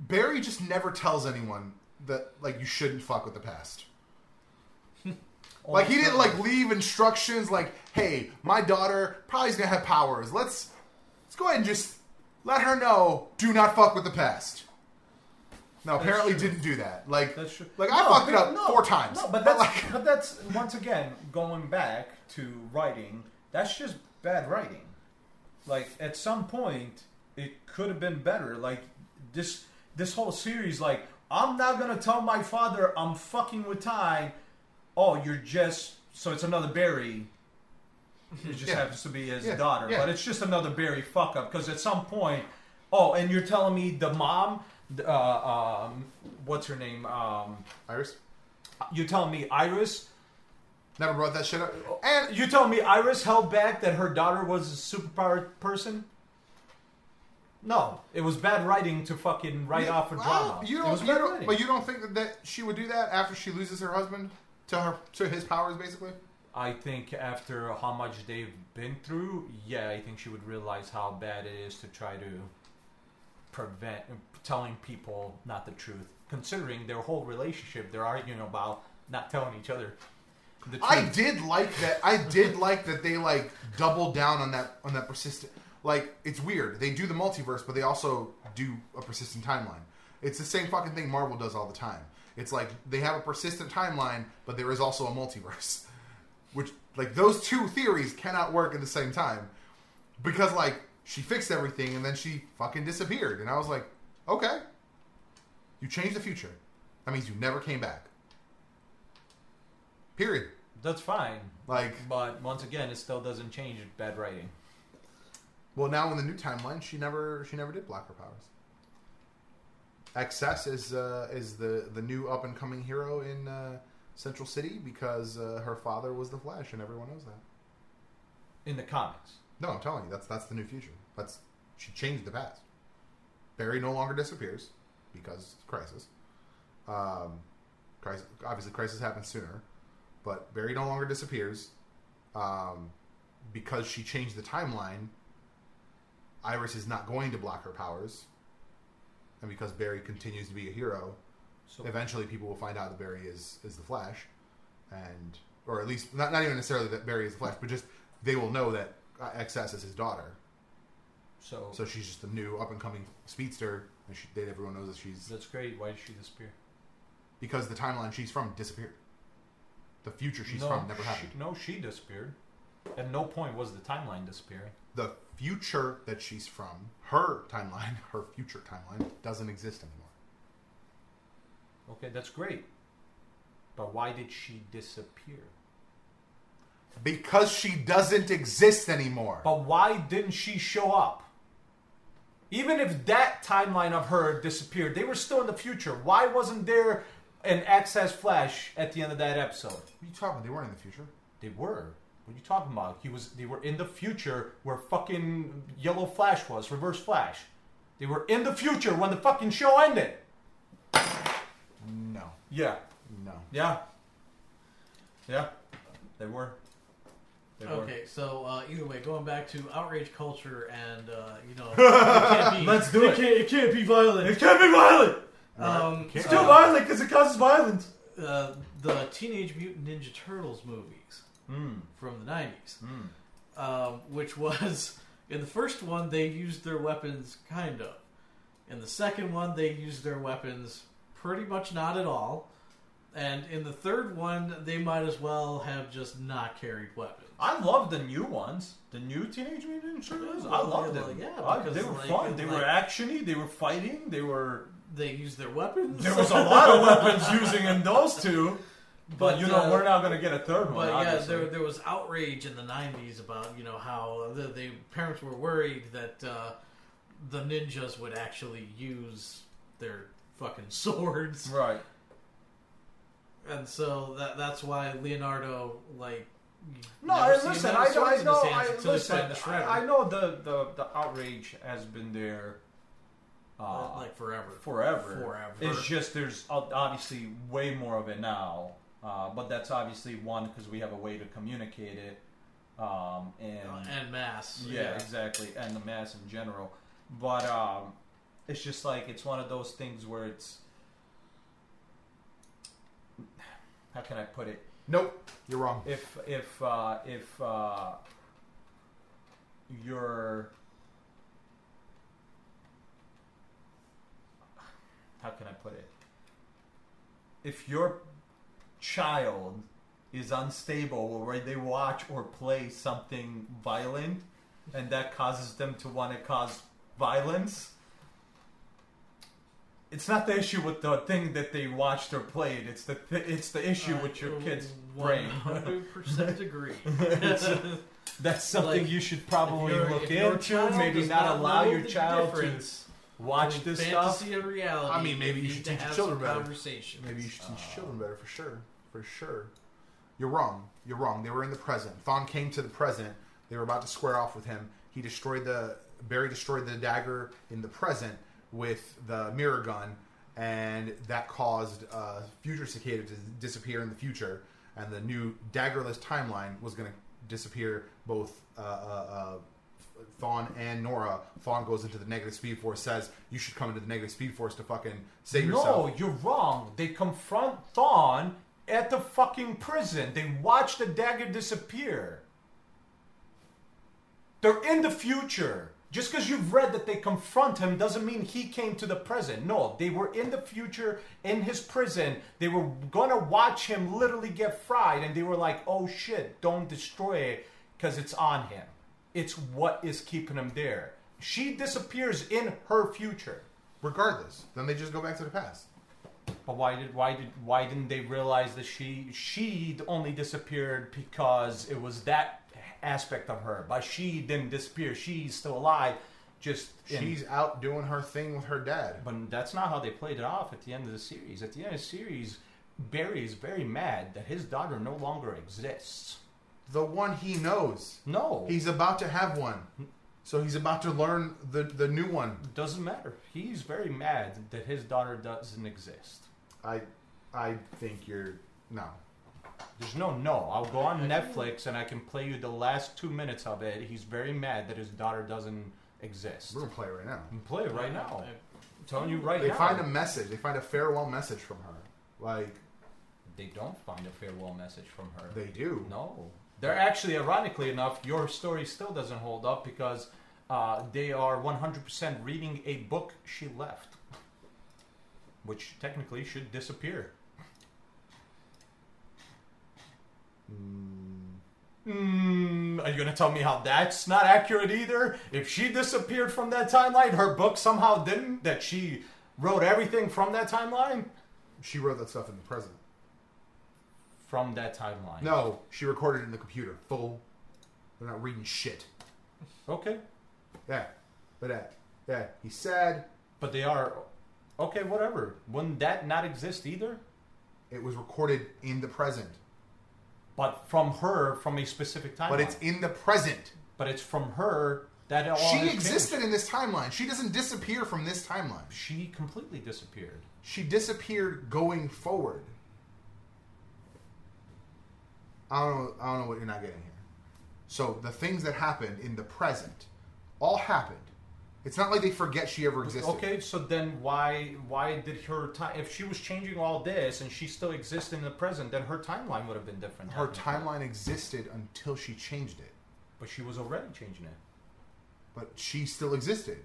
B: Barry just never tells anyone that like you shouldn't fuck with the past. Like he didn't like leave instructions like, "Hey, my daughter probably's gonna have powers. Let's let's go ahead and just let her know. Do not fuck with the past." No, apparently
A: true.
B: didn't do that. Like,
A: That's true.
B: like I
A: No,
B: fucked it
A: but-
B: up
A: no,
B: four times.
A: No, but that's
B: like,
A: but that's once again going back to writing. That's just bad writing. Like at some point, it could have been better. Like this this whole series. Like I'm not gonna tell my father I'm fucking with Ty. Oh, you're just so it's another Barry. It just
B: Yeah.
A: happens to be his
B: Yeah,
A: daughter,
B: yeah.
A: but it's just another Barry fuck up. Because at some point, oh, and you're telling me the mom, uh, um, what's her name? Um,
B: Iris
A: you telling me Iris?
B: never brought that shit up. And
A: You telling me Iris held back that her daughter was a superpowered person? No, it was bad writing to fucking write off a
B: Well,
A: drama.
B: You
A: it
B: don't,
A: was
B: you
A: bad
B: don't-
A: writing.
B: but you don't think that, that she would do that after she loses her husband to her to his powers, basically.
A: I think after how much they've been through, yeah, I think she would realize how bad it is to try to prevent telling people not the truth. Considering their whole relationship, they're arguing about not telling each other the truth.
B: I did like that. I did like that they like doubled down on that on that persistent. Like it's weird. They do the multiverse, but they also do a persistent timeline. It's the same fucking thing Marvel does all the time. It's like they have a persistent timeline, but there is also a multiverse. Which like those two theories cannot work at the same time because like she fixed everything and then she fucking disappeared and I was like, "Okay. You changed the future. That means you never came back." Period.
A: That's fine.
B: Like
A: But once again, it still doesn't change bad writing.
B: Well, now in the new timeline, she never she never did block her powers. Excess is uh, is the the new up and coming hero in uh, Central City because uh, her father was the Flash, and everyone knows that.
A: In the comics.
B: No, I'm telling you, that's that's the new future. That's she changed the past. Barry no longer disappears because crisis. Um, crisis obviously crisis happens sooner, but Barry no longer disappears um, because she changed the timeline. Iris is not going to block her powers, and because Barry continues to be a hero,
A: So
B: eventually people will find out that Barry is is the Flash, and or at least not not even necessarily that Barry is the Flash, but just they will know that uh, XS is his daughter.
A: so,
B: So she's just a new up and coming speedster, and she, they, everyone knows that she's
A: that's great. Why did she disappear?
B: because the timeline she's from disappeared. The future she's
A: no,
B: from never
A: she-
B: happened.
A: No, she disappeared. At no point was the timeline disappearing.
B: The future that she's from, her timeline, her future timeline, doesn't exist anymore.
A: Okay, that's great. But why did she disappear?
B: Because she doesn't exist anymore.
A: But why didn't she show up? Even if that timeline of her disappeared, they were still in the future. Why wasn't there an access flash at the end of that episode?
B: What are you talking about? They weren't in the future.
A: They were. What are you talking about? He was. They were in the future where fucking Yellow Flash was, Reverse Flash. They were in the future when the fucking show ended.
B: No,
A: Yeah.
B: no.
A: Yeah. Yeah. They were. They
C: Okay, so uh, either way, going back to outrage culture and uh, you know, it can't be,
A: Let's do it.
C: Can't, it can't be
A: were.
C: violent.
A: can't be violent.
C: Um,
A: It's
C: uh,
A: too violent because it causes violence.
C: uh, the Teenage Mutant Ninja Turtles movies
A: Hmm.
C: from the nineties, um, which was in the first one they used their weapons kind of, in the second one they used their weapons pretty much not at all, and in the third one they might as well have just not carried weapons.
A: I love the new ones, the new Teenage Mutant Ninja Turtles. I
C: well,
A: loved
C: yeah,
A: them.
C: well, yeah,
A: I-
C: because,
A: they were
C: like,
A: fun. They were
C: like-
A: actiony. They were fighting. They were.
C: They used their weapons.
A: There was a lot of weapons using in those two. But, you know,
C: uh,
A: we're not going to get a third one.
C: But yeah,
A: obviously.
C: there, there was outrage in the '90s about you know how the, the parents were worried that uh, the ninjas would actually use their fucking swords,
A: right.
C: and so that that's why Leonardo like
A: No,
C: never
A: I-
C: seen
A: listen.
C: another
A: I,
C: sword
A: I
C: in his
A: know.
C: hands
A: I,
C: until he
A: listen.
C: fought the Shredder,
A: I, I know the, the, the outrage has been there.
C: uh,
A: Uh,
C: like forever.
A: forever.
C: Forever.
A: It's just there's ob- obviously way more of it now, uh, but that's obviously one because we have a way to communicate it, um, and
C: Uh, and mass.
A: yeah, exactly, and the mass in general. But um, it's just like it's one of those things where it's how can I put it?
B: Nope, you're wrong.
A: if if uh, if uh, you're how can I put it? If your child is unstable where they watch or play something violent and that causes them to want to cause violence it's not the issue with the thing that they watched or played it's the it's the issue
C: I
A: with your
C: will
A: kid's brain
C: 100% agree.
A: That's something
C: Like,
A: you should probably
C: If your-
A: look
C: if your
A: into.
C: child
A: Maybe
C: does
A: not allow
C: know
A: your
C: the
A: child to
C: difference
A: watch
C: between
A: this
C: fantasy
A: stuff.
C: and reality.
B: I mean, maybe you
C: need
B: should
C: to
B: teach your
C: have
B: children
C: some
B: better.
C: conversations.
B: Maybe you should teach children better for sure. For sure. You're wrong. You're wrong. They were in the present. Thon came to the present. They were about to square off with him. He destroyed the Barry destroyed the dagger in the present with the mirror gun, and that caused uh, future cicada to disappear in the future. And the new daggerless timeline was going to disappear both uh, uh, uh, Thawne and Nora. Thawne goes into the negative speed force, says you should come into the negative speed force to fucking save yourself.
A: No, you're wrong. They confront Thawne at the fucking prison. They watch the dagger disappear. They're in the future. Just because you've read that they confront him doesn't mean he came to the present. No, they were in the future in his prison. They were gonna watch him literally get fried, and they were like, "Oh shit, don't destroy it, because it's on him. It's what is keeping him there." She disappears in her future.
B: regardless. Then they just go back to the past.
A: But why did why did why didn't they realize that she she only disappeared because it was that aspect of her? But she didn't disappear. She's still alive. Just in-
B: She's out doing her thing with her dad.
A: But that's not how they played it off at the end of the series. At the end of the series, Barry is very mad that his daughter no longer exists.
B: The one he knows.
A: No, he
B: He's about to have one. So he's about to learn the, the new one.
A: doesn't matter. He's very mad that his daughter doesn't exist.
B: I I think you're no.
A: There's no no. I'll go on Netflix and I can play you the last two minutes of it. He's very mad that his daughter doesn't exist.
B: We're gonna play right now.
A: You can play it right now.
C: I-
A: I'm telling you right
B: They
A: now.
B: find a message. They find a farewell message from her. Like
A: They don't find a farewell message from her.
B: they do.
A: No. They're actually, ironically enough, your story still doesn't hold up because uh, they are 100% reading a book she left, which technically should disappear. Mm, Hmm. are you going to tell me how that's not accurate either? If she disappeared from that timeline, her book somehow didn't, that she wrote everything from that timeline?
B: She wrote that stuff in the present.
A: From that timeline.
B: No, she recorded it in the computer. Full. They're not reading shit.
A: Okay.
B: Yeah. But uh, yeah, he's sad.
A: But they are okay. Whatever. Wouldn't that not exist either?
B: It was recorded in the present.
A: But from her, from a specific time.
B: But it's in the present.
A: but it's from her that all
B: She
A: has
B: existed
A: changed.
B: in this timeline. She doesn't disappear from this timeline.
A: She completely disappeared.
B: She disappeared going forward. I don't know. I don't know what you're not getting here. So the things that happened in the present all happened. It's not like they forget she ever existed.
A: Okay, so then why why did her time? If she was changing all this and she still exists in the present, then her timeline would have been different.
B: Her
A: technically.
B: timeline existed until she changed it,
A: But she was already changing it.
B: but she still existed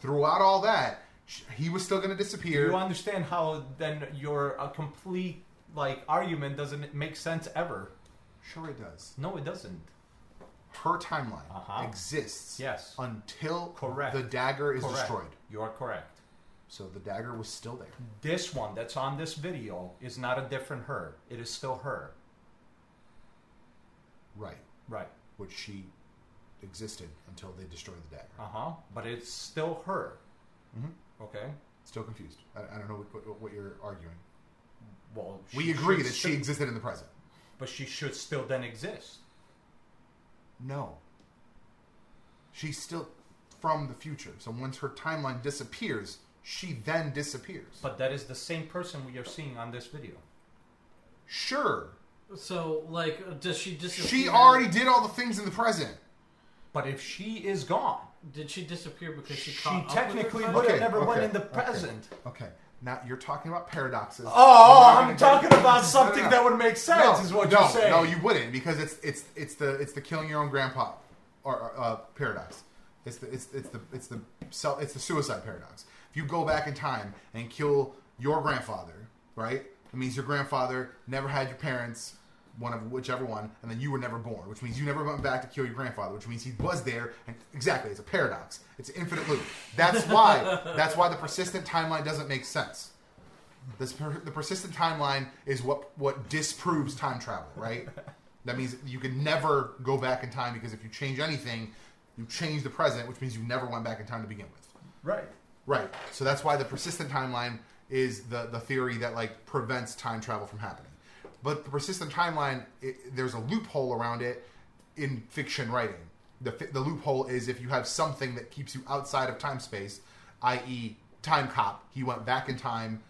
B: throughout all that. sh he was still going to disappear.
A: You understand how then your uh, complete like argument doesn't make sense ever?
B: sure, it does.
A: No, it doesn't.
B: Her timeline
A: Uh-huh.
B: exists
A: Yes.
B: until
A: Correct.
B: the dagger is
A: Correct.
B: destroyed.
A: You are correct.
B: So the dagger was still there.
A: This one that's on this video is not a different her. It is still her.
B: Right.
A: Right.
B: Which she existed until they destroyed the dagger.
A: Uh huh. But it's still her. Mm-hmm. Okay.
B: Still confused. I, I don't know what, what, what you're arguing.
A: Well,
B: we
A: she
B: agree
A: should
B: that she
A: still-
B: existed in the present.
A: But she should still then exist.
B: No. She's still from the future. So once her timeline disappears, she then disappears.
A: But that is the same person we are seeing on this video.
B: sure.
C: So, like, does she disappear?
B: She already did all the things in the present.
A: But if she is gone,
C: Did she disappear because she,
A: She
C: caught
A: technically
C: up
A: would
C: with her
A: have
B: Okay,
A: never went
B: okay,
A: in the
B: okay.
A: present.
B: Okay. Now you're talking about paradoxes.
A: Oh,
B: We're not
A: I'm
B: gonna
A: talking
B: get- No,
A: about
B: no,
A: something
B: no.
A: that would make sense, is what
B: no,
A: you're saying.
B: No, you wouldn't because it's it's it's the it's the killing your own grandpa or, or, uh, paradox. It's the it's it's the it's the self, it's the suicide paradox. If you go back in time and kill your grandfather, right? It means your grandfather never had your parents, one of whichever one, and then you were never born, which means you never went back to kill your grandfather, which means he was there. And exactly, it's a paradox. It's an infinite loop. That's why that's why the persistent timeline doesn't make sense. This per- the persistent timeline is what what disproves time travel, right? that means you can never go back in time because if you change anything, you change the present, which means you never went back in time to begin with.
A: Right.
B: Right. So that's why the persistent timeline is the the theory that like prevents time travel from happening. But the persistent timeline, it, there's a loophole around it in fiction writing. The fi- the loophole is if you have something that keeps you outside of time space, i.e., time cop. He went back in time,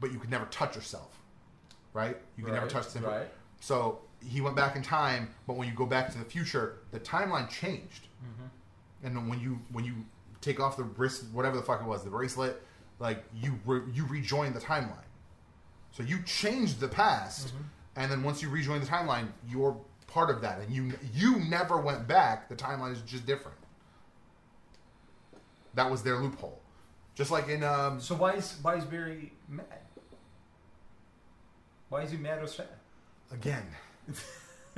B: but you could never touch yourself. Right. You can never
A: Right,
B: touch the
A: right.
B: So he went back in time, but when you go back to the future, the timeline changed and then when you when you take off the wrist, whatever the fuck it was, the bracelet, like you re- you rejoin the timeline. So you change the past, and then once you rejoin the timeline, you're part of that, and you you never went back. The timeline is just different. That was their loophole, just like in um,
A: So why is why is Barry mad? Why is he mad or sad?
B: again.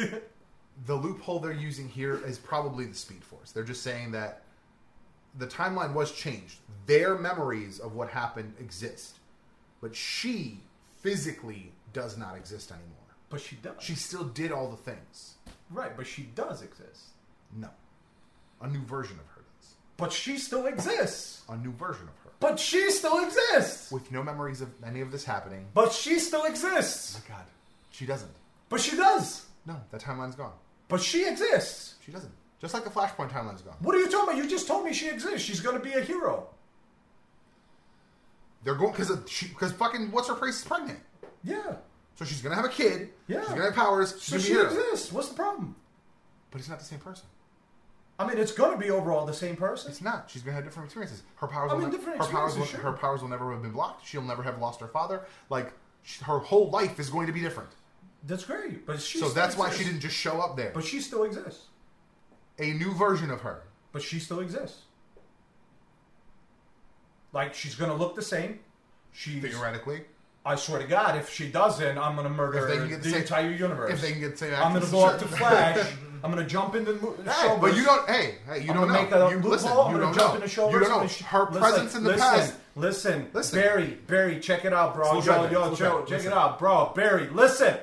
B: the loophole they're using here is probably the Speed Force. They're just saying that the timeline was changed. Their memories of what happened exist, but she physically does not exist anymore.
A: But she does.
B: She still did all the things.
A: right, but she does exist.
B: No, a new version of her does.
A: But she still exists.
B: A new version of her
A: But she still exists.
B: with no memories of any of this happening. Oh
A: But she still exists.
B: My God, she doesn't.
A: But she does.
B: No, that timeline's gone.
A: But she exists.
B: She doesn't. Just like the Flashpoint timeline's gone.
A: What are you talking about? You just told me she exists. She's gonna be a hero.
B: They're going because because fucking what's her face is pregnant.
A: Yeah.
B: So she's gonna have a kid.
A: Yeah.
B: She's gonna have powers. She's
A: So
B: gonna
A: she
B: be a hero.
A: exists. What's the problem?
B: But it's not the same person.
A: I mean, it's gonna be overall the same person.
B: It's not. She's gonna have different experiences. Her powers.
A: I
B: will
A: mean,
B: ne-
A: different
B: her powers. Will,
A: experiences,
B: Her
A: sure.
B: powers will never have been blocked. She'll never have lost her father. Like sh her whole life is going to be different.
A: That's great. But she.
B: so
A: still
B: that's why she
A: exists.
B: didn't just show up there.
A: But she still exists.
B: a new version of her.
A: But she still exists. Like she's gonna look the same. She's.
B: Theoretically,
A: I swear to God, if she doesn't, I'm gonna murder
B: If they can get
A: the,
B: the same-
A: entire universe.
B: if they can get the same.
A: I'm gonna
B: actors
A: go
B: and
A: up to
B: shit.
A: Flash. I'm gonna jump into the mo- the
B: Hey,
A: show.
B: but you don't. Hey, hey, you
A: I'm
B: don't
A: gonna
B: know.
A: make a
B: you
A: loophole,
B: listen.
A: I'm
B: you
A: gonna
B: don't
A: jump
B: know.
A: in the show.
B: you don't know. Her
A: listen,
B: presence in the
A: listen,
B: past.
A: Listen,
B: Listen.
A: Barry, Barry, check it out, bro.
B: Slow
A: yo,
B: drive it,
A: yo,
B: slow
A: Joe,
B: drive it,
A: check
B: listen.
A: it out, bro. Barry, listen.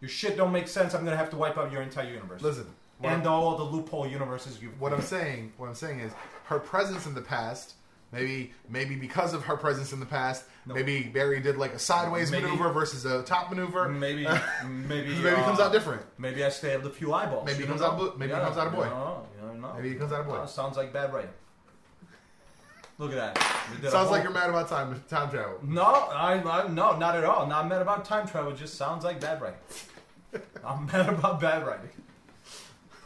A: Your shit don't make sense. I'm gonna have to wipe out your entire universe
B: Listen. what
A: and all the loophole universes you've.
B: what I'm saying, what I'm saying is her presence in the past. Maybe, maybe because of her presence in the past, maybe Barry did like a sideways
A: Maybe-
B: maneuver versus a top maneuver.
A: Maybe, maybe,
B: Maybe it comes
A: uh,
B: out different.
A: Maybe I stabbed a few eyeballs.
B: Maybe
A: You
B: it
A: don't
B: comes out
A: know.
B: blue- maybe it comes out a boy.
A: You don't know. You don't know.
B: Maybe it comes out a boy.
A: Uh, sounds like bad writing. Look at that. We did a
B: Sounds
A: whole-
B: like you're mad about time time travel.
A: No, I, I no, not at all. Not mad about time travel. Just sounds like bad writing. I'm mad about bad writing.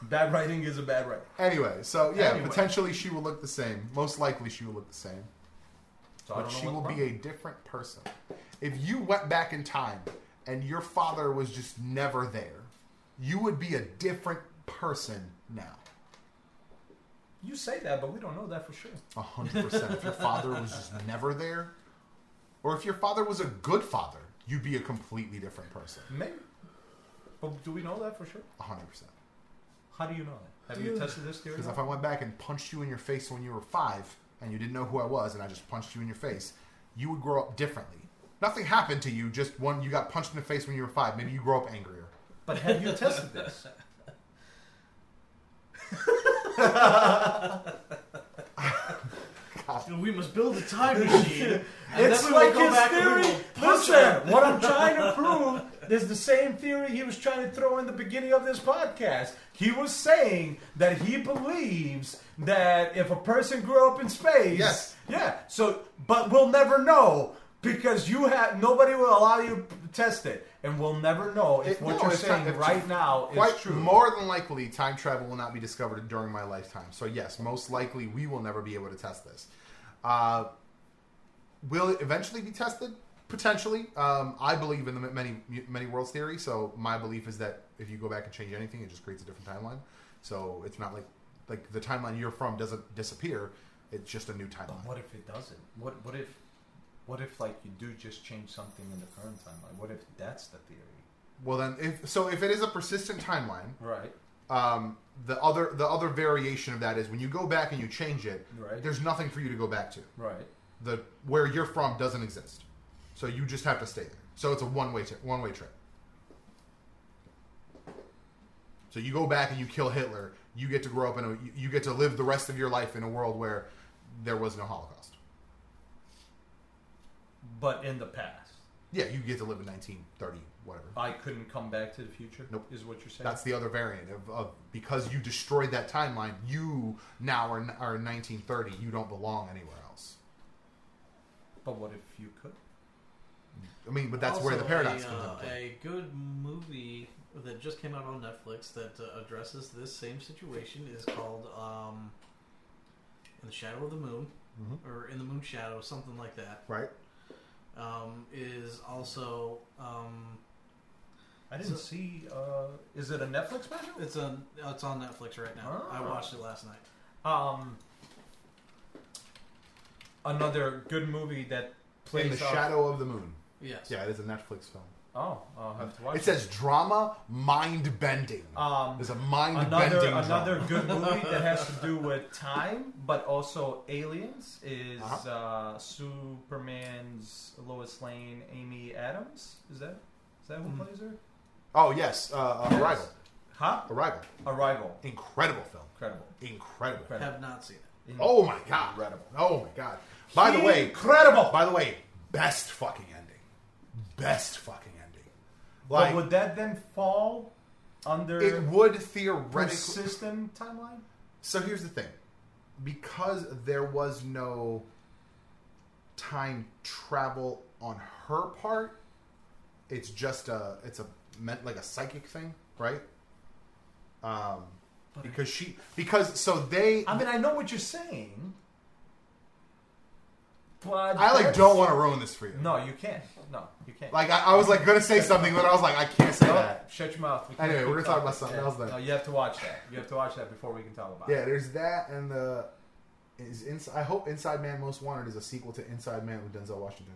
A: Bad writing is a bad writing.
B: Anyway, so yeah,
A: Anyway.
B: potentially she will look the same. Most likely she will look the same,
A: So I
B: but
A: don't know
B: she
A: what
B: will
A: the
B: be a
A: problem-
B: different person. If you went back in time and your father was just never there, you would be a different person now.
A: You say that, but we don't know that for sure.
B: A hundred percent. If your father was just never there, or if your father was a good father, you'd be a completely different person.
A: Maybe. But do we know that for sure?
B: A hundred percent.
A: How do you know that? Have you tested this theory?
B: Because if I went back and punched you in your face when you were five and you didn't know who I was and I just punched you in your face, you would grow up differently. Nothing happened to you, just one you got punched in the face when you were five. Maybe you grow up angrier.
A: But have you tested this?
C: We must build a time machine. and
A: it's
C: then we
A: like
C: will go
A: his
C: back
A: theory.
C: And we will punch her.
A: Listen, what I'm trying to prove is the same theory he was trying to throw in the beginning of this podcast. He was saying that he believes that if a person grew up in space,
B: Yes.
A: yeah. So, but we'll never know because you have nobody will allow you test it, and we'll never know if
B: It-
A: what
B: no,
A: you're
B: it's not-
A: saying
B: it's
A: right now is
B: Quite
A: true.
B: more than likely, time travel will not be discovered during my lifetime. So yes, most likely we will never be able to test this. Uh, will it eventually be tested? Potentially. Um, I believe in the many many worlds theory. So my belief is that if you go back and change anything, it just creates a different timeline. So it's not like like the timeline you're from doesn't disappear. It's just a new
A: But
B: timeline.
A: what if it doesn't? What what if what if like you do just change something in the current timeline? What if that's the theory?
B: Well then, if so, if it is a persistent timeline,
A: Right.
B: um, the other the other variation of that is when you go back and you change it,
A: Right.
B: there's nothing for you to go back to.
A: Right.
B: The where you're from doesn't exist, so you just have to stay there. So it's a one way one way trip. So you go back and you kill Hitler. You get to grow up in a you- you get to live the rest of your life in a world where there was no Holocaust.
A: But in the past,
B: Yeah, you get to live in 1930 whatever.
A: I couldn't come back to the future.
B: Nope.
A: Is what you're saying?
B: That's the other variant of, of because you destroyed that timeline, you now are, are in 1930. You don't belong anywhere else.
A: but what if you could?
B: I mean, but that's where
C: Also,
B: the paradox
C: a,
B: comes into
C: uh,
B: play.
C: A good movie that just came out on Netflix that uh, addresses this same situation is called um, "In the Shadow of the Moon"
B: Mhm.
C: or "In the Moon Shadow," something like that.
B: Right?
C: Um, is also um,
A: I didn't
C: So-
A: see. Uh, is it a Netflix special?
C: it's on it's on Netflix right now. I
A: Ah.
C: watched it last night.
A: Um, another good movie that plays
B: In the
A: off-
B: shadow of the moon.
C: Yes.
B: Yeah, it is a Netflix film.
A: Oh, I'll have to watch.
B: It says drama mind bending.
A: um,
B: There's a mind
A: another
B: bending.
A: another good movie that has to do with time, but also aliens is
B: Uh-huh.
A: uh Superman's Lois Lane, Amy Adams. Is that is that who
B: Mm.
C: Mhm.
A: plays her?
B: Oh yes, uh, uh,
A: Yes.
B: Arrival.
A: Huh?
B: Arrival.
A: Arrival.
B: Incredible film.
A: Incredible.
B: Incredible.
A: Incredible.
C: Have not seen it.
B: Oh my god.
A: Incredible.
B: Oh my god. By the way,
A: Incredible.
B: By the way, best fucking ending. Best fucking ending.
A: But
B: Like
A: would that then fall under
B: it would theoretically.
A: persistent timeline?
B: So here's the thing. Because there was no time travel on her part, it's just a it's a meant like a psychic thing, right? Um because she because so they
A: I mean, I know what you're saying, but
B: I like
A: that's-
B: don't want to ruin this for you.
A: No, you can't. No, you can't.
B: Like I, I was like gonna say something, but I was like I can't say
A: No,
B: that.
A: shut your mouth. We can't
B: Anyway,
A: keep
B: we're gonna talk about
A: talking.
B: something else then.
A: No, you have to watch that. You have to watch that before we can talk about
B: Yeah,
A: it.
B: there's that and the is ins- I hope Inside Man Most Wanted is a sequel to Inside Man with Denzel Washington.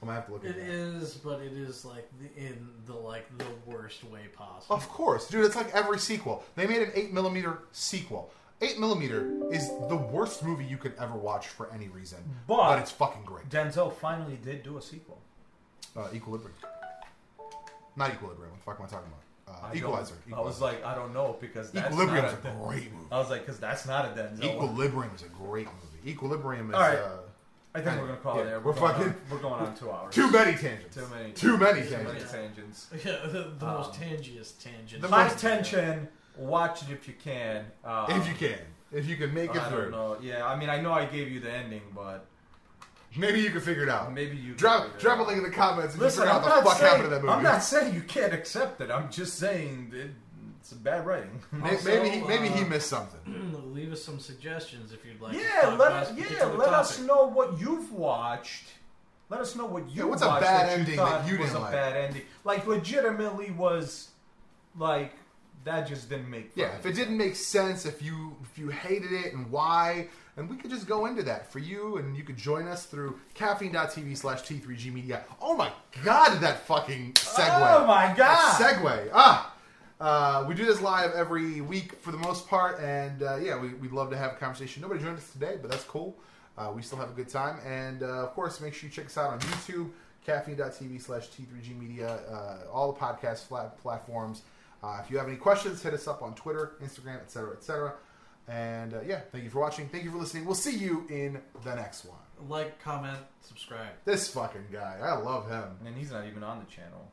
B: I'm gonna have to look at
C: It
B: that.
C: is, but it is like the, in the like the worst way possible.
B: Of course, dude. It's like every sequel. They made an eight millimeter sequel. Eight millimeter is the worst movie you could ever watch for any reason,
A: But-
B: but, it's fucking great.
A: Denzel finally did do a sequel.
B: Uh, Equilibrium, not Equilibrium. What the fuck am I talking about? Uh,
A: I
B: Equalizer.
A: don't- I was like, I don't know because that's
B: Equilibrium
A: not
B: is a
A: a Den-
B: great movie.
A: I was like, because that's not a Denzel. one.
B: Equilibrium is a great movie. Equilibrium is
A: All right.
B: uh,
A: I think we're gonna call it
B: Yeah,
A: there.
B: we're
A: going
B: fucking-
A: On, we're going on two hours.
B: too many tangents.
A: Too many.
B: Too many
A: Too many
B: tangents.
A: tangents.
C: Yeah, the, the
A: Um,
C: most tangiest tangent.
B: the
A: High
B: most-
A: tension. Watch it if you can. Um,
B: If you can, if you can make it
A: I don't
B: through,
A: know. Yeah, I mean, I know I gave you the ending, but
B: maybe you can figure it out.
A: maybe you uh,
B: Drop drop a link in the comments and
A: Listen,
B: you
A: I'm
B: figure out the
A: not,
B: fuck
A: saying,
B: happened to that movie.
A: I'm not saying you can't accept it. I'm just saying it, it's bad writing.
B: May-
C: Also,
B: maybe he, maybe he
C: uh,
B: missed something.
C: Leave us some suggestions if you'd like. to
A: yeah,
C: talk
A: let
C: about
A: us,
C: a
A: yeah,
C: particular
A: let us
C: topic.
A: know what you've watched. Let us know what you
B: Yeah, what's a
A: watched
B: bad
A: that you
B: ending that
A: thought
B: you
A: was
B: didn't
A: a
B: like?
A: bad ending. Like legitimately was like that just didn't make
B: Yeah, if it didn't make sense, if you if you hated it and why, and we could just go into that for you, and you could join us through caffeine.tv slash T3G Media. Oh my god, that fucking segue.
A: Oh my
B: That
A: god.
B: segue. Ah! Uh, we do this live every week for the most part, and uh, yeah, we, we'd love to have a conversation. Nobody joined us today, but that's cool. Uh, we still have a good time, and uh, of course, make sure you check us out on YouTube, caffeine.tv slash T3G Media, uh, all the podcast flat platforms. Uh, if you have any questions, hit us up on Twitter, Instagram, etc., etc. And uh, yeah, thank you for watching. Thank you for listening. We'll see you in the next one.
C: Like, comment, subscribe.
B: This fucking guy, I love him.
A: And he's not even on the channel.